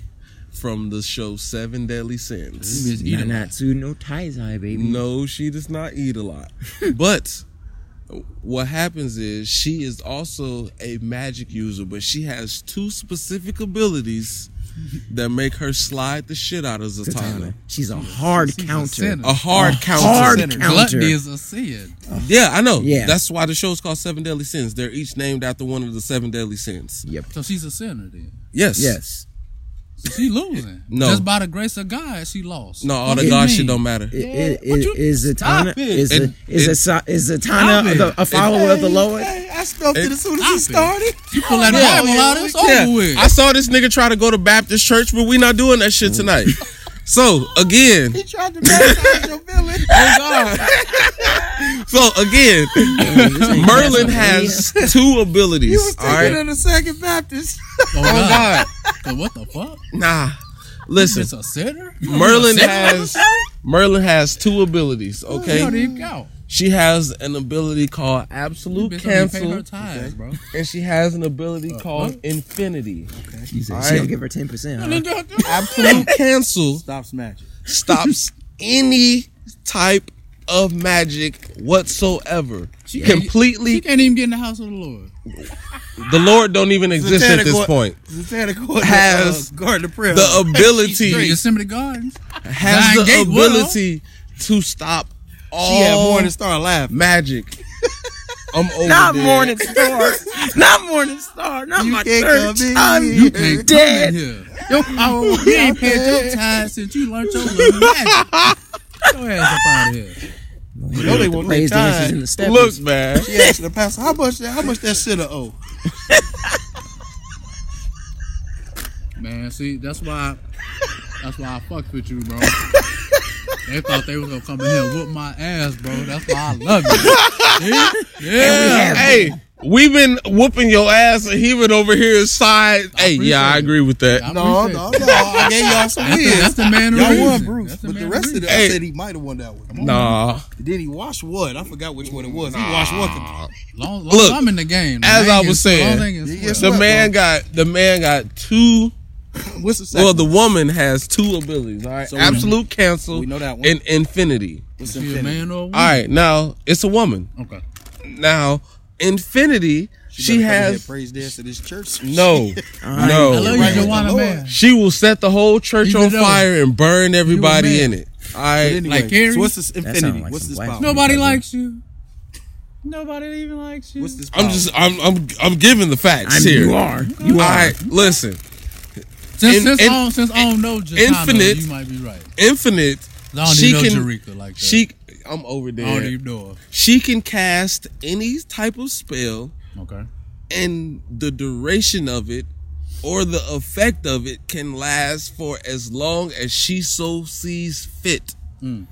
Speaker 1: from the show Seven Deadly Sins.
Speaker 4: Miss Edom.
Speaker 2: Nanatsu no Taizai, baby.
Speaker 1: No, she does not eat a lot. but what happens is she is also a magic user, but she has two specific abilities that make her slide the shit out of Zatanna.
Speaker 2: She's a hard counter.
Speaker 4: sinner.
Speaker 1: A hard counter.
Speaker 2: hard
Speaker 3: Sinner.
Speaker 2: counter.
Speaker 4: Gluttony is a sin.
Speaker 1: Yeah, I know.
Speaker 2: Yeah.
Speaker 1: That's why the show's called Seven Deadly Sins. They're each named after one of the seven deadly sins.
Speaker 2: Yep.
Speaker 4: So she's a sinner then.
Speaker 1: Yes.
Speaker 2: Yes.
Speaker 4: So she losing.
Speaker 1: No.
Speaker 4: Just by the grace of God, she lost.
Speaker 1: No, all
Speaker 4: What
Speaker 1: the
Speaker 4: you
Speaker 1: God
Speaker 4: mean?
Speaker 1: shit don't matter.
Speaker 2: I- I-
Speaker 4: Yeah,
Speaker 2: i-
Speaker 4: what you-
Speaker 2: Is Zatanna
Speaker 4: Stop it.
Speaker 2: is a-
Speaker 1: It-
Speaker 2: is
Speaker 1: it-
Speaker 2: a so- is
Speaker 4: Stop
Speaker 2: Zatanna
Speaker 4: it.
Speaker 2: the- a follower of the Lord?
Speaker 3: Hey, I stuffed it as soon as
Speaker 4: Stop
Speaker 3: he
Speaker 4: it.
Speaker 3: started.
Speaker 4: You pull that
Speaker 1: Yeah.
Speaker 4: Bible out, it's
Speaker 1: Yeah.
Speaker 4: over with.
Speaker 1: I saw this nigga try to go to Baptist church, but we not doing that shit tonight. so again,
Speaker 3: He tried to baptize your village.
Speaker 1: so again, Merlin has two
Speaker 3: He was
Speaker 1: abilities. All
Speaker 3: taking
Speaker 1: right.
Speaker 3: in the second Baptist.
Speaker 4: oh,
Speaker 1: Oh
Speaker 4: God.
Speaker 1: God.
Speaker 4: So what the fuck?
Speaker 1: Nah.
Speaker 4: It's
Speaker 1: Listen,
Speaker 4: a sinner?
Speaker 1: Merlin has Merlin has two abilities.
Speaker 4: You don't
Speaker 1: Okay,
Speaker 4: even count.
Speaker 1: she has an ability called Absolute
Speaker 4: Bitch, don't even pay her
Speaker 1: Cancel.
Speaker 4: tithes, bro.
Speaker 1: and she has an ability called
Speaker 4: what?
Speaker 1: Infinity.
Speaker 2: She said
Speaker 1: All
Speaker 2: she
Speaker 1: right.
Speaker 2: don't give her ten percent.
Speaker 1: Absolute cancel
Speaker 3: Stop smashing.
Speaker 1: stops any type of magic whatsoever.
Speaker 4: She can't-
Speaker 1: Completely,
Speaker 4: She can't even get in the house of the Lord.
Speaker 1: the Lord don't even exist at this point.
Speaker 3: Santa Claus
Speaker 1: Has
Speaker 3: uh, guard the prayer.
Speaker 1: The
Speaker 4: Straight
Speaker 1: ability
Speaker 4: Yosemite Gardens.
Speaker 1: has
Speaker 4: Zion
Speaker 1: the
Speaker 4: Gate, well.
Speaker 1: ability to stop
Speaker 3: she had
Speaker 1: all
Speaker 3: morning star laughing.
Speaker 1: magic. I'm over
Speaker 2: Not
Speaker 1: this.
Speaker 2: morning star. Not morning star. Not
Speaker 3: You
Speaker 2: my
Speaker 3: can't
Speaker 2: church.
Speaker 3: come in
Speaker 2: I'm
Speaker 3: here.
Speaker 4: You can't come in
Speaker 2: dead.
Speaker 4: here. Your power you ain't paid your time since you learned your little magic. Your ass up out of here.
Speaker 3: No, they won't
Speaker 2: Praise
Speaker 3: take
Speaker 2: dances in
Speaker 3: time.
Speaker 2: the steppers.
Speaker 1: Look, man.
Speaker 3: She asked the pastor, "How much? That, how much that sinner owe?"
Speaker 4: Man, see, that's why that's why I fucked with you, bro. They thought they was gonna come in here and whoop my ass, bro. That's why I love you. yeah.
Speaker 1: Hey, we've been whooping your ass, and he been over here side. Hey, yeah, I
Speaker 4: appreciate it.
Speaker 1: agree with that.
Speaker 4: I
Speaker 3: No,
Speaker 4: appreciate
Speaker 3: no,
Speaker 4: it.
Speaker 3: no. I gave y'all some
Speaker 4: That's the, that's
Speaker 3: wins.
Speaker 4: the man of
Speaker 3: Y'all won
Speaker 4: reason.
Speaker 3: Bruce,
Speaker 4: That's
Speaker 3: but the
Speaker 4: man
Speaker 3: rest of
Speaker 4: reason.
Speaker 3: them,
Speaker 1: Hey.
Speaker 3: I said he might have won that one.
Speaker 1: Nah,
Speaker 3: Then he watched what? I forgot which one it was. He watched one.
Speaker 1: Nah.
Speaker 4: Long, long
Speaker 1: Look,
Speaker 4: Look, I'm in the game.
Speaker 1: as I
Speaker 4: Lang
Speaker 1: was
Speaker 4: is- long
Speaker 1: saying,
Speaker 4: Lang is
Speaker 3: yeah,
Speaker 4: twelve.
Speaker 3: yes,
Speaker 1: the
Speaker 3: sir.
Speaker 1: man got the man got two.
Speaker 3: What's the second?
Speaker 1: Well, the woman has two abilities. All right,
Speaker 3: So we-
Speaker 1: absolute cancel
Speaker 3: we know that one.
Speaker 1: and infinity.
Speaker 3: What's
Speaker 4: She a
Speaker 3: infinity?
Speaker 4: man or a woman?
Speaker 1: All right, now it's a woman.
Speaker 4: Okay.
Speaker 1: Now infinity, she,
Speaker 3: better come in here
Speaker 1: has
Speaker 3: praise dance to this church.
Speaker 1: no,
Speaker 4: I love
Speaker 1: no.
Speaker 3: Right.
Speaker 4: you, Joanna,
Speaker 3: Lord.
Speaker 4: man.
Speaker 1: She will set the whole church
Speaker 4: Even
Speaker 1: on
Speaker 4: though-
Speaker 1: fire and burn everybody in
Speaker 4: man.
Speaker 1: it. All
Speaker 3: But
Speaker 1: right,
Speaker 3: anyway,
Speaker 4: Like Gary?
Speaker 3: so what's this infinity?
Speaker 2: sound like
Speaker 3: what's
Speaker 2: some
Speaker 3: this
Speaker 2: black-
Speaker 3: power?
Speaker 2: No.
Speaker 4: Nobody
Speaker 2: Because of-
Speaker 4: likes you. Nobody even likes you.
Speaker 3: What's this power?
Speaker 1: I'm
Speaker 4: Oh.
Speaker 1: just I'm I'm I'm giving the facts
Speaker 2: I'm,
Speaker 1: here.
Speaker 2: you are.
Speaker 1: All
Speaker 2: You are.
Speaker 1: right, listen.
Speaker 4: since
Speaker 1: in-
Speaker 4: since,
Speaker 1: in-
Speaker 4: I, don't, since I don't know Jatana,
Speaker 1: infinite-
Speaker 4: you might be right.
Speaker 1: Infinite.
Speaker 4: I don't
Speaker 1: she
Speaker 4: even
Speaker 1: can-
Speaker 4: know Jerika like that.
Speaker 1: She I'm over
Speaker 4: I don't
Speaker 1: there.
Speaker 4: even know
Speaker 1: She can cast any type of spell
Speaker 4: her. Okay.
Speaker 1: and the duration of it or the effect of it can last for as long as she so sees fit.
Speaker 2: Mm.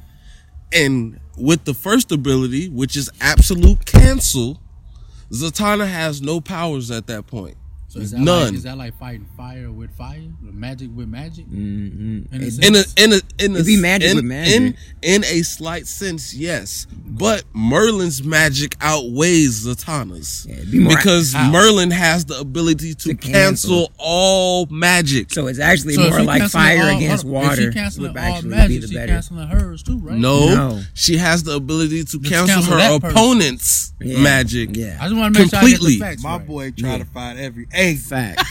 Speaker 1: And with the first ability, which is absolute cancel, Zatanna has no powers at that point.
Speaker 4: So is that
Speaker 1: None.
Speaker 4: Like, is that like fighting fire with fire, or magic with magic?
Speaker 2: Mm-mm.
Speaker 4: In a
Speaker 1: in a
Speaker 4: sense?
Speaker 1: in a in a
Speaker 2: It'd be magic
Speaker 1: in,
Speaker 2: with magic.
Speaker 1: in in a slight sense, yes. But Merlin's magic outweighs Zatanna's
Speaker 2: Yeah, it'd be more-
Speaker 1: because
Speaker 4: How?
Speaker 1: Merlin has the ability to,
Speaker 2: To
Speaker 1: cancel.
Speaker 2: cancel.
Speaker 1: all magic.
Speaker 2: So it's actually
Speaker 4: So if
Speaker 2: more
Speaker 4: she
Speaker 2: like
Speaker 4: canceling
Speaker 2: fire
Speaker 4: all-
Speaker 2: against
Speaker 4: hold on.
Speaker 2: water
Speaker 4: If she canceling
Speaker 2: would
Speaker 4: all
Speaker 2: actually
Speaker 4: magic,
Speaker 2: be the
Speaker 4: she
Speaker 2: better.
Speaker 4: canceling hers too, right?
Speaker 1: no,
Speaker 2: No.
Speaker 1: she has the ability to cancel,
Speaker 4: cancel
Speaker 1: her
Speaker 4: that person.
Speaker 1: opponent's
Speaker 2: Yeah.
Speaker 1: magic.
Speaker 4: I
Speaker 2: Yeah.
Speaker 4: just want to make
Speaker 1: Completely.
Speaker 4: sure I get the facts
Speaker 3: My
Speaker 4: right.
Speaker 3: boy tried to find every angle.
Speaker 2: Fact.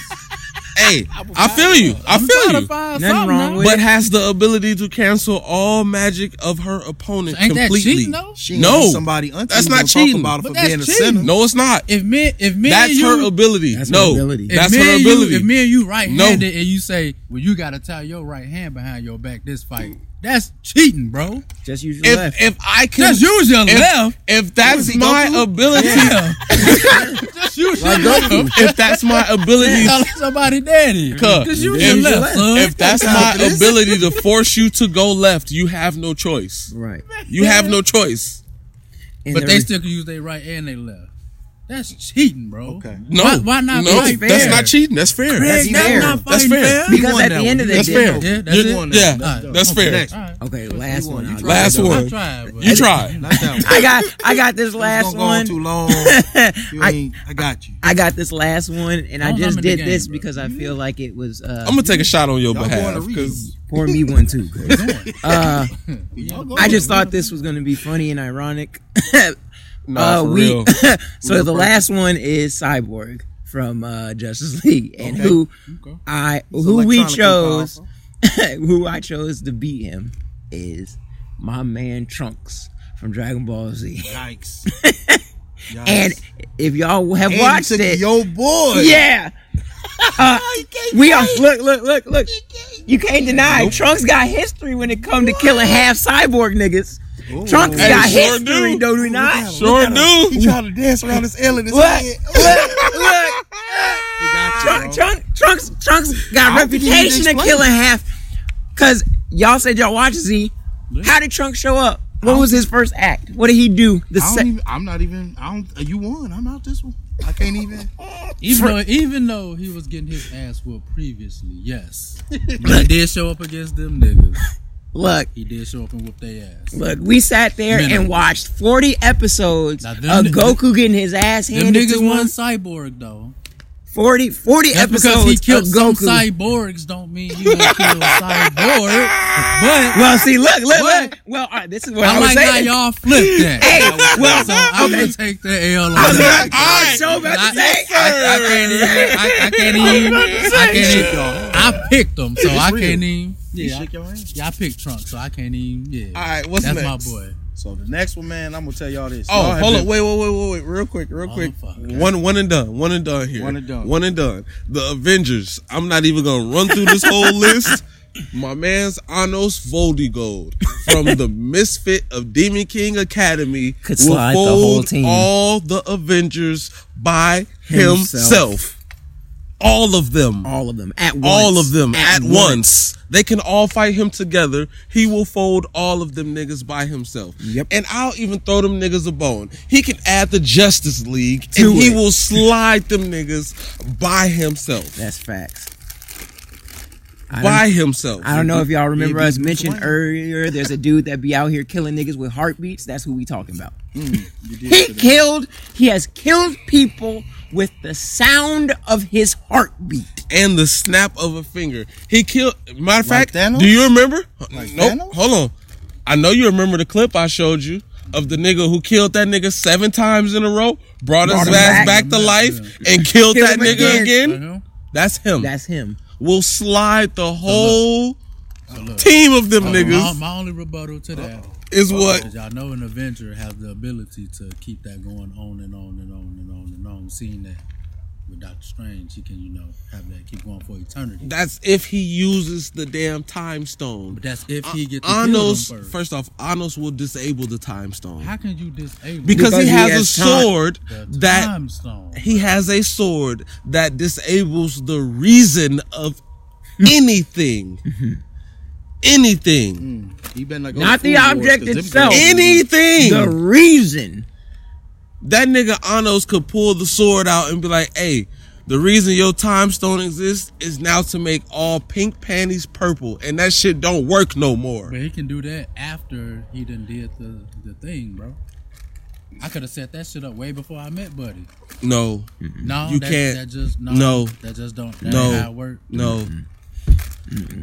Speaker 1: Hey, I feel you. I
Speaker 4: I'm trying
Speaker 1: feel
Speaker 4: to
Speaker 1: you.
Speaker 4: find
Speaker 2: Nothing
Speaker 4: something
Speaker 2: wrong
Speaker 4: now.
Speaker 2: with
Speaker 1: But has the ability to cancel all magic of her opponent
Speaker 4: So ain't that
Speaker 1: completely.
Speaker 4: cheating, though?
Speaker 3: She
Speaker 1: No.
Speaker 3: knows somebody auntie
Speaker 1: That's
Speaker 3: who
Speaker 1: not
Speaker 3: gonna
Speaker 1: cheating.
Speaker 3: Talk about her
Speaker 4: But
Speaker 3: for being
Speaker 4: that's
Speaker 3: a
Speaker 4: cheating.
Speaker 3: sinner.
Speaker 1: No, it's not.
Speaker 4: If me, if me
Speaker 1: that's
Speaker 4: and you,
Speaker 1: her ability.
Speaker 2: That's her
Speaker 1: no,
Speaker 2: ability.
Speaker 4: If
Speaker 1: that's
Speaker 4: me
Speaker 1: her
Speaker 4: and you-
Speaker 1: ability.
Speaker 4: if me and you right handed and you say, well, you got to tie your right hand behind your back this fight, that's cheating, bro.
Speaker 2: Just use your
Speaker 1: if,
Speaker 2: left.
Speaker 1: if I can
Speaker 4: Just use your
Speaker 1: if,
Speaker 4: left.
Speaker 1: if
Speaker 3: Was
Speaker 1: that's
Speaker 3: he
Speaker 1: my
Speaker 3: Goku?
Speaker 1: ability,
Speaker 4: Yeah. Just use your left.
Speaker 1: if that's my ability,
Speaker 4: Tell somebody daddy.
Speaker 1: Cuh,
Speaker 4: Just use
Speaker 1: if,
Speaker 4: your left, son.
Speaker 1: if that's my ability to force you to go left, you have no choice.
Speaker 2: Right.
Speaker 1: You have no choice.
Speaker 2: And
Speaker 4: But
Speaker 2: there
Speaker 4: they
Speaker 2: is-
Speaker 4: still can use their right and their left. That's cheating, bro.
Speaker 3: Okay.
Speaker 1: No,
Speaker 4: Why- why not
Speaker 1: No,
Speaker 4: fight
Speaker 1: that's
Speaker 4: fair?
Speaker 1: not cheating. That's fair.
Speaker 4: Craig,
Speaker 2: That's
Speaker 4: that's
Speaker 2: fair.
Speaker 4: not
Speaker 1: That's
Speaker 4: fighting
Speaker 1: fair.
Speaker 4: fair.
Speaker 3: You
Speaker 2: Because
Speaker 3: won
Speaker 2: at
Speaker 3: that
Speaker 2: the end
Speaker 3: one.
Speaker 2: of the
Speaker 1: That's
Speaker 2: day,
Speaker 1: fair.
Speaker 4: Yeah, that's
Speaker 1: You-
Speaker 4: it.
Speaker 1: yeah,
Speaker 4: All right.
Speaker 1: that's
Speaker 4: Okay,
Speaker 1: fair.
Speaker 4: next. All right.
Speaker 2: okay, last
Speaker 3: You
Speaker 2: one.
Speaker 3: won.
Speaker 2: I'll
Speaker 3: You
Speaker 2: go.
Speaker 3: tried.
Speaker 1: Last
Speaker 3: Not
Speaker 1: one.
Speaker 4: I tried, but
Speaker 1: You try.
Speaker 3: Not that one.
Speaker 2: I got, I got this
Speaker 3: It's
Speaker 2: last
Speaker 3: gonna go on
Speaker 2: one.
Speaker 3: too long. You
Speaker 2: I-
Speaker 3: ain't- I got you.
Speaker 2: I got this last one, and I
Speaker 4: Long
Speaker 2: just
Speaker 4: time in the
Speaker 2: did
Speaker 4: game,
Speaker 2: this
Speaker 4: bro.
Speaker 2: because I feel like it was uh,
Speaker 1: I'm gonna take a shot on your
Speaker 3: Y'all going to
Speaker 1: behalf
Speaker 3: read.
Speaker 1: because
Speaker 2: pour me one too. 'cause, uh,
Speaker 3: Y'all going
Speaker 2: I just
Speaker 3: to
Speaker 2: thought this was gonna be funny and ironic.
Speaker 1: no,
Speaker 2: uh,
Speaker 1: for
Speaker 2: we
Speaker 1: real.
Speaker 2: so the last one is Cyborg from uh, Justice League, and
Speaker 3: Okay.
Speaker 2: who
Speaker 4: Okay.
Speaker 2: I
Speaker 3: It's
Speaker 2: who we
Speaker 3: electronically
Speaker 2: chose,
Speaker 3: powerful.
Speaker 2: who I chose to beat him is my man Trunks from Dragon Ball Z.
Speaker 3: Yikes. Yikes.
Speaker 2: And if y'all have
Speaker 3: And
Speaker 2: watched
Speaker 3: he took
Speaker 2: it,
Speaker 3: Yo, boy.
Speaker 2: yeah, uh, we are look, look, look, look. You can't deny it. Trunks got history when it come to killing half cyborg niggas. Trunks
Speaker 1: Hey,
Speaker 2: got
Speaker 1: sure
Speaker 2: history,
Speaker 1: do.
Speaker 2: do. do we not?
Speaker 3: Look
Speaker 1: Sure
Speaker 3: at him. He
Speaker 1: do.
Speaker 3: tried to dance around his L in his
Speaker 2: Look,
Speaker 3: head.
Speaker 2: look, look.
Speaker 3: He got you,
Speaker 2: Trunk,
Speaker 3: bro.
Speaker 2: Trunk, Trunks, Trunks got a
Speaker 3: I don't think he needs to
Speaker 2: reputation of
Speaker 3: explain
Speaker 2: killing half. Cause y'all said y'all watch Z. How did Trunks show up? What was his first act? What did he do? The
Speaker 3: I
Speaker 2: sec-
Speaker 3: don't even, I'm not even. I don't. You won. I'm out this one. I can't even.
Speaker 4: Even though, even though he was getting his ass whooped previously, yes, he did show up against them niggas.
Speaker 2: look,
Speaker 4: He did show up and whoop their ass.
Speaker 2: look, we sat there
Speaker 4: Minimum.
Speaker 2: and watched 40 episodes
Speaker 4: Now
Speaker 2: of
Speaker 4: them ni-
Speaker 2: Goku getting his ass
Speaker 4: Them
Speaker 2: handed
Speaker 4: niggas
Speaker 2: to
Speaker 4: won
Speaker 2: him.
Speaker 4: cyborg though.
Speaker 2: 40, 40
Speaker 4: That's
Speaker 2: episodes
Speaker 4: because he killed
Speaker 2: of
Speaker 4: some
Speaker 2: Goku.
Speaker 4: cyborgs. Don't mean you gonna kill a cyborg. But
Speaker 2: well, see, look, look,
Speaker 4: What?
Speaker 2: look. Well, all right, this is what I,
Speaker 4: I
Speaker 2: was
Speaker 4: like how
Speaker 2: saying.
Speaker 4: y'all flipped that.
Speaker 2: Hey, well,
Speaker 4: so I'm
Speaker 2: okay.
Speaker 4: gonna take the L on
Speaker 2: I was
Speaker 4: that.
Speaker 2: like, I was so about
Speaker 4: I,
Speaker 2: to say.
Speaker 4: I- I can't even. I, I can't even. I can't even. I picked them, so I
Speaker 3: real.
Speaker 4: can't even.
Speaker 3: You
Speaker 4: Yeah, I,
Speaker 3: shook your hand.
Speaker 4: yeah, I picked Trump, so I can't even. Yeah,
Speaker 1: All right, what's
Speaker 4: that's
Speaker 1: next?
Speaker 4: my boy.
Speaker 3: So the next one, man, I'm gonna tell y'all this.
Speaker 1: Oh,
Speaker 3: Y'all have
Speaker 1: hold
Speaker 3: been-
Speaker 1: up! Wait, wait, wait, wait, wait! Real quick,
Speaker 2: Oh,
Speaker 1: real quick.
Speaker 4: Motherfucker.
Speaker 1: One, one and done. One and done here.
Speaker 3: One and done.
Speaker 1: One and done. The Avengers. I'm not even gonna run through this whole list. My man's Anos Voldigold from the Misfit of Demon King Academy
Speaker 2: Could slide the whole team.
Speaker 1: all the Avengers by himself.
Speaker 2: Himself.
Speaker 1: all of them.
Speaker 2: all of them at once.
Speaker 1: all of them at, once. They can all fight him together. He will fold all of them niggas by himself.
Speaker 2: Yep.
Speaker 1: And I'll even throw them niggas a bone. He can add the Justice League and
Speaker 2: To
Speaker 1: he
Speaker 2: it.
Speaker 1: will slide them niggas by himself.
Speaker 2: That's facts. I don't,
Speaker 1: by himself.
Speaker 2: I don't know if y'all remember
Speaker 3: Maybe
Speaker 2: us mentioned
Speaker 3: Bruce Wayne.
Speaker 2: earlier. There's a dude that be out here killing niggas with heartbeats. That's who we talking about.
Speaker 3: You did
Speaker 2: He
Speaker 3: say that.
Speaker 2: killed. He has killed people with the sound of his heartbeat.
Speaker 1: and the snap of a finger. He killed. Matter of
Speaker 3: Like
Speaker 1: fact,
Speaker 3: Thanos?
Speaker 1: do you remember?
Speaker 3: Like
Speaker 1: nope.
Speaker 3: Thanos?
Speaker 1: Hold on. I know you remember the clip I showed you of the nigga who killed that nigga seven times in a row, brought, his
Speaker 2: him
Speaker 1: ass
Speaker 2: back.
Speaker 1: back to life, and killed
Speaker 2: Killed
Speaker 1: that
Speaker 2: him
Speaker 1: nigga
Speaker 2: again.
Speaker 1: again.
Speaker 4: Uh-huh.
Speaker 1: That's him.
Speaker 2: That's him.
Speaker 1: We'll slide the whole
Speaker 4: look.
Speaker 1: team of them
Speaker 4: My,
Speaker 1: niggas.
Speaker 4: my only rebuttal to that
Speaker 1: Is what
Speaker 4: is y'all know an Avenger has the ability to keep that going on and on and on and on and on. Seeing that with Doctor Strange, he can you know have that keep going for eternity.
Speaker 1: that's if he uses the damn time stone.
Speaker 4: but that's if he gets to kill
Speaker 1: Anos,
Speaker 4: them first.
Speaker 1: first off, Anos will disable the time stone
Speaker 4: How can you disable
Speaker 1: because,
Speaker 2: Because
Speaker 1: he
Speaker 2: he
Speaker 1: has,
Speaker 2: has
Speaker 1: a
Speaker 2: time.
Speaker 1: sword
Speaker 4: the
Speaker 1: that
Speaker 4: time stone?
Speaker 1: He has a sword that disables the reason of anything. anything.
Speaker 3: He been like
Speaker 2: Not the object itself.
Speaker 1: Anything.
Speaker 2: The reason.
Speaker 1: that nigga Anos could pull the sword out and be like, hey, the reason your time stone exists is now to make all pink panties purple. And that shit don't work no more.
Speaker 4: But he can do that after he done did the, the thing, bro. I could have set that shit up way before I met Buddy.
Speaker 1: No.
Speaker 4: No,
Speaker 1: You
Speaker 4: that,
Speaker 1: can't.
Speaker 4: That just no,
Speaker 1: No.
Speaker 4: That just don't. That
Speaker 1: No.
Speaker 4: ain't how it work.
Speaker 1: No.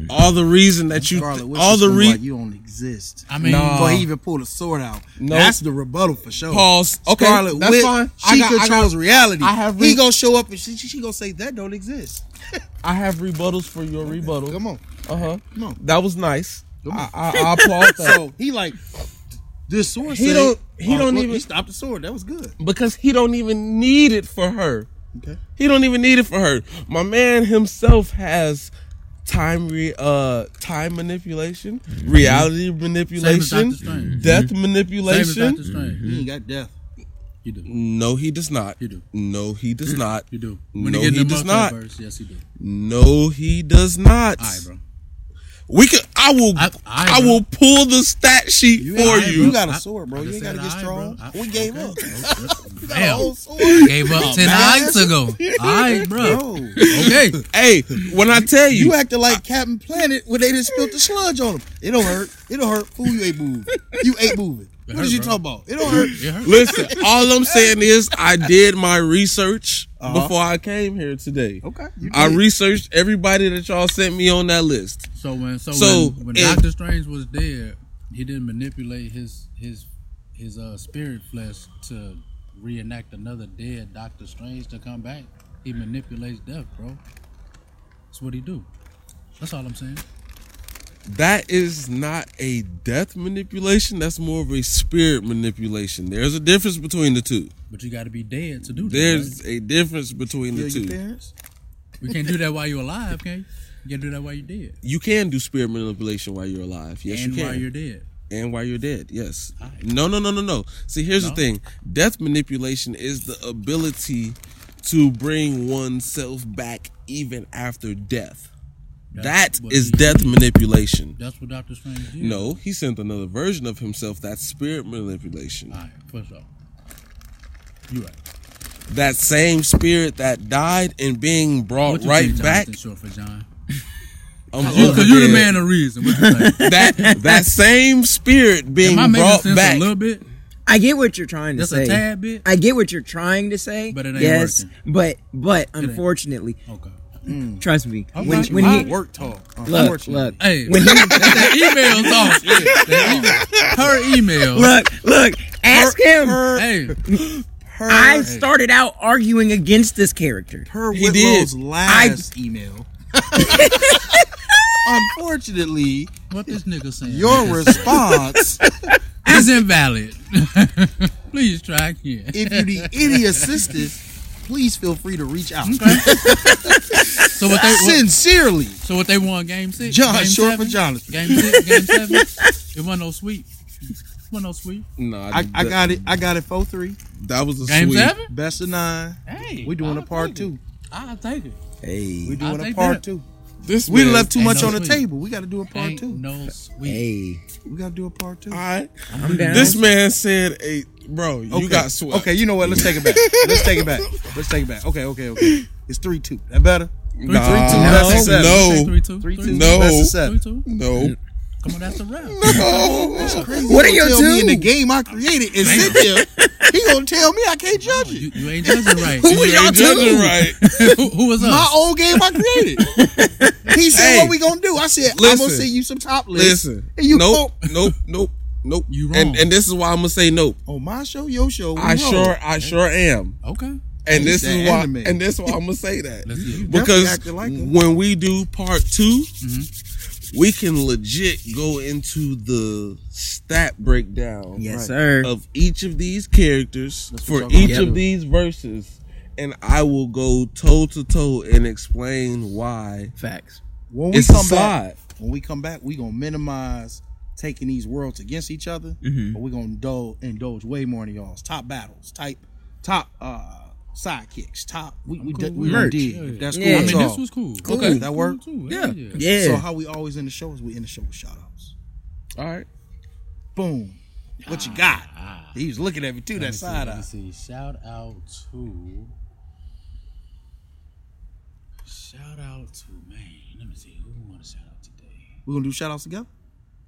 Speaker 1: All the reason that you
Speaker 3: Scarlet Witch
Speaker 1: all the
Speaker 3: re-
Speaker 1: re
Speaker 3: like, you don't exist.
Speaker 4: I mean,
Speaker 1: Nah.
Speaker 3: But he even pulled a sword out.
Speaker 1: Nope.
Speaker 3: That's the rebuttal for sure.
Speaker 1: Pause. Okay,
Speaker 3: Scarlet
Speaker 1: that's
Speaker 3: Witch,
Speaker 1: fine. I
Speaker 3: She
Speaker 1: got- I
Speaker 3: controls reality.
Speaker 1: I have
Speaker 3: he
Speaker 1: re-
Speaker 3: gonna show up and she, she, she gonna say that don't exist.
Speaker 1: I have rebuttals for your rebuttal.
Speaker 3: Come on.
Speaker 1: Uh huh.
Speaker 3: No.
Speaker 1: That was nice.
Speaker 3: on.
Speaker 1: I, I, I applaud that.
Speaker 3: So he like this sword.
Speaker 1: He
Speaker 3: say-
Speaker 1: don't- he don't
Speaker 3: look,
Speaker 1: even-
Speaker 3: He stopped the sword. That was good.
Speaker 1: because he don't even need it for her.
Speaker 3: Okay.
Speaker 1: He don't even need it for her. My man himself has time re uh time manipulation,
Speaker 4: Mm-hmm.
Speaker 1: reality manipulation,
Speaker 4: Doctor Strange. Mm-hmm.
Speaker 1: death
Speaker 4: same as Doctor
Speaker 1: manipulation.
Speaker 4: Strange.
Speaker 3: He ain't got death.
Speaker 4: You do.
Speaker 1: No, he does not.
Speaker 4: You do.
Speaker 1: No, he does not.
Speaker 4: You do.
Speaker 1: No,
Speaker 4: get in
Speaker 1: he
Speaker 4: the
Speaker 1: does not.
Speaker 4: multiverse, yes, he do.
Speaker 1: No, he does not.
Speaker 4: All right, bro.
Speaker 1: We could. I will. I,
Speaker 4: I- I-
Speaker 1: will pull the stat sheet
Speaker 3: You
Speaker 1: for
Speaker 3: ain't-
Speaker 1: you.
Speaker 3: you got a sword, bro.
Speaker 4: I
Speaker 3: You
Speaker 4: just
Speaker 3: ain't
Speaker 4: said
Speaker 3: gotta get
Speaker 4: aye,
Speaker 3: strong.
Speaker 4: bro. I-
Speaker 3: we gave
Speaker 4: okay.
Speaker 3: up.
Speaker 4: Oh,
Speaker 3: The
Speaker 4: Damn.
Speaker 3: whole sword.
Speaker 4: Gave up ten
Speaker 3: man.
Speaker 4: nights ago. All right, bro.
Speaker 3: Bro,
Speaker 4: Okay.
Speaker 1: hey, when I tell you,
Speaker 3: you acting like Captain Planet when they just spilled the sludge on him. It don't hurt. It don't hurt. Fool, you ain't moving. You ain't moving. What
Speaker 4: hurt,
Speaker 3: is you
Speaker 4: bro.
Speaker 3: talking about? It don't hurt.
Speaker 4: It hurt.
Speaker 1: Listen, all I'm saying is I did my research
Speaker 3: Uh-huh.
Speaker 1: before I came here today.
Speaker 3: Okay. you
Speaker 1: I
Speaker 3: did.
Speaker 1: researched everybody that y'all sent me on that list.
Speaker 4: So when so,
Speaker 1: So,
Speaker 4: when, when
Speaker 1: if-
Speaker 4: Doctor Strange was dead, he didn't manipulate his his his uh spirit flesh to reenact another dead Doctor Strange to come back. He manipulates death, bro. That's what he do. That's all I'm saying.
Speaker 1: That is not a death manipulation. That's more of a spirit manipulation. There's a difference between the two.
Speaker 4: But you got to be dead to do that.
Speaker 1: There's a difference between the
Speaker 3: Kill your
Speaker 1: two.
Speaker 3: parents.
Speaker 4: right? We can't do that while you're alive, can you? You can't do that while you're dead
Speaker 1: You can do spirit manipulation while you're alive. Yes,
Speaker 4: and
Speaker 1: you
Speaker 4: while
Speaker 1: can.
Speaker 4: you're dead.
Speaker 1: and while you're dead. Yes.
Speaker 4: Alright.
Speaker 1: No, no, no, no, no. See, here's the
Speaker 4: No?
Speaker 1: thing death manipulation is the ability to bring oneself back even after death. That
Speaker 4: That's what
Speaker 1: is
Speaker 4: he
Speaker 1: death
Speaker 4: did.
Speaker 1: manipulation.
Speaker 4: That's what Doctor Strange did.
Speaker 1: No, he sent another version of himself. That's spirit manipulation.
Speaker 4: All right, for sure. You right.
Speaker 1: That same spirit that died and being brought
Speaker 4: What you
Speaker 1: right
Speaker 4: think,
Speaker 1: back.
Speaker 4: Jonathan Short for John?
Speaker 1: Um,
Speaker 4: You,
Speaker 1: Jonathan
Speaker 4: you're the
Speaker 1: did.
Speaker 4: man of reason. What you think?
Speaker 1: That that same spirit being
Speaker 4: Am I making
Speaker 1: brought
Speaker 4: sense
Speaker 1: back.
Speaker 4: a little bit?
Speaker 2: I get what you're trying to
Speaker 4: Just
Speaker 2: say.
Speaker 4: a tad bit?
Speaker 2: I get what you're trying to say.
Speaker 4: But it ain't
Speaker 2: yes,
Speaker 4: working.
Speaker 2: but but unfortunately,
Speaker 4: Okay.
Speaker 2: trust me.
Speaker 4: Okay.
Speaker 2: When when he
Speaker 3: work talk.
Speaker 2: look
Speaker 3: Unfortunately.
Speaker 2: look
Speaker 4: Hey,
Speaker 2: when he
Speaker 4: that email talk. That email- Her email.
Speaker 2: look look ask him.
Speaker 4: Hey,
Speaker 3: Her,
Speaker 2: I started out arguing against this character.
Speaker 3: per
Speaker 1: He did.
Speaker 3: Whitlow's last email. Unfortunately,
Speaker 4: what this nigga saying?
Speaker 3: your response,
Speaker 4: is invalid. Please try again.
Speaker 3: if you need any assistance, please feel free to reach out.
Speaker 4: So what they what,
Speaker 3: Sincerely,
Speaker 4: so what they won game six?
Speaker 3: John
Speaker 4: game
Speaker 3: Short
Speaker 4: seven?
Speaker 3: for Jonathan.
Speaker 4: Game six, game seven. It wasn't no sweep. It wasn't no sweep.
Speaker 1: Nah,
Speaker 3: I, I
Speaker 1: that-
Speaker 3: got it. I got it. Four three,
Speaker 1: That was a
Speaker 4: Game
Speaker 1: sweep.
Speaker 4: seven.
Speaker 3: best of nine.
Speaker 4: Hey,
Speaker 3: We doing
Speaker 4: I'll
Speaker 3: a part
Speaker 4: take it.
Speaker 3: two.
Speaker 4: I'll take it.
Speaker 3: We
Speaker 2: Hey.
Speaker 3: doing a
Speaker 4: take
Speaker 3: part
Speaker 4: that.
Speaker 3: two.
Speaker 1: This
Speaker 3: We
Speaker 1: man-
Speaker 3: left too
Speaker 4: Ain't
Speaker 3: much
Speaker 4: no
Speaker 3: on the
Speaker 4: sweet.
Speaker 3: table. We got to do a part
Speaker 4: Ain't
Speaker 3: two.
Speaker 4: no sweet.
Speaker 2: Hey.
Speaker 3: We got to do a part two.
Speaker 1: All right.
Speaker 2: I'm down.
Speaker 1: This man said, "Hey, bro, you got swept."
Speaker 3: Okay, you know what? Let's take it back. Let's take it back. Let's take it back. Okay, okay, okay. It's three two. That better?
Speaker 1: Nah.
Speaker 3: three, two,
Speaker 1: no,
Speaker 3: that's seven.
Speaker 1: no,
Speaker 4: Three, two.
Speaker 3: Three two.
Speaker 1: No.
Speaker 3: That's a seven.
Speaker 4: Three, two.
Speaker 1: no.
Speaker 4: Come on, that's a wrap.
Speaker 2: What are
Speaker 3: He
Speaker 2: your
Speaker 3: gonna tell me in the
Speaker 2: two?
Speaker 3: game I created and sit there. He gonna tell me I can't judge
Speaker 4: You,
Speaker 3: it.
Speaker 4: you ain't judging right.
Speaker 1: You
Speaker 3: was y'all
Speaker 1: ain't judging
Speaker 3: two?
Speaker 1: right.
Speaker 4: who, who was us?
Speaker 3: My old game I created. He said,
Speaker 1: Hey.
Speaker 3: "What we gonna do?" I said, "I'm
Speaker 1: Listen.
Speaker 3: gonna send you some top lists."
Speaker 1: Listen,
Speaker 3: and you
Speaker 1: nope, nope, nope, nope.
Speaker 4: You
Speaker 1: And
Speaker 4: wrong.
Speaker 1: and this is why I'm gonna say nope.
Speaker 3: on my show, your show. we
Speaker 1: I
Speaker 3: roll.
Speaker 1: sure, I sure am.
Speaker 4: Okay.
Speaker 1: And this
Speaker 3: He's
Speaker 1: is
Speaker 3: that
Speaker 1: why,
Speaker 3: anime.
Speaker 1: and this is why I'm gonna say that
Speaker 4: Let's get it.
Speaker 1: because
Speaker 3: acting like him. Mm-hmm.
Speaker 1: when we do part 2 we can legit go into the stat breakdown
Speaker 2: Yes, sir.
Speaker 1: of each of these characters
Speaker 3: what
Speaker 1: for
Speaker 3: y'all
Speaker 1: each
Speaker 2: gonna do.
Speaker 1: of these verses, and I will go toe to toe and explain why
Speaker 2: Facts.
Speaker 3: When we
Speaker 1: it's
Speaker 3: come
Speaker 1: a side.
Speaker 3: back, when we come back, we gonna minimize taking these worlds against each other,
Speaker 1: Mm-hmm.
Speaker 3: but we gonna indulge, indulge way more in y'all's top battles, type top uh sidekicks, top. We we,
Speaker 4: I'm
Speaker 3: d-
Speaker 4: cool
Speaker 3: we
Speaker 4: with
Speaker 3: done
Speaker 4: merch.
Speaker 3: did.
Speaker 4: Yeah.
Speaker 3: If That's
Speaker 2: Yeah. I
Speaker 3: cool.
Speaker 4: I
Speaker 3: with
Speaker 4: mean,
Speaker 3: y'all.
Speaker 4: this was cool.
Speaker 3: Cool,
Speaker 4: Okay.
Speaker 3: that worked.
Speaker 4: Cool, too.
Speaker 1: Yeah.
Speaker 4: Hell
Speaker 2: Yeah.
Speaker 3: So how we always end the show is we end the show with shout outs.
Speaker 1: All right,
Speaker 3: Boom. What you got?
Speaker 4: Ah.
Speaker 3: He was looking at me too.
Speaker 4: Let me
Speaker 3: That
Speaker 4: see,
Speaker 3: side
Speaker 4: let me
Speaker 3: eye.
Speaker 4: see. Shout out to. Shout out to man. Let me see who we want to shout out today.
Speaker 3: We gonna do shout outs together.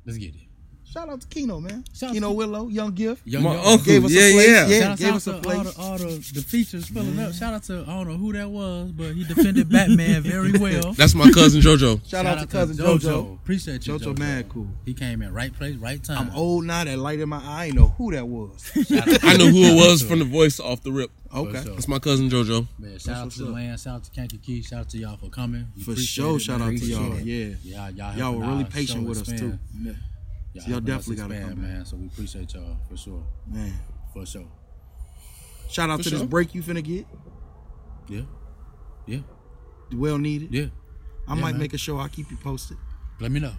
Speaker 4: Let's get it.
Speaker 3: Shout out to Keno, man.
Speaker 4: Shout out
Speaker 3: Keno
Speaker 4: to-
Speaker 3: Willow, Young Gift.
Speaker 4: Young
Speaker 1: my
Speaker 4: Young.
Speaker 1: uncle,
Speaker 3: gave us a
Speaker 1: yeah,
Speaker 3: place.
Speaker 1: yeah,
Speaker 3: Yeah.
Speaker 4: Shout out
Speaker 3: gave
Speaker 4: to
Speaker 3: us a
Speaker 4: all,
Speaker 3: place.
Speaker 4: the,
Speaker 3: Mm-hmm.
Speaker 4: all the, the features filling up. Shout out to I don't know who that was, but he defended Batman very well.
Speaker 1: that's my cousin JoJo.
Speaker 3: Shout, out, to cousin JoJo.
Speaker 4: Appreciate you,
Speaker 3: JoJo, mad cool.
Speaker 4: He came in right place, right time.
Speaker 3: I'm old now. That light in my eye. I ain't know who that was.
Speaker 4: Shout out
Speaker 1: I know who it was
Speaker 4: to-
Speaker 1: from the voice off the rip.
Speaker 3: Okay.
Speaker 4: sure.
Speaker 1: That's my cousin JoJo.
Speaker 4: Man, shout out
Speaker 3: what's
Speaker 4: to the
Speaker 3: up.
Speaker 4: land. Shout out to Kanky Key. Shout out to y'all for coming. We
Speaker 3: For
Speaker 4: appreciate
Speaker 3: sure.
Speaker 4: it,
Speaker 3: shout
Speaker 4: man.
Speaker 3: out to y'all.
Speaker 2: Appreciate
Speaker 3: Yeah.
Speaker 4: Y'all, y'all,
Speaker 3: Y'all
Speaker 4: helping
Speaker 3: were really
Speaker 4: our
Speaker 3: patient
Speaker 4: show
Speaker 3: with us too.
Speaker 4: expand. Y'all,
Speaker 3: Yeah.
Speaker 4: helping
Speaker 3: y'all
Speaker 4: us
Speaker 3: definitely gotta
Speaker 4: expand,
Speaker 3: come back.
Speaker 4: man. So we appreciate y'all for sure,
Speaker 3: Man.
Speaker 4: for sure.
Speaker 3: Shout out
Speaker 1: For
Speaker 3: to this
Speaker 1: sure.
Speaker 3: break you finna get.
Speaker 4: Yeah, yeah,
Speaker 3: Well needed.
Speaker 4: yeah.
Speaker 3: I
Speaker 4: Yeah,
Speaker 3: might
Speaker 4: man.
Speaker 3: make a show. I'll keep you posted.
Speaker 4: Let me know.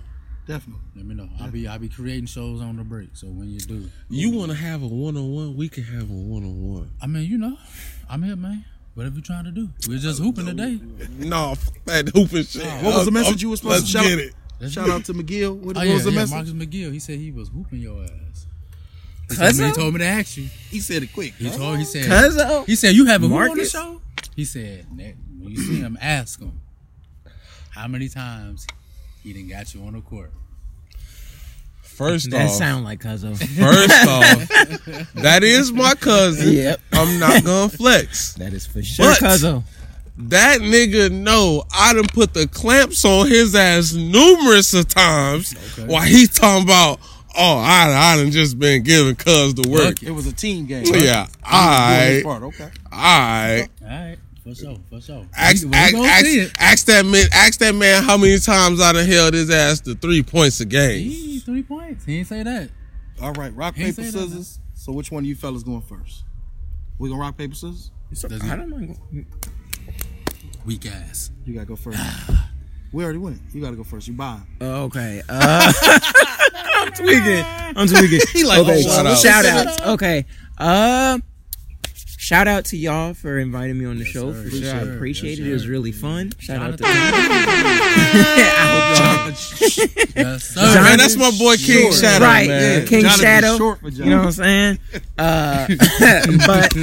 Speaker 3: Definitely.
Speaker 4: Let me know. I'll be I'll be creating shows on the break. So when you do,
Speaker 1: You want to have a one on one? We can have a one on one.
Speaker 4: I mean, you know, I'm here, man. Whatever you trying to do, we're just hooping today.
Speaker 1: No, f- that hooping shit.
Speaker 3: What was the message you were supposed to
Speaker 1: Let's
Speaker 3: shout
Speaker 1: get it.
Speaker 4: Let's
Speaker 3: Shout
Speaker 4: do it.
Speaker 3: out to McGill. What,
Speaker 4: Oh
Speaker 3: what
Speaker 4: yeah,
Speaker 3: was the
Speaker 4: yeah,
Speaker 3: message?
Speaker 4: Marcus McGill. He said he was hooping your ass. He told, me,
Speaker 2: Cuzzo?
Speaker 4: he told me to ask you.
Speaker 3: He said it quick.
Speaker 4: He told. He said.
Speaker 2: Cuzzo?
Speaker 4: He said you have a who on the
Speaker 2: Marcus?
Speaker 4: show. He said "Nick, when you see him, ask him how many times he done got you on the court.
Speaker 1: First
Speaker 2: That
Speaker 1: off,
Speaker 2: sound like Cuzzo.
Speaker 1: first off, that is my cousin.
Speaker 2: Yep.
Speaker 1: I'm not gonna flex.
Speaker 2: That is for sure.
Speaker 1: But-
Speaker 2: Cuzzo.
Speaker 1: That nigga know I done put the clamps on his ass numerous of times while he talking about, oh, I, I done just been giving cuz the work.
Speaker 3: It was a team game. right?
Speaker 1: Oh, Yeah,
Speaker 3: Doing his
Speaker 1: I,
Speaker 3: part, Okay.
Speaker 1: I,
Speaker 4: All right, for sure, for sure.
Speaker 1: ask,
Speaker 4: We- we
Speaker 1: ask,
Speaker 4: gonna see
Speaker 1: ask,
Speaker 4: it.
Speaker 1: ask that man, ask that man how many times I done held his ass to three points a game.
Speaker 4: He three points. He ain't say that.
Speaker 3: All right. Rock,
Speaker 4: He ain't
Speaker 3: paper,
Speaker 4: say nothing.
Speaker 3: scissors. So which one of you fellas going first? We gonna rock, paper, scissors?
Speaker 4: Does he?
Speaker 2: I don't know.
Speaker 4: Weak ass.
Speaker 3: You gotta go first. we already went. You gotta go first. You buy.
Speaker 2: Okay. Uh, I'm tweaking. I'm tweaking.
Speaker 3: He like,
Speaker 2: okay.
Speaker 1: oh, wow.
Speaker 2: shout outs. Okay. Um. Shout out to y'all for inviting me on the show.
Speaker 4: sir.
Speaker 2: For
Speaker 4: Yes,
Speaker 2: sure, I
Speaker 4: sir.
Speaker 2: appreciate
Speaker 4: Yes,
Speaker 2: it. It was
Speaker 4: sir.
Speaker 2: really fun. Shout out to
Speaker 4: Jonathan.
Speaker 2: I hope
Speaker 4: yes, sir.
Speaker 1: Man,
Speaker 2: Jonathan-
Speaker 1: that's my boy King
Speaker 3: Sure.
Speaker 1: Shadow,
Speaker 2: y'all right,
Speaker 1: man.
Speaker 2: yeah, King
Speaker 3: Jonathan's
Speaker 2: Shadow.
Speaker 3: short for
Speaker 2: you know what I'm saying? Uh, but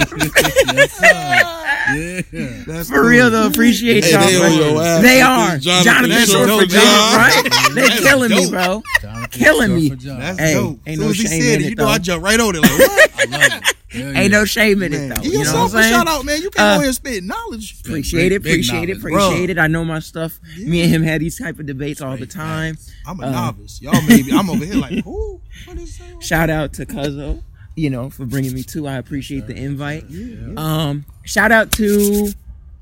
Speaker 4: yeah.
Speaker 3: That's
Speaker 2: for real though, appreciate
Speaker 1: Hey,
Speaker 2: y'all.
Speaker 1: they
Speaker 2: bro. They are.
Speaker 1: on your ass. This Jonathan
Speaker 2: Jonathan
Speaker 1: is
Speaker 2: short
Speaker 1: short
Speaker 2: for
Speaker 1: for
Speaker 2: John,
Speaker 1: John.
Speaker 2: right? They
Speaker 1: That's
Speaker 2: killing me,
Speaker 1: dope.
Speaker 2: bro.
Speaker 4: Jonathan
Speaker 2: Killing
Speaker 4: short
Speaker 2: me.
Speaker 4: for John.
Speaker 3: That's
Speaker 2: Hey,
Speaker 3: dope.
Speaker 2: ain't
Speaker 3: As
Speaker 2: no
Speaker 3: soon as he
Speaker 2: shame
Speaker 3: said
Speaker 2: in
Speaker 3: it,
Speaker 2: it,
Speaker 3: you know I
Speaker 2: though.
Speaker 3: jumped right on it. Like, what?
Speaker 4: I love it. Hell yeah.
Speaker 2: Ain't no shame in it
Speaker 3: Man,
Speaker 2: though.
Speaker 3: give
Speaker 2: You know
Speaker 3: yourself
Speaker 2: what I'm
Speaker 3: a
Speaker 2: saying?
Speaker 3: shout out, man. You came
Speaker 2: Uh,
Speaker 3: on here spitting knowledge.
Speaker 2: Appreciate it,
Speaker 4: Big- big
Speaker 2: appreciate it,
Speaker 4: knowledge,
Speaker 2: appreciate
Speaker 3: bruh.
Speaker 2: it. I know my stuff. Me and him had these type of debates all the time.
Speaker 3: I'm a
Speaker 2: Uh,
Speaker 3: novice. Y'all maybe. I'm over here like, who? What is that?
Speaker 2: Shout out to Cuzzo, you know, for bringing me too. I appreciate the invite. Um, shout out to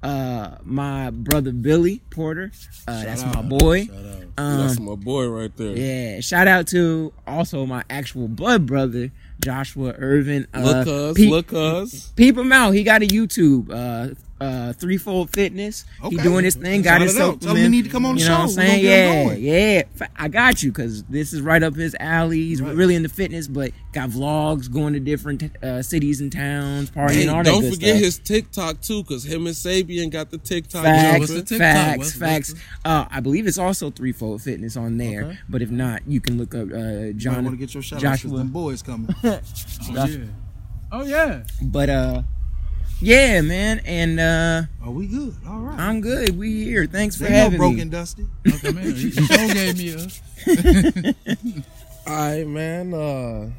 Speaker 2: uh my brother Billy Porter. Uh, that's my boy.
Speaker 4: Shout out.
Speaker 1: That's
Speaker 2: Um,
Speaker 1: my boy right there.
Speaker 2: yeah. Shout out to also my actual blood brother Joshua Irvin. Uh,
Speaker 1: Look us,
Speaker 2: peep,
Speaker 1: look us.
Speaker 2: peep him out. He got a YouTube. Uh, uh, threefold fitness. He
Speaker 3: Okay.
Speaker 2: doing his thing. Got
Speaker 3: Shout
Speaker 2: his
Speaker 3: it out.
Speaker 2: supplement.
Speaker 3: Tell him he need to come on the
Speaker 2: you know
Speaker 3: show.
Speaker 2: What I'm
Speaker 3: We're gonna
Speaker 2: saying,
Speaker 3: get him
Speaker 2: yeah,
Speaker 3: going.
Speaker 2: yeah. F- I got you because this is right up his alley. He's really into fitness, but got vlogs going to different uh, cities and towns, partying,
Speaker 1: Hey,
Speaker 2: all that
Speaker 1: don't
Speaker 2: good
Speaker 1: forget
Speaker 2: stuff.
Speaker 1: his TikTok too, because him and Sabian got the TikTok.
Speaker 2: Facts,
Speaker 1: jumper.
Speaker 4: the TikTok?
Speaker 2: facts,
Speaker 4: What's the
Speaker 2: facts. Uh, I believe it's also threefold fitness on there, but if not, you can look up uh,
Speaker 3: I want to
Speaker 2: John
Speaker 3: get your shout out because
Speaker 2: Joshua.
Speaker 3: them boys coming.
Speaker 4: Oh yeah. Oh yeah.
Speaker 2: But uh, yeah, man, and uh,
Speaker 3: Are we good? All right.
Speaker 2: I'm good. We here. Thanks for
Speaker 3: They know
Speaker 2: having
Speaker 3: broken
Speaker 2: me.
Speaker 3: dusty.
Speaker 4: Okay, man. You so gave me a.
Speaker 1: All right, man. Uh,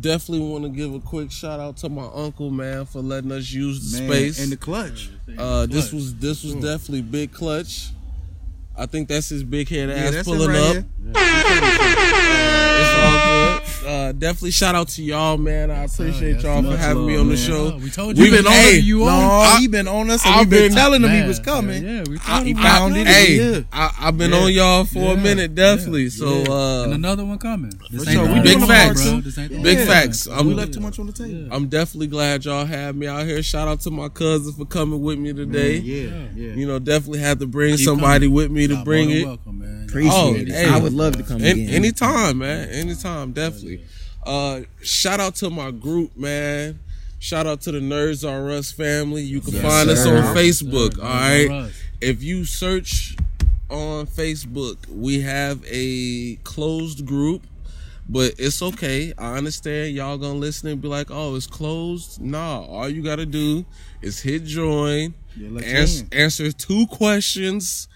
Speaker 1: definitely want to give a quick shout out to my uncle, man, for letting us use the
Speaker 3: Man,
Speaker 1: space.
Speaker 3: and the clutch.
Speaker 1: uh, this was this was definitely big clutch. I think that's his big head
Speaker 3: Yeah,
Speaker 1: ass
Speaker 3: that's
Speaker 1: pulling
Speaker 3: it
Speaker 1: up.
Speaker 3: right here.
Speaker 1: It's all good. Uh, definitely shout out to y'all, man. I appreciate
Speaker 4: yes,
Speaker 1: y'all for
Speaker 4: much
Speaker 1: having me
Speaker 3: love,
Speaker 1: on the
Speaker 3: man.
Speaker 1: show.
Speaker 4: Oh, we told
Speaker 1: We've
Speaker 4: you.
Speaker 1: been on
Speaker 4: Hey,
Speaker 1: it.
Speaker 4: you
Speaker 3: No,
Speaker 4: on.
Speaker 3: he been on us. And
Speaker 1: I've
Speaker 3: we've been,
Speaker 1: been-
Speaker 3: telling him he
Speaker 4: Man,
Speaker 3: was coming.
Speaker 4: Yeah, we
Speaker 1: I,
Speaker 4: told
Speaker 1: he
Speaker 4: him.
Speaker 1: found it.
Speaker 3: it. Yeah.
Speaker 1: Hey, I, I've been on y'all for a
Speaker 4: Yeah.
Speaker 1: minute, definitely. So,
Speaker 4: and
Speaker 1: uh,
Speaker 4: another one coming. This
Speaker 3: For
Speaker 4: ain't
Speaker 3: sure.
Speaker 4: the
Speaker 3: We
Speaker 4: only
Speaker 1: big
Speaker 4: one,
Speaker 1: facts.
Speaker 4: bro. This ain't the
Speaker 1: Big
Speaker 4: only
Speaker 1: facts.
Speaker 4: one.
Speaker 1: I'm-
Speaker 3: we left too much on the table.
Speaker 1: I'm definitely glad y'all had me out here. Shout out to my cousin for coming with me today.
Speaker 3: Yeah, yeah.
Speaker 1: You know, definitely had to bring
Speaker 4: Mm, Keep
Speaker 1: somebody
Speaker 4: coming.
Speaker 1: with me to
Speaker 4: Y'all
Speaker 1: bring
Speaker 4: more than
Speaker 1: it.
Speaker 4: Welcome, man.
Speaker 2: Appreciate
Speaker 1: Oh,
Speaker 2: it.
Speaker 1: hey.
Speaker 2: I would love to come
Speaker 1: An-
Speaker 2: again.
Speaker 1: anytime, man. Anytime, definitely. Uh, shout out to my group, man. Shout out to the Nerds R Us family. You can find us
Speaker 2: sir.
Speaker 1: on Facebook.
Speaker 4: Nerds
Speaker 1: all right.
Speaker 4: R Us.
Speaker 1: If you search on Facebook, we have a closed group. But it's okay. I understand y'all gonna listen and be like, "Oh, it's closed." Nah, all you gotta do is hit join,
Speaker 3: Yeah, let you
Speaker 1: ans-
Speaker 3: in.
Speaker 1: answer two questions,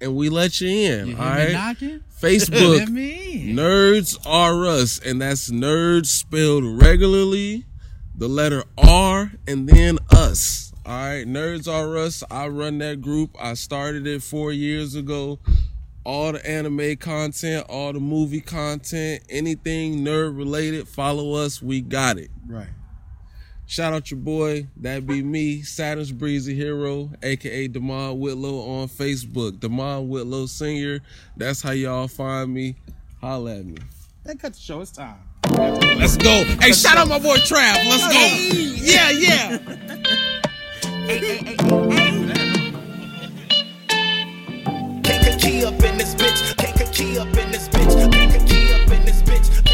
Speaker 1: and we let you in.
Speaker 4: You hear
Speaker 1: all
Speaker 4: me
Speaker 1: right.
Speaker 4: knocking? Let
Speaker 1: Facebook,
Speaker 4: me in.
Speaker 1: Nerds R Us, and that's nerds spelled regularly, the letter R, and then us. All right, Nerds R Us. I run that group. I started it four years ago. All the anime content, all the movie content, anything nerd related, follow us. We got it.
Speaker 3: Right.
Speaker 1: Shout out your boy. That be me, Saturn's Breezy Hero, aka Demond Whitlow on Facebook. Demond Whitlow Senior. That's how y'all find me. Holla at me.
Speaker 3: That cut the show. It's time.
Speaker 1: Let's go. Hey, shout out my boy Trav. Let's go. Yeah, yeah.
Speaker 6: Take a key up in this bitch. Take a key up in this bitch. Take a key up in this bitch.